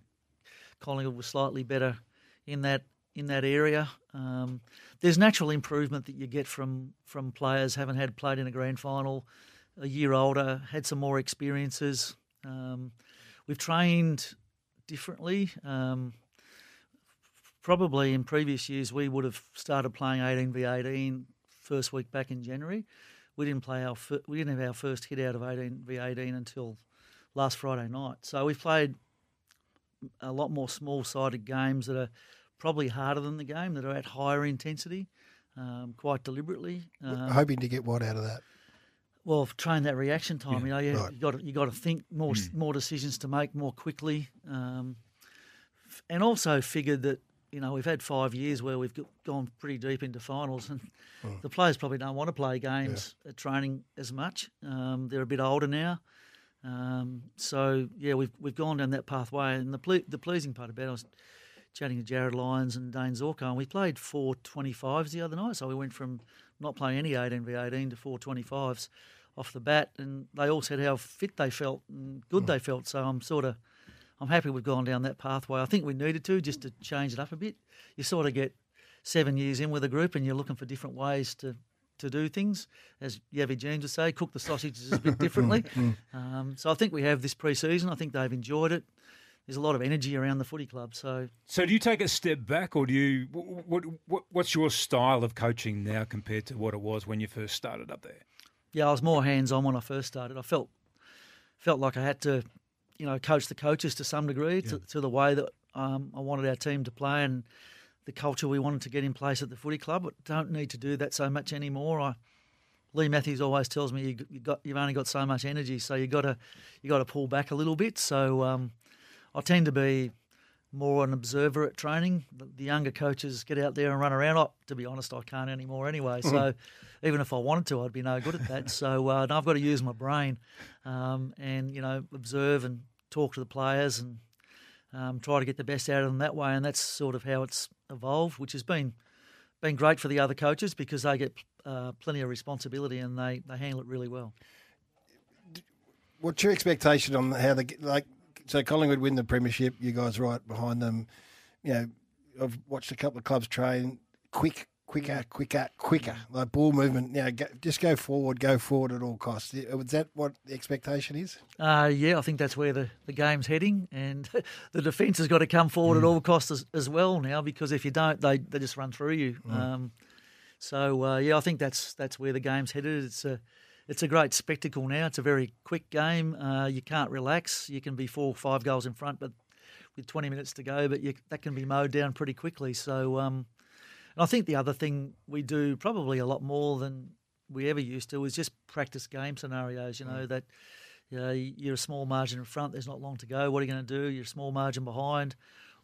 S16: Collingwood was slightly better in that in that area. Um, there's natural improvement that you get from from players haven't had played in a grand final, a year older, had some more experiences. Um, we've trained differently. Um, probably in previous years we would have started playing 18 v 18 first week back in January. We didn't play our fir- we didn't have our first hit out of 18 v 18 until last Friday night. So we've played a lot more small sided games that are probably harder than the game that are at higher intensity, um, quite deliberately. Um,
S3: Hoping to get what out of that?
S16: well, f- train that reaction time.
S3: Yeah,
S16: You know, you,
S3: right. Hmm.
S16: you got to, you got to think more s more decisions to make more quickly, um, f- and also figured that you know we've had five years where we've go- gone pretty deep into finals, and
S3: Hmm.
S15: Mm.
S16: the players probably don't want to play games at training as much. Um, they're a bit older now, um, so yeah, we've we've gone down that pathway. And the ple- the pleasing part about it, I was chatting to Jared Lyons and Dane Zorko, and we played four twenty fives the other night. So we went from not playing any eighteen v eighteen to four twenty fives off the bat, and they all said how fit they felt and good they felt. So I'm sort of I'm happy we've gone down that pathway. I think we needed to just to change it up a bit. You sort of get seven years in with a group, and you're looking for different ways to. To do things, as Yavi Jeans would say, cook the sausages a bit differently.
S15: Mm.
S16: Um, so I think we have this pre-season. I think they've enjoyed it. There's a lot of energy around the footy club. So
S4: So do you take a step back, or do you? wh- What, what What's your style of coaching now compared to what it was when you first started up there?
S16: yeah, I was more hands-on when I first started. I felt felt like I had to, you know, coach the coaches to some degree to, to the way that um, I wanted our team to play and the culture we wanted to get in place at the footy club. But don't need to do that so much anymore. I Lee Matthews always tells me you, g- you got you've only got so much energy, so you got to you got to pull back a little bit. So um, I tend to be more an observer at training. The, the younger coaches get out there and run around. I, to be honest, I can't anymore anyway. So even if I wanted to, I'd be no good at that. so uh, no, I've got to use my brain um, and you know observe and talk to the players and um, try to get the best out of them that way. And that's sort of how it's evolved, which has been been great for the other coaches because they get uh, plenty of responsibility and they, they handle it really well.
S3: What's your expectation on how the like? So Collingwood win the premiership. You guys right behind them. You know, I've watched a couple of clubs train quick, quicker, quicker, quicker. Like ball movement. You know, go, just go forward, go forward at all costs. Is that what the expectation is?
S16: Uh, yeah, I think that's where the, the game's heading, and (laughs) the defence has got to come forward at all costs as, as well now because if you don't, they, they just run through you.
S15: Mm.
S16: Um, so uh, yeah, I think that's that's where the game's headed. It's a it's a great spectacle now. It's a very quick game. Uh, you can't relax. You can be four five goals in front, but with 20 minutes to go, but you, that can be mowed down pretty quickly. So, um, and I think the other thing we do probably a lot more than we ever used to is just practice game scenarios. You know
S4: Mm.
S16: that you know, you're a small margin in front. There's not long to go. What are you going to do? You're a small margin behind.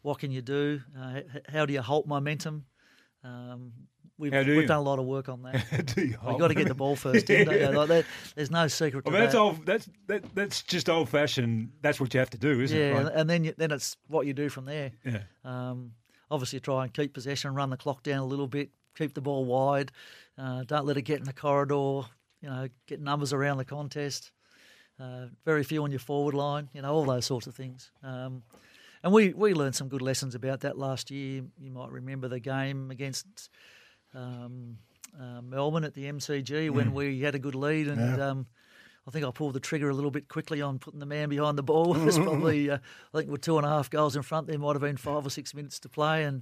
S16: What can you do? Uh, h- how do you halt momentum? Um, we've
S4: How do
S16: we've
S4: you?
S16: done a lot of work on that.
S4: (laughs) How (laughs) do you halt
S16: We've got to get the ball first. in, don't you?
S4: Yeah.
S16: Like that, there's no secret
S4: I (laughs)
S16: to
S4: mean,
S16: that.
S4: that's old. That's that, That's just old fashioned. That's what you have to do, isn't
S16: yeah,
S4: it? Right?
S16: and then you, then it's what you do from there.
S4: Yeah.
S16: Um, obviously, try and keep possession, run the clock down a little bit, keep the ball wide, uh, don't let it get in the corridor. You know, get numbers around the contest. uh, very few on your forward line, you know, all those sorts of things. Um, and we, we learned some good lessons about that last year. You might remember the game against um, uh, Melbourne at the MCG when
S15: Mm.
S16: we had a good lead and.
S15: Yeah.
S16: Um, I think I pulled the trigger a little bit quickly on putting the man behind the ball. (laughs) It was probably, uh, I think, we're two and a half goals in front. There might have been five or six minutes to play, and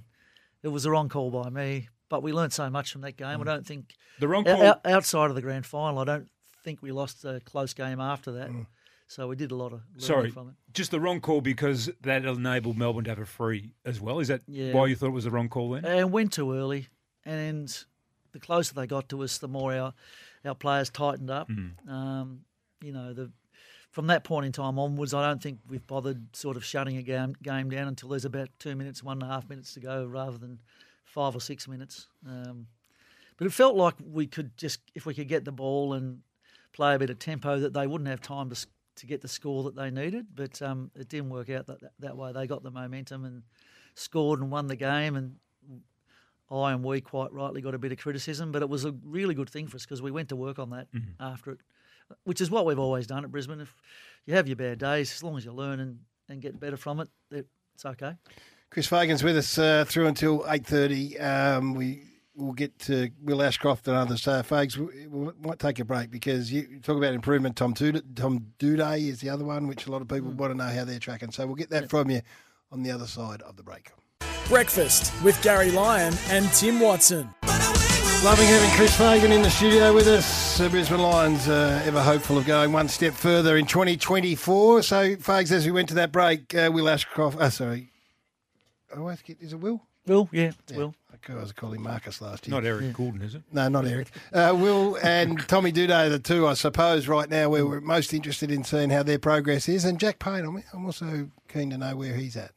S16: it was the wrong call by me. But we learnt so much from that game. I don't think
S4: Mm. The wrong
S16: o-
S4: call-
S16: o- outside of the grand final. I don't think we lost a close game after that. So we did a lot of learning
S4: Mm. Sorry,
S16: from it.
S4: just the wrong call because that enabled Melbourne to have a free as well. Is that
S16: Yeah. Uh,
S4: why you thought it was the wrong call then?
S16: And went too early, and the closer they got to us, the more our our players tightened up.
S4: Mm.
S16: Um, you know, the from that point in time onwards, I don't think we've bothered sort of shutting a game game down until there's about two minutes, one and a half minutes to go, rather than five or six minutes. Um, but it felt like we could just, if we could get the ball and play a bit of tempo, that they wouldn't have time to s- to get the score that they needed. But um, it didn't work out that, that that way. They got the momentum and scored and won the game, and I and we quite rightly got a bit of criticism, but it was a really good thing for us because we went to work on that
S17: Mhm.
S16: after it, which is what we've always done at Brisbane. If you have your bad days, as long as you learn and, and get better from it, it it's okay.
S3: Chris Fagan's with us uh, through until eight thirty. Um, we will get to Will Ashcroft and others. So, Fags, we, we might take a break because you you talk about improvement. Tom Duda, Tom Duday is the other one, which a lot of people want to know how they're tracking. So we'll get that from you on the other side of the break.
S2: Breakfast with Gary Lyon and Tim Watson.
S3: Loving having Chris Fagan in the studio with us. The Brisbane Lions uh, ever hopeful of going one step further in 2024. So, Fags, as we went to that break, uh, Will Ashcroft, uh, sorry, I always get, is it Will?
S16: Will, yeah, it's Will.
S3: I was calling Marcus last year.
S4: Not Eric Gordon, is it?
S3: No, not Eric. Uh, Will and Tommy Duday are the two, I suppose, right now where we're most interested in seeing how their progress is. And Jack Payne, I'm, I'm also keen to know where he's at.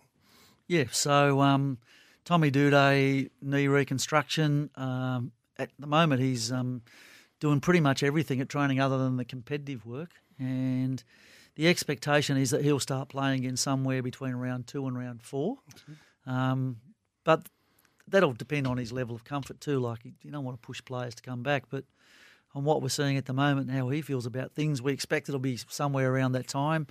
S16: Yeah, so um, Tommy Duday, knee reconstruction. Um, at the moment, he's um, doing pretty much everything at training other than the competitive work. And the expectation is that he'll start playing in somewhere between round two and round four. Um, but that'll depend on his level of comfort too. Like, you you don't want to push players to come back, but on what we're seeing at the moment and how he feels about things, we expect it'll be somewhere around that time.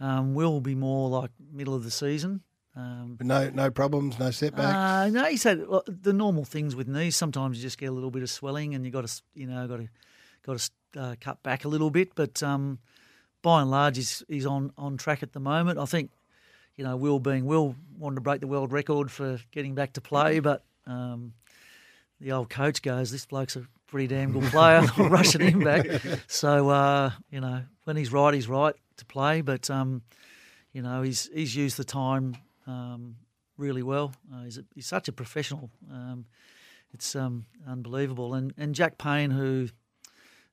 S16: Um, will be more like middle of the season. Um,
S3: But no, no problems, no setbacks.
S16: uh, no, he said look, the normal things with knees. Sometimes you just get a little bit of swelling, and you got to, you know, got to, got to uh, cut back a little bit. But um, by and large, he's he's on on track at the moment. I think, you know, Will being Will wanted to break the world record for getting back to play, but um, the old coach goes, "This bloke's a pretty damn good player." I'm rushing him back. So uh, you know, when he's right, he's right to play. But um, you know, he's he's used the time um, really well. Uh, he's a, he's such a professional. Um, it's um, unbelievable. And and Jack Payne, who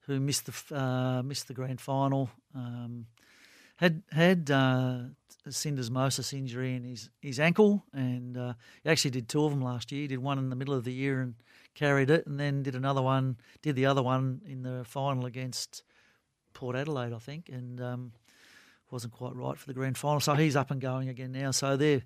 S16: who missed the f- uh, missed the grand final, um, had had uh, syndesmosis injury in his his ankle, and uh, he actually did two of them last year. He did one in the middle of the year and carried it, and then did another one. Did the other one in the final against Port Adelaide, I think, and um, wasn't quite right for the grand final. So he's up and going again now. So they're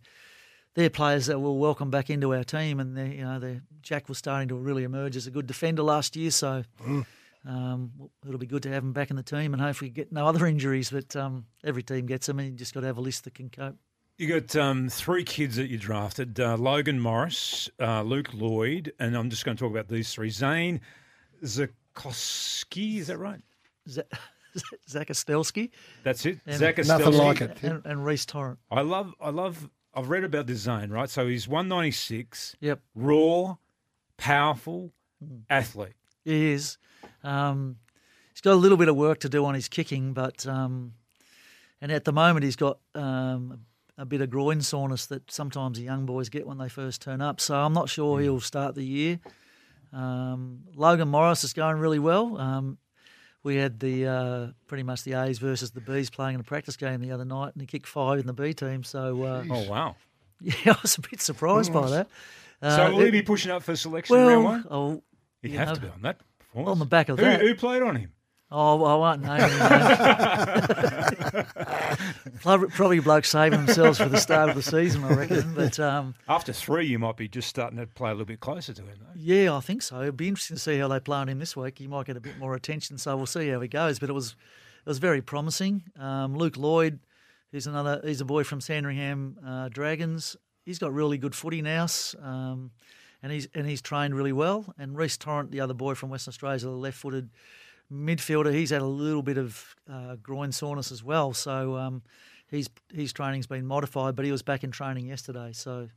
S16: they're players that will welcome back into our team, and they you know they Jack was starting to really emerge as a good defender last year. So.
S3: Mm.
S16: Um, it'll be good to have him back in the team, and hopefully get no other injuries. But um, every team gets them, and you just got to have a list that can cope.
S4: You got um, three kids that you drafted: uh, Logan Morris, uh, Luke Lloyd, and I'm just going to talk about these three: Zane Zakoski. Is that right?
S16: Z- (laughs) Zach Astelski.
S4: That's it.
S16: And-
S4: Zach Astelski.
S16: And, and Reese Torrent.
S4: I love, I love, I've read about this Zane, right? So he's 196.
S16: Yep.
S4: Raw, powerful, athlete.
S16: He is. Um, he's got a little bit of work to do on his kicking, but um, and at the moment he's got um, a bit of groin soreness that sometimes the young boys get when they first turn up. So I'm not sure he'll start the year. Um, Logan Morris is going really well. Um, we had the uh, pretty much the A's versus the B's playing in a practice game the other night, and he kicked five in the B team. So uh, (laughs)
S4: Oh wow.
S16: yeah, I was a bit surprised by that.
S4: so
S16: Uh,
S4: will he
S16: it-
S4: be pushing up for selection
S16: well,
S4: round one?
S16: Oh,
S4: He'd
S16: you
S4: have
S16: know,
S4: to be on that performance.
S16: On the back of
S4: who,
S16: that.
S4: Who played on him?
S16: Oh, well, I won't name him. Probably blokes saving themselves for the start of the season, I reckon. But um,
S4: After three, you might be just starting to play a little bit closer to him.
S16: yeah, I think so. It'd be interesting to see how they play on him this week. He might get a bit more attention, so we'll see how he goes. But it was it was very promising. Um, Luke Lloyd, who's another, he's a boy from Sandringham uh, Dragons. He's got really good footy now, um, and he's and he's trained really well. And Reese Torrent, the other boy from Western Australia, is a left-footed midfielder. He's had a little bit of uh, groin soreness as well, so um, his his training's been modified. But he was back in training yesterday, so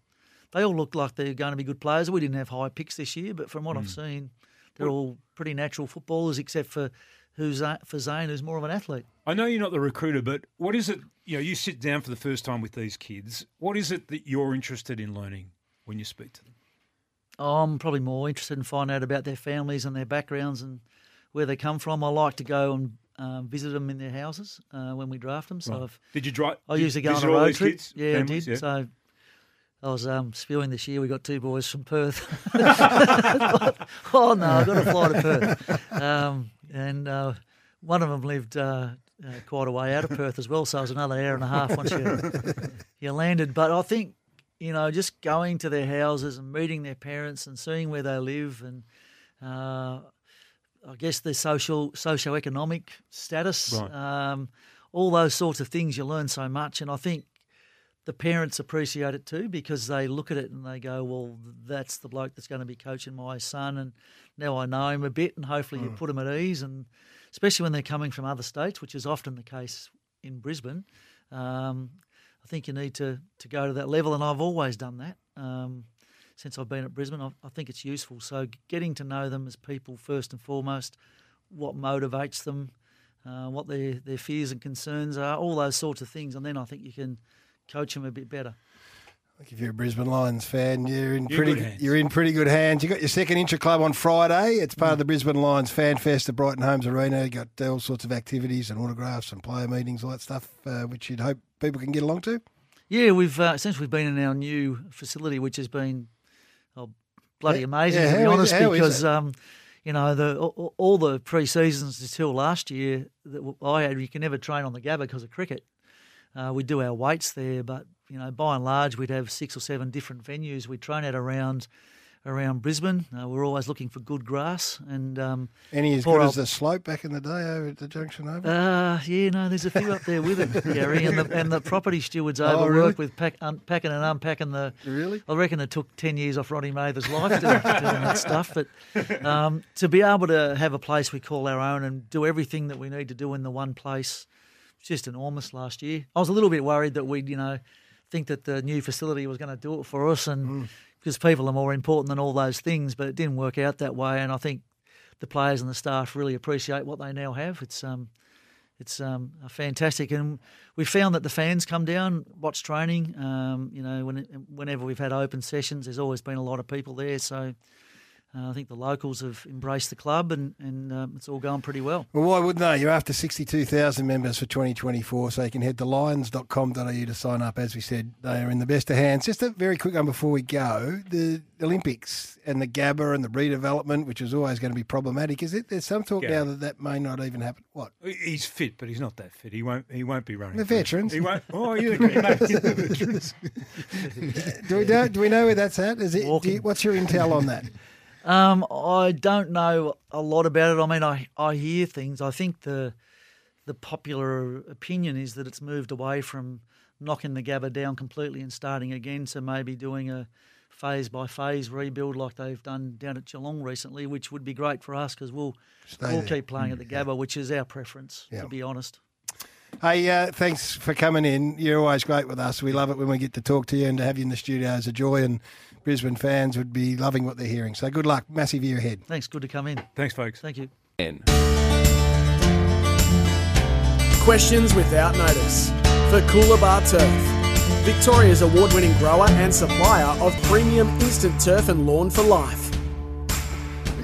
S16: they all look like they're going to be good players. We didn't have high picks this year, but from what I've seen, they're all pretty natural footballers, except for who's for Zane, who's more of an athlete.
S4: I know you're not the recruiter, but what is it? You know, you sit down for the first time with these kids. What is it that you're interested in learning when you speak to them?
S16: I'm probably more interested in finding out about their families and their backgrounds and where they come from. I like to go and um, visit them in their houses uh, when we draft them. So
S4: Right.
S16: I've,
S4: Did you drive?
S16: I
S4: did you
S16: usually go on
S4: visit
S16: a
S4: all
S16: road
S4: these
S16: trip.
S4: kids,
S16: yeah,
S4: families?
S16: I
S4: Yeah.
S16: did. So I was um, spewing this year. We got two boys from Perth. (laughs)
S4: (laughs)
S16: oh no, I've got to fly to Perth. Um, and uh, one of them lived uh, uh, quite a way out of Perth as well, so it was another hour and a half once
S4: (laughs)
S16: you you landed. But I think you know, just going to their houses and meeting their parents and seeing where they live and. Uh, I guess their social socioeconomic status,
S15: Right.
S16: um, all those sorts of things. You learn so much, and I think the parents appreciate it too because they look at it and they go, "Well, that's the bloke that's going to be coaching my son," and now I know him a bit, and hopefully you
S15: Mm.
S16: put him at ease. And especially when they're coming from other states, which is often the case in Brisbane, um, I think you need to to go to that level, and I've always done that. Um, since I've been at Brisbane, I, I think it's useful. So g- getting to know them as people first and foremost, what motivates them, uh, what their, their fears and concerns are, all those sorts of things, and then I think you can coach them a bit better.
S3: If you're a Brisbane Lions fan, you're in
S16: You're
S3: pretty
S16: good hands.
S3: you're in pretty good hands. You got your second intra club on Friday. It's part of the Brisbane Lions Fan Fest at Brighton Homes Arena. You got uh, all sorts of activities and autographs and player meetings, all that stuff, uh, which you'd hope people can get along to.
S16: Yeah, we've uh, since we've been in our new facility, which has been oh, bloody
S3: Yeah,
S16: amazing
S3: yeah,
S16: to be
S3: how is-
S16: honest,
S3: how is
S16: because
S3: it?
S16: um, you know the all, all the pre seasons until last year that I had, you can never train on the Gabba because of cricket. Uh, we do our weights there, but you know by and large we'd have six or seven different venues we train at around around Brisbane. Uh, we're always looking for good grass and um,
S3: Any as
S16: poor
S3: good
S16: old-
S3: as the slope back in the day over at the Junction Oval.
S16: uh, yeah, no, there's a few up there with
S3: (laughs)
S16: it, Gary, and the, and the property stewards
S3: Oh,
S16: overwork
S3: really?
S16: with pack, unpacking and unpacking the.
S3: Really?
S16: I reckon it took 10 years off Ronnie Mather's life doing, doing that stuff. But um, to be able to have a place we call our own and do everything that we need to do in the one place, it's just enormous last year. I was a little bit worried that we'd, you know, think that the new facility was going to do it for us
S3: Hmm.
S16: and because people are more important than all those things, but it didn't work out that way. And I think the players and the staff really appreciate what they now have. It's um, it's um, fantastic, and we found that the fans come down, watch training. Um, you know, when, whenever we've had open sessions, there's always been a lot of people there. So uh, I think the locals have embraced the club, and and um, it's all going pretty well.
S3: Well, why wouldn't they? You're after 62,000 members for 2024, so you can head to lions.com.au to sign up. As we said, they are in the best of hands. Just a very quick one before we go the Olympics and the GABA and the redevelopment, which is always going to be problematic. Is it? There's some talk
S4: Yeah.
S3: now that that may not even happen. What?
S4: He's fit, but he's not that fit. He won't. He won't be running.
S3: The
S4: for it.
S3: veterans.
S4: He won't. Oh, you agree, mate? You're the veterans.
S3: do, we know, do we know where that's at? Is it, do you, what's your intel on that?
S16: Um, I don't know a lot about it. I mean, I I hear things. I think the the popular opinion is that it's moved away from knocking the Gabba down completely and starting again. So maybe doing a phase by phase rebuild like they've done down at Geelong recently, which would be great for us because we'll
S3: Stay
S16: we'll
S3: there. Mm,
S16: keep playing at the Gabba, which is our preference,
S3: Yeah.
S16: to be honest.
S3: Hey, uh, thanks for coming in. You're always great with us. We love it when we get to talk to you and to have you in the studio is a joy. And Brisbane fans would be loving what they're hearing. So good luck. Massive year ahead.
S16: Thanks. Good to come in.
S4: (laughs) Thanks, folks.
S16: Thank you.
S2: Questions without notice for Coolabah Turf, Victoria's award winning grower and supplier of premium instant turf and lawn for life.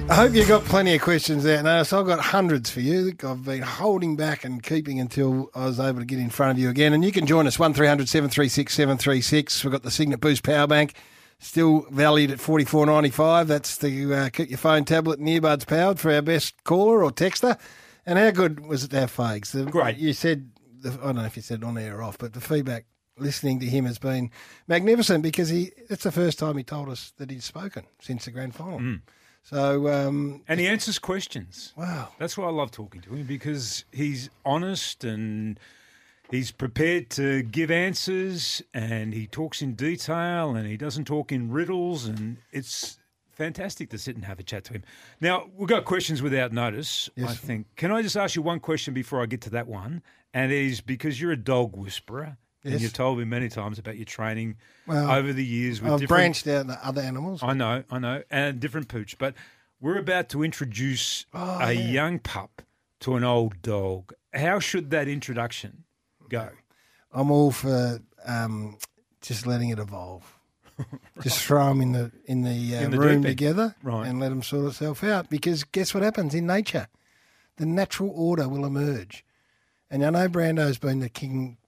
S3: I hope you got plenty of questions there. No, so I've got hundreds for you. I've been holding back and keeping until I was able to get in front of you again. And you can join us 1300 736 736. We've got the Signet Boost Power Bank still valued at 44.95. That's to uh, keep your phone, tablet, and earbuds powered for our best caller or texter. And how good was it, our fags? The, Great. You said, the, I don't know if you said on air or off, but the feedback listening to him has been magnificent because he it's the first time he told us that he'd spoken since the grand final. So, um,
S4: And he answers questions.
S3: Wow.
S4: That's why I love talking to him because he's honest and he's prepared to give answers and he talks in detail and he doesn't talk in riddles and it's fantastic to sit and have a chat to him. Now, we've got questions without notice, I
S15: Yes.
S4: think. Can I just ask you one question before I get to that one? And it is because you're a dog whisperer
S3: Yes.
S4: and you've told me many times about your training
S3: Well,
S4: over the years with
S3: I've
S4: different
S3: branched out to other animals.
S4: I know, I know, and different pooch. But we're about to introduce
S3: Oh,
S4: a young pup to an old dog. How should that introduction go?
S3: I'm all for um, just letting it
S4: (laughs)
S3: evolve. Just throw them in the in the, uh,
S4: In the
S3: room
S4: deep end.
S3: together
S4: Right.
S3: and let them sort itself out. Because guess what happens in nature? The natural order will emerge. And I know Brando's been the king.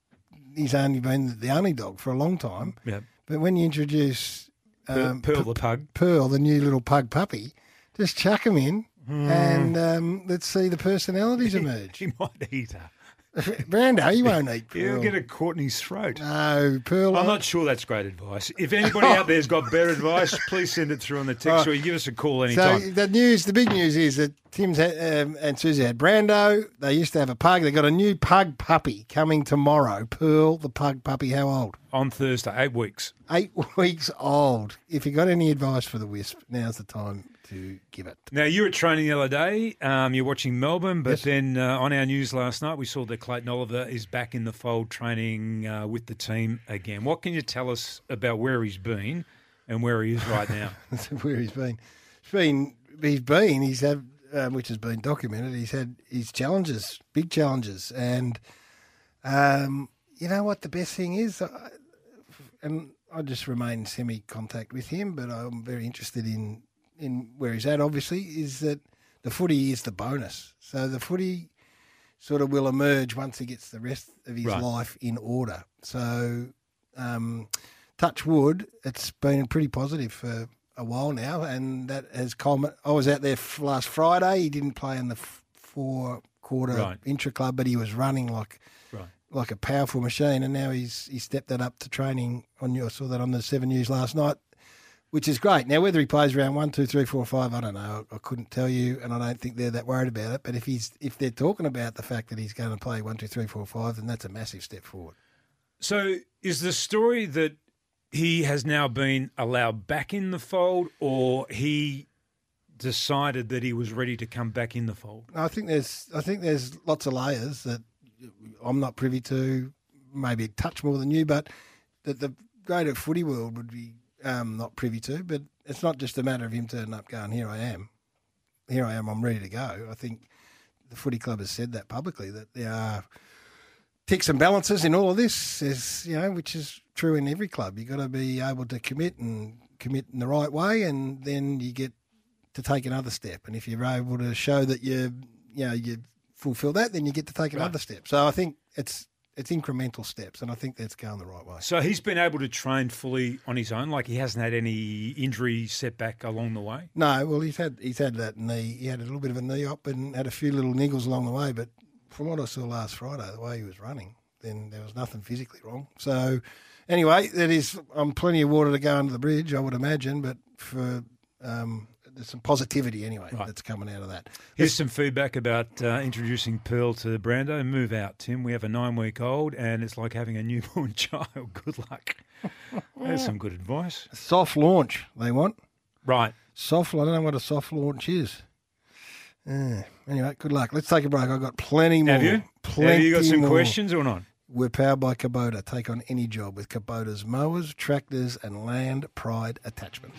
S3: He's only been the only dog for a long time.
S4: Yeah.
S3: But when you introduce um,
S4: Pearl- Pearl
S3: P-
S4: the pug.
S3: Pearl, the new little pug puppy, just chuck him in
S4: Hmm.
S3: and um, let's see the
S4: (laughs)
S3: personalities emerge.
S4: He might eat her.
S3: Brando,
S4: (laughs)
S3: you won't eat Pearl. Uh,
S4: You'll get a Courtney's throat.
S3: No, Pearl.
S4: I'm not sure that's great advice. If anybody out there's got better advice, please send it through on the text
S3: Oh.
S4: or you give us a call
S3: So
S4: anytime.
S3: the news, the big news is that Tim's had, um, and Susie had Brando. They used to have a pug. They got a new pug puppy coming tomorrow. Pearl, the pug puppy. How old?
S4: on Thursday, eight weeks.
S3: Eight (laughs) weeks old. If you got any advice for the Wisp, now's the time to give it.
S4: Now you were at training the other day. Um, you're watching Melbourne, but then uh, on our news last night, we saw that Clayton Oliver is back in the fold training uh, with the team again. What can you tell us about where he's been and where he is right now?
S3: (laughs) That's where he's been. He's been. He's been. He's had, um, which has been documented. He's had his challenges, big challenges, and um, you know what? The best thing is, I, and I just remain semi-contact with him, but I'm very interested in in where he's at. Obviously, is that the footy is the bonus. So the footy sort of will emerge once he gets the rest of his
S4: Right.
S3: life in order. So, um, touch wood, it's been pretty positive for a while now, and that has culmin. I was out there f- last Friday. He didn't play in the f- four quarter
S4: Right.
S3: intra club, but he was running like
S4: Right.
S3: like a powerful machine, and now he's he stepped that up to training on you. I saw that on the Seven News last night, which is great. Now whether he plays round one, two, three, four, five, I don't know. I, I couldn't tell you, and I don't think they're that worried about it. But if he's if they're talking about the fact that he's going to play one, two, three, four, five, then that's a massive step forward.
S4: So, is the story that he has now been allowed back in the fold, or he decided that he was ready to come back in the fold?
S3: I think there's I think there's lots of layers that I'm not privy to, maybe a touch more than you, but that the greater footy world would be um, not privy to. But it's not just a matter of him turning up going, here I am, here I am, I'm ready to go. I think the footy club has said that publicly that there are ticks and balances in all of this. Is you know which is true in every club. You've got to be able to commit and commit in the right way, and then you get to take another step. And if you're able to show that you you know you fulfil that, then you get to take another step. So I think it's it's incremental steps, and I think that's going the right way.
S4: So he's been able to train fully on his own, like he hasn't had any injury setback along the way.
S3: No, well he's had he's had that knee. He had a little bit of a knee op and had a few little niggles along the way. But from what I saw last Friday, the way he was running, then there was nothing physically wrong. So anyway, that is um, plenty of water to go under the bridge, I would imagine. But for um, there's some positivity anyway that's coming out of that.
S4: Here's some feedback about uh, introducing Pearl to Brando. Move out, Tim. We have a nine week old, and it's like having a newborn (laughs) child. Good luck. That's some good advice.
S3: Soft launch they want.
S4: Right.
S3: Soft. I don't know what a soft launch is. Uh, anyway, good luck. Let's take a break. I've got plenty more.
S4: Have you?
S3: Plenty
S4: Have you got some
S3: more.
S4: questions or not?
S3: We're powered by Kubota. Take on any job with Kubota's mowers, tractors, and land pride attachments.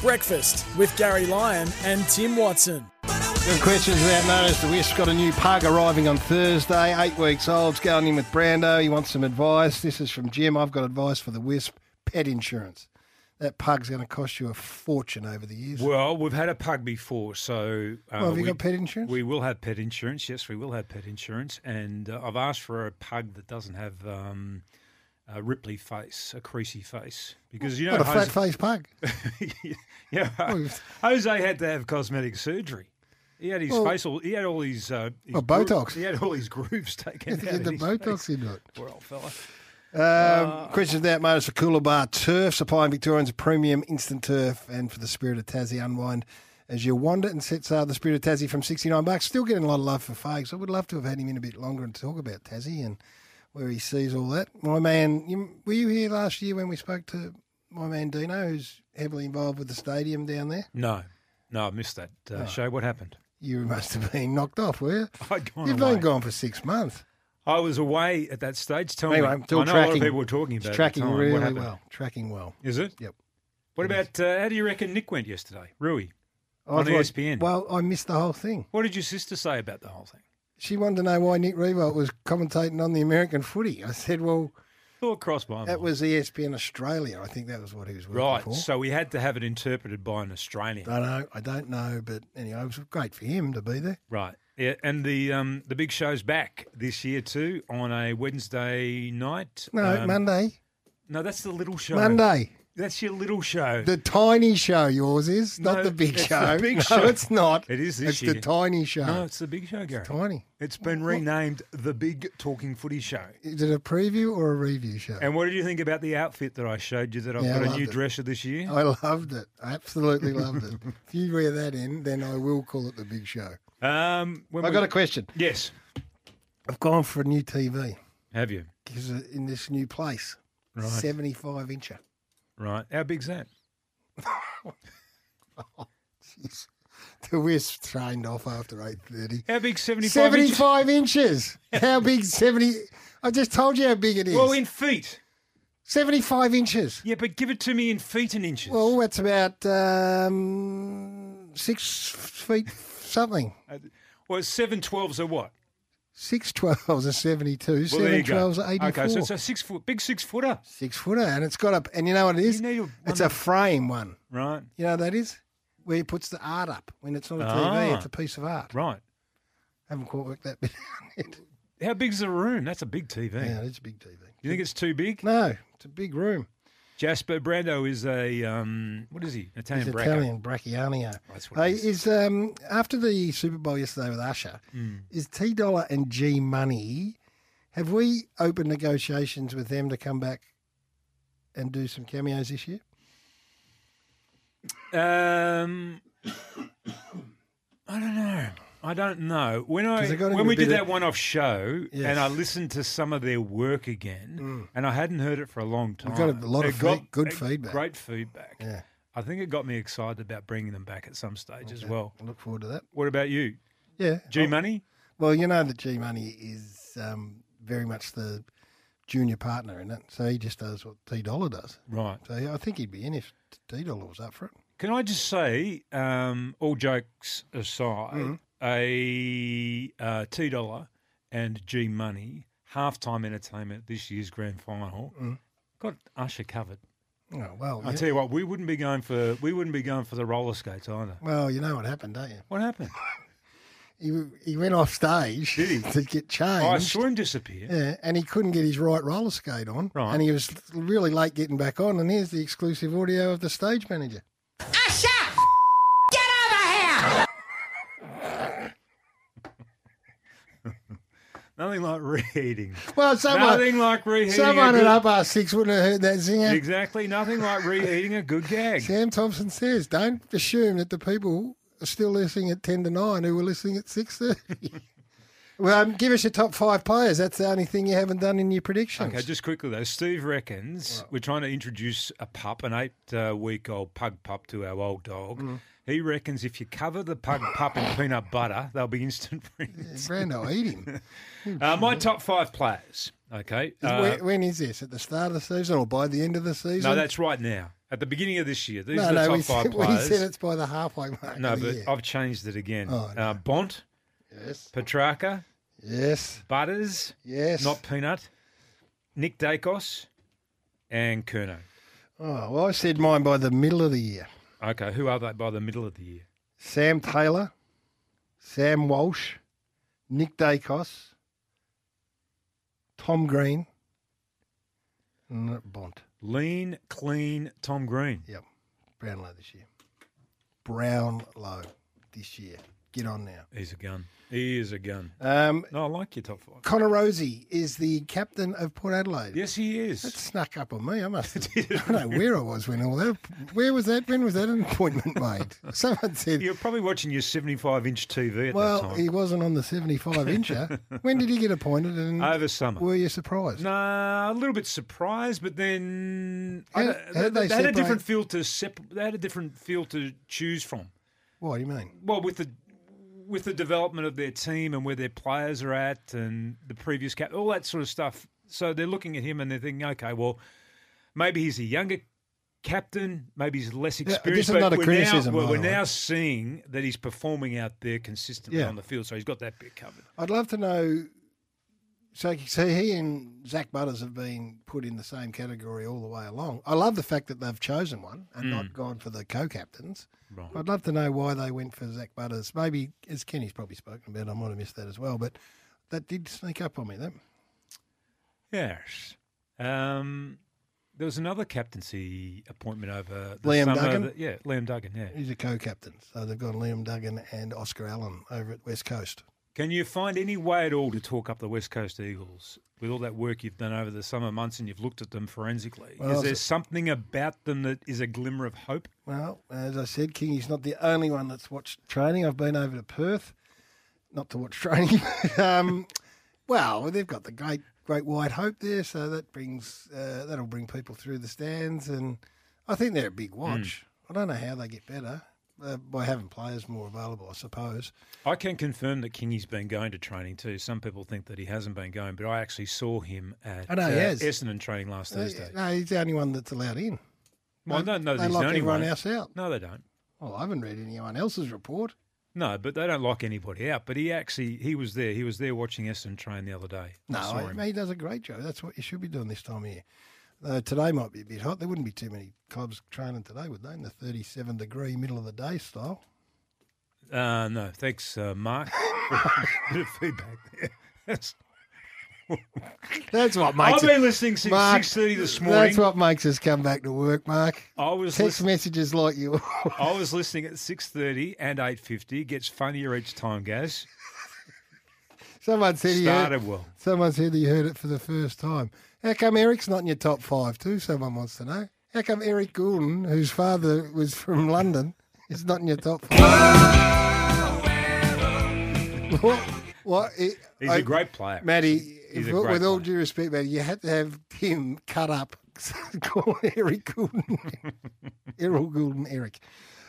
S2: Breakfast with Gary Lyon and Tim Watson.
S3: Some questions without notice. The West got a new pug arriving on Thursday, eight weeks old. It's going in with Brando. He wants some advice. This is from Jim. I've got advice for the Wisp pet insurance. That pug's going to cost you a fortune over the years.
S4: Well, we've had a pug before, so. Uh,
S3: Well, have you got pet insurance?
S4: We will have pet insurance. Yes, we will have pet insurance. And uh, I've asked for a pug that doesn't have um, a Ripley face, a creasy face. Because, you know,
S3: what a
S4: Jose- (laughs)
S3: fat faced pug. (laughs)
S4: yeah, Jose had to have cosmetic surgery. He had his
S15: Well-
S4: facial. He had all his. Uh, his
S15: Oh,
S4: gro-
S15: Botox.
S4: He had all his grooves (laughs) taken out.
S15: He had
S4: of
S15: the
S4: his
S15: Botox
S4: face.
S15: into it.
S4: Poor old fella.
S3: Um, questions now, motors for Coolabah Turf, supplying Victorians a premium instant turf, and for the Spirit of Tassie unwind as you wander and set sail the Spirit of Tassie from sixty nine bucks. Still getting a lot of love for Fags. I would love to have had him in a bit longer and talk about Tassie and where he sees all that. My man, you, were you here last year when we spoke to my man Dino, who's heavily involved with the stadium down there?
S4: No, no, I missed that uh,
S3: Oh.
S4: show. What happened? (laughs)
S3: You must have been knocked off, were you?
S4: I'd gone
S3: You've
S4: away.
S3: been gone for six months.
S4: I was away at that stage. Tell
S3: anyway,
S4: me.
S3: I'm still
S4: I know
S3: tracking.
S4: a lot of people were talking about
S3: it's
S4: it at
S3: tracking
S4: the time. What
S3: really
S4: happened?
S3: well. Tracking well.
S4: Is it?
S3: Yep.
S4: What about uh, how do you reckon Nick went yesterday? Rui
S3: I
S4: on E
S3: was like,
S4: ESPN.
S3: Well, I missed the whole thing.
S4: what did your sister say about the whole thing?
S3: She wanted to know why Nick Revolt was commentating on the American footy. I said, well,
S4: Thought crossed my mind.
S3: that was E ESPN Australia. I think that was what he was working
S4: Right,
S3: for.
S4: so we had to have it interpreted by an Australian.
S3: I don't know. I don't know, but anyway, it was great for him to be there.
S4: Right. Yeah, and the um, the big show's back this year too on a Wednesday night.
S3: No,
S4: Um,
S3: Monday.
S4: No, that's the little show.
S3: Monday.
S4: That's your little show.
S3: The tiny show yours is,
S4: No,
S3: not the big
S4: it's
S3: show.
S4: the big
S3: no,
S4: show.
S3: it's not.
S4: It is this
S3: It's the
S4: year.
S3: tiny show.
S4: No, it's the big show, Gary.
S3: tiny.
S4: It's been renamed the Big Talking Footy Show.
S3: Is it a preview or a review show?
S4: And what did you think about the outfit that I showed you that I've
S3: Yeah, I
S4: got a
S3: loved
S4: new
S3: it.
S4: dresser this year?
S3: I loved it. I absolutely loved it. If you wear that in, then I will call it the big show.
S4: Um, when
S3: I
S4: we-
S3: got a question.
S4: Yes.
S3: I've gone for a new TV
S4: Have you?
S3: because uh, in this new place,
S4: Right.
S3: seventy-five incher.
S4: Right. How big's that?
S3: (laughs) The we're trained off after eight thirty.
S4: How big's 75
S3: Seventy-five inches.
S4: (laughs)
S3: How big? Seventy. I just told you how big it is.
S4: Well, in feet.
S3: seventy-five inches.
S4: Yeah, but give it to me in feet and inches.
S3: Well, that's about um, six feet something.
S4: Well, seven twelves are what?
S3: Six twelves are seventy-two.
S4: Well, there
S3: seven
S4: you go.
S3: twelves are eighty-four.
S4: Okay, so it's a six foot, big six footer,
S3: Six footer, and it's got up. And you know what it is? it's a frame one.
S4: right?
S3: You know what that is where it puts the art up when it's not a
S4: Ah.
S3: TV. It's a piece of art.
S4: Right.
S3: Haven't quite worked that (laughs) bit out yet.
S4: How big's the room? That's a big TV.
S3: Yeah, it's a big TV.
S4: You think it's too big?
S3: No, it's a big room.
S4: Jasper Brando is a um, what is he? Italian
S3: He's
S4: bracco.
S3: Italian Bracciano.
S4: That's what
S3: Hey,
S4: it is.
S3: is um, after the Super Bowl yesterday with Usher,
S4: Mm.
S3: is T Dollar and G Money? Have we opened negotiations with them to come back and do some cameos this year?
S4: Um, (coughs) I don't know. I don't know. When I
S3: 'Cause they got into
S4: when
S3: a
S4: we
S3: bit
S4: did
S3: of-
S4: that one-off show,
S3: Yes.
S4: and I listened to some of their work again, and I hadn't heard it for a long time.
S3: We got a lot of
S4: It
S3: feed- good
S4: it-
S3: feedback.
S4: Great feedback.
S3: Yeah.
S4: I think it got me excited about bringing them back at some stage as
S3: Okay. Oh.
S4: well.
S3: I look forward to that.
S4: What about you?
S3: Yeah.
S4: G Money?
S3: Well, you know that G Money is um, very much the junior partner in it, so he just does what T Dollar does.
S4: Right.
S3: So yeah, I think he'd be in if T Dollar was up for it.
S4: Can I just say, um, all jokes
S3: Mhm.
S4: aside, a uh, T Dollar and G Money halftime entertainment this year's grand final
S3: Mhm.
S4: got Usher covered.
S3: Oh well.
S4: Mm-hmm. I
S3: yeah.
S4: tell you what, we wouldn't be going for we wouldn't be going for the roller skates either.
S3: Well, you know what happened, don't you?
S4: What (laughs) happened?
S3: He, he went off stage (laughs) to get changed.
S4: I saw him disappear.
S3: Yeah, and he couldn't get his right roller skate on.
S4: Right.
S3: And he was really late getting back on. And here's the exclusive audio of the stage manager.
S4: Nothing like reheating.
S3: Well, someone,
S4: nothing like reheating. a
S3: someone
S4: good-
S3: at Up Our Six wouldn't have heard that zinger.
S4: Exactly, nothing like reheating a good gag.
S3: Sam Thompson says, don't assume that the people are still listening at 10 to 9 who were listening at 6.30. (laughs) well, um, give us your top five players. That's the only thing you haven't done in your predictions.
S4: Okay, just quickly though, Steve reckons we're trying to introduce a pup, an eight-week-old pug pup, to our old dog.
S3: Mm.
S4: He reckons if you cover the pug pup in peanut butter, they'll be instant friends.
S3: Brando, eat him.
S4: Uh, my top five players. Okay,
S3: Is-
S4: uh,
S3: when- when is this? At the start of the season or by the end of the season?
S4: no, that's right now. At the beginning of this year, these
S3: no,
S4: are
S3: no,
S4: the top
S3: we,
S4: five
S3: said, (laughs) we
S4: players.
S3: said it's by the halfway mark.
S4: No,
S3: of the
S4: but
S3: year.
S4: I've changed it again.
S3: Oh,
S4: uh, Bont.
S3: Yes.
S4: Petrarca.
S3: Yes.
S4: Butters.
S3: Yes.
S4: Not Peanut. Nick Dacos. And Kerno.
S3: Oh, well, I said mine by the middle of the year.
S4: Okay, who are they by the middle of the year?
S3: Sam Taylor, Sam Walsh, Nick Dacos, Tom Green, and Bont.
S4: Lean, clean, Tom Green.
S3: Yep. Brownlow this year. Brownlow this year. get on now.
S4: He's a gun. He is a gun.
S3: Um,
S4: no, I like your top five.
S3: Connor Rosie is the captain of Port Adelaide.
S4: Yes, he is.
S3: That snuck up on me. I
S4: (laughs)
S3: must. I don't know where I was when all that. Where was that? When was that an appointment
S4: (laughs)
S3: made? Someone said
S4: You're probably watching your 75 inch TV at
S3: Well,
S4: that time.
S3: he wasn't on the 75
S4: (laughs)
S3: incher. when did he get appointed? And
S4: Over summer.
S3: Were you surprised?
S4: Nah, a little bit surprised, but then I
S3: How-
S4: don't-
S3: how
S4: they,
S3: did they
S4: they had a
S3: separate-
S4: different field to sep- They had a different field to choose from.
S3: What do you mean?
S4: Well, with the with the development of their team and where their players are at, and the previous cap, all that sort of stuff. So they're looking at him and they're thinking, okay, well, maybe he's a younger captain, maybe he's less
S3: this
S4: experienced.
S3: is
S4: but
S3: not a
S4: we're
S3: criticism,
S4: Now,
S3: by
S4: well, we're
S3: the way.
S4: now seeing that he's performing out there consistently
S3: Yeah.
S4: on the field, so he's got that bit covered.
S3: I'd love to know. So, so he and Zach Butters have been put in the same category all the way along. I love the fact that they've chosen one and not
S4: Mm.
S3: gone for the co-captains.
S4: Right.
S3: I'd love to know why they went for Zach Butters. Maybe, as Kenny's probably spoken about, I might have missed that as well. But that did sneak up on me. That
S4: Yes. Um, there was another captaincy appointment over the
S3: Liam
S4: summer
S3: Duggan?
S4: that- yeah, Liam Duggan. Yeah.
S3: he's a co-captain, so they've got Liam Duggan and Oscar Allen over at West Coast.
S4: Can you find any way at all to talk up the West Coast Eagles with all that work you've done over the summer months and you've looked at them forensically?
S3: Well,
S4: is
S3: it's
S4: there
S3: a-
S4: something about them that is a glimmer of hope?
S3: Well, as I said, Kingy's not the only one that's watched training. I've been over to Perth, not to watch (laughs) training. um, well, they've got the great, great White Hope there, so that brings uh, that'll bring people through the stands, and I think they're a big
S4: Hmm.
S3: watch. I don't know how they get better uh, by having players more available, I suppose.
S4: I can confirm that Kingy's been going to training too. Some people think that he hasn't been going, but I actually saw him at
S3: I know
S4: uh,
S3: he has. Uh,
S4: Essendon training last Thursday.
S3: No, he's the only one that's allowed in.
S4: Well,
S3: They-
S4: I don't know that
S3: they
S4: he's
S3: lock
S4: the only
S3: everyone
S4: one.
S3: else out.
S4: No, they don't.
S3: Well, I haven't read anyone else's report.
S4: No, but they don't lock anybody out. But he actually he was there. He was there watching Essendon train the other day.
S3: No,
S4: I saw
S3: I-
S4: him.
S3: he does a great job. That's what you should be doing this time of year. Though today might be a bit hot. There wouldn't be too many clubs training today, would they? In the 37 degree middle of the day style.
S4: Uh, no, thanks, uh, Mark. (laughs) Bit of feedback there. That's,
S3: That's what makes
S4: I've
S3: it-
S4: been listening since
S3: Mark,
S4: six thirty this morning.
S3: That's what makes us come back to work, Mark.
S4: I was
S3: Text
S4: listen-
S3: messages like you.
S4: I was listening at six thirty and eight fifty. Gets funnier each time, Gaz.
S3: (laughs) Someone said he
S4: Started
S3: heard,
S4: well.
S3: Someone said he heard it for the first time. How come Eric's not in your top five too? Someone wants to know. How come Eric Gordon, whose father was from London, is not in your top five? (laughs) what? What? It,
S4: He's a
S3: a
S4: great player.
S3: Matty.
S4: He's a
S3: with
S4: great
S3: all due respect, Matty, you had to have him cut up. (laughs) Call Eric Goulden, Errol Goulden, Eric.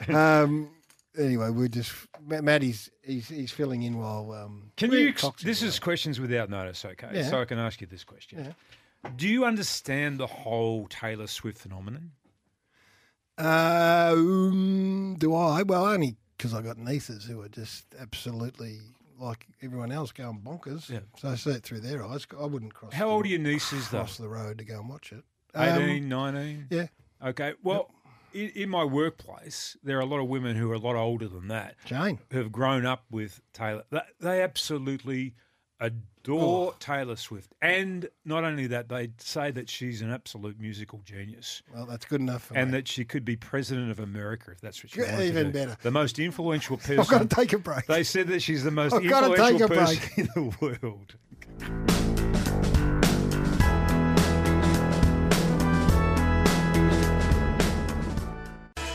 S3: Um, anyway, we're just Ma- Matty's. He's, he's filling in while. Um,
S4: Can
S3: we're
S4: you? Ex-
S3: coxing.
S4: this is questions without notice, okay?
S3: Yeah.
S4: So I can ask you this question.
S3: Yeah.
S4: Do you understand the whole Taylor Swift phenomenon?
S3: Uh, Um, do I? Well, only because I got nieces who are just absolutely like everyone else, going bonkers.
S4: Yeah.
S3: So I see it through their eyes. I wouldn't cross.
S4: How
S3: the-
S4: old are your nieces, though?
S3: Cross the road to go and watch it. Um,
S4: 18, 19?
S3: yeah.
S4: Okay. Well, in, in my workplace, there are a lot of women who are a lot older than that.
S3: Jane.
S4: Who have grown up with Taylor. They, they absolutely
S3: Oh.
S4: adore Taylor Swift. And not only that, they say that she's an absolute musical genius.
S3: Well, that's good enough for
S4: and that she could be president of America if that's what she
S3: Good-
S4: wanted
S3: even
S4: to do.
S3: better.
S4: The most influential
S3: (laughs)
S4: person.
S3: I've got to take a break.
S4: They said that she's the most
S3: I've got to take a
S4: influential person (laughs)
S3: break.
S4: in the world.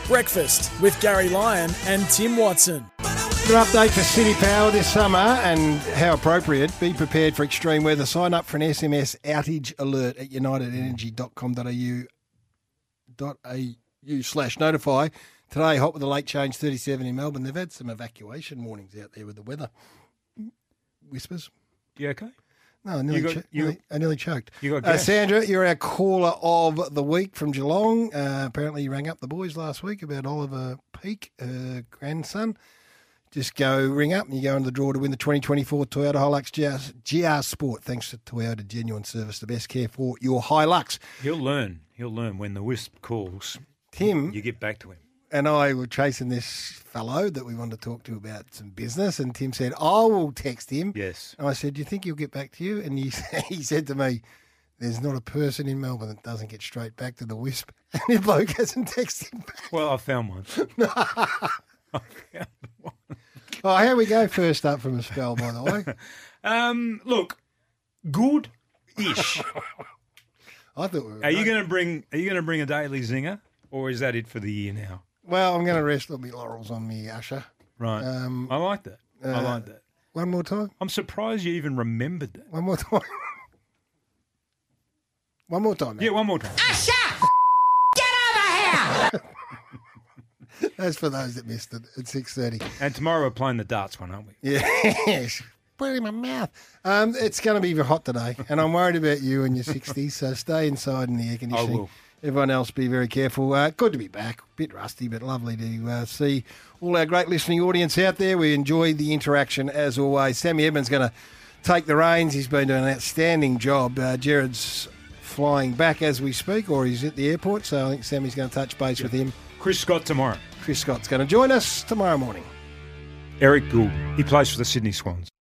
S2: Breakfast with Gary Lyon and Tim Watson.
S3: An update for City Power this summer, and how appropriate. Be prepared for extreme weather. Sign up for an SMS outage alert at unitedenergy.com.au dot au slash notify. Today, hot with a late change, 37 in Melbourne. They've had some evacuation warnings out there with the weather. Whispers.
S4: You okay?
S3: No, I nearly,
S4: You got-
S3: cho-
S4: you-
S3: nearly- I nearly choked.
S4: You got
S3: uh,
S4: gas.
S3: Sandra, you're our caller of the week from Geelong. Uh, apparently, you rang up the boys last week about Oliver Peak, her grandson. Just go ring up and you go into the draw to win the 2024 Toyota Hilux GR, GR Sport. Thanks to Toyota Genuine Service, the best care for your Hilux.
S4: He'll learn. He'll learn when the wisp calls.
S3: Tim.
S4: You get back to him.
S3: And I were chasing this fellow that we wanted to talk to about some business, and Tim said, I will text him.
S4: Yes.
S3: And I said, Do you think he'll get back to you? And he, (laughs) he said to me, There's not a person in Melbourne that doesn't get straight back to the Wisp. (laughs) And the bloke hasn't texted him back.
S4: Well, I found one.
S3: Oh, here we go. First up from a spell, by the way.
S4: Um, look, good ish.
S3: (laughs) I thought. We were
S4: Are you going to bring? Are you going to bring a daily zinger, or is that it for the year now?
S3: Well, I'm going to rest on my laurels on me, Usher.
S4: Right.
S3: Um,
S4: I like that. I
S3: uh,
S4: like that.
S3: One more time.
S4: I'm surprised you even remembered that.
S3: One more time. (laughs) one more time.
S4: Yeah, one more time.
S3: Ah! That's for those that missed it at six thirty.
S4: And tomorrow we're playing the darts one, aren't we?
S3: Yes. Put it in my mouth. Um, it's going to be hot today, and I'm worried about you and your 60s, so stay inside in the air conditioning.
S4: will.
S3: Everyone else, be very careful. Uh, good to be back. Bit rusty, but lovely to uh, see all our great listening audience out there. We enjoy the interaction as always. Sammy Edmonds going to take the reins. He's been doing an outstanding job. Uh, Jared's flying back as we speak, or he's at the airport, so I think Sammy's going to touch base with him.
S4: Chris Scott tomorrow.
S3: Chris Scott's going to join us tomorrow morning.
S4: Eric Gould. He plays for the Sydney Swans.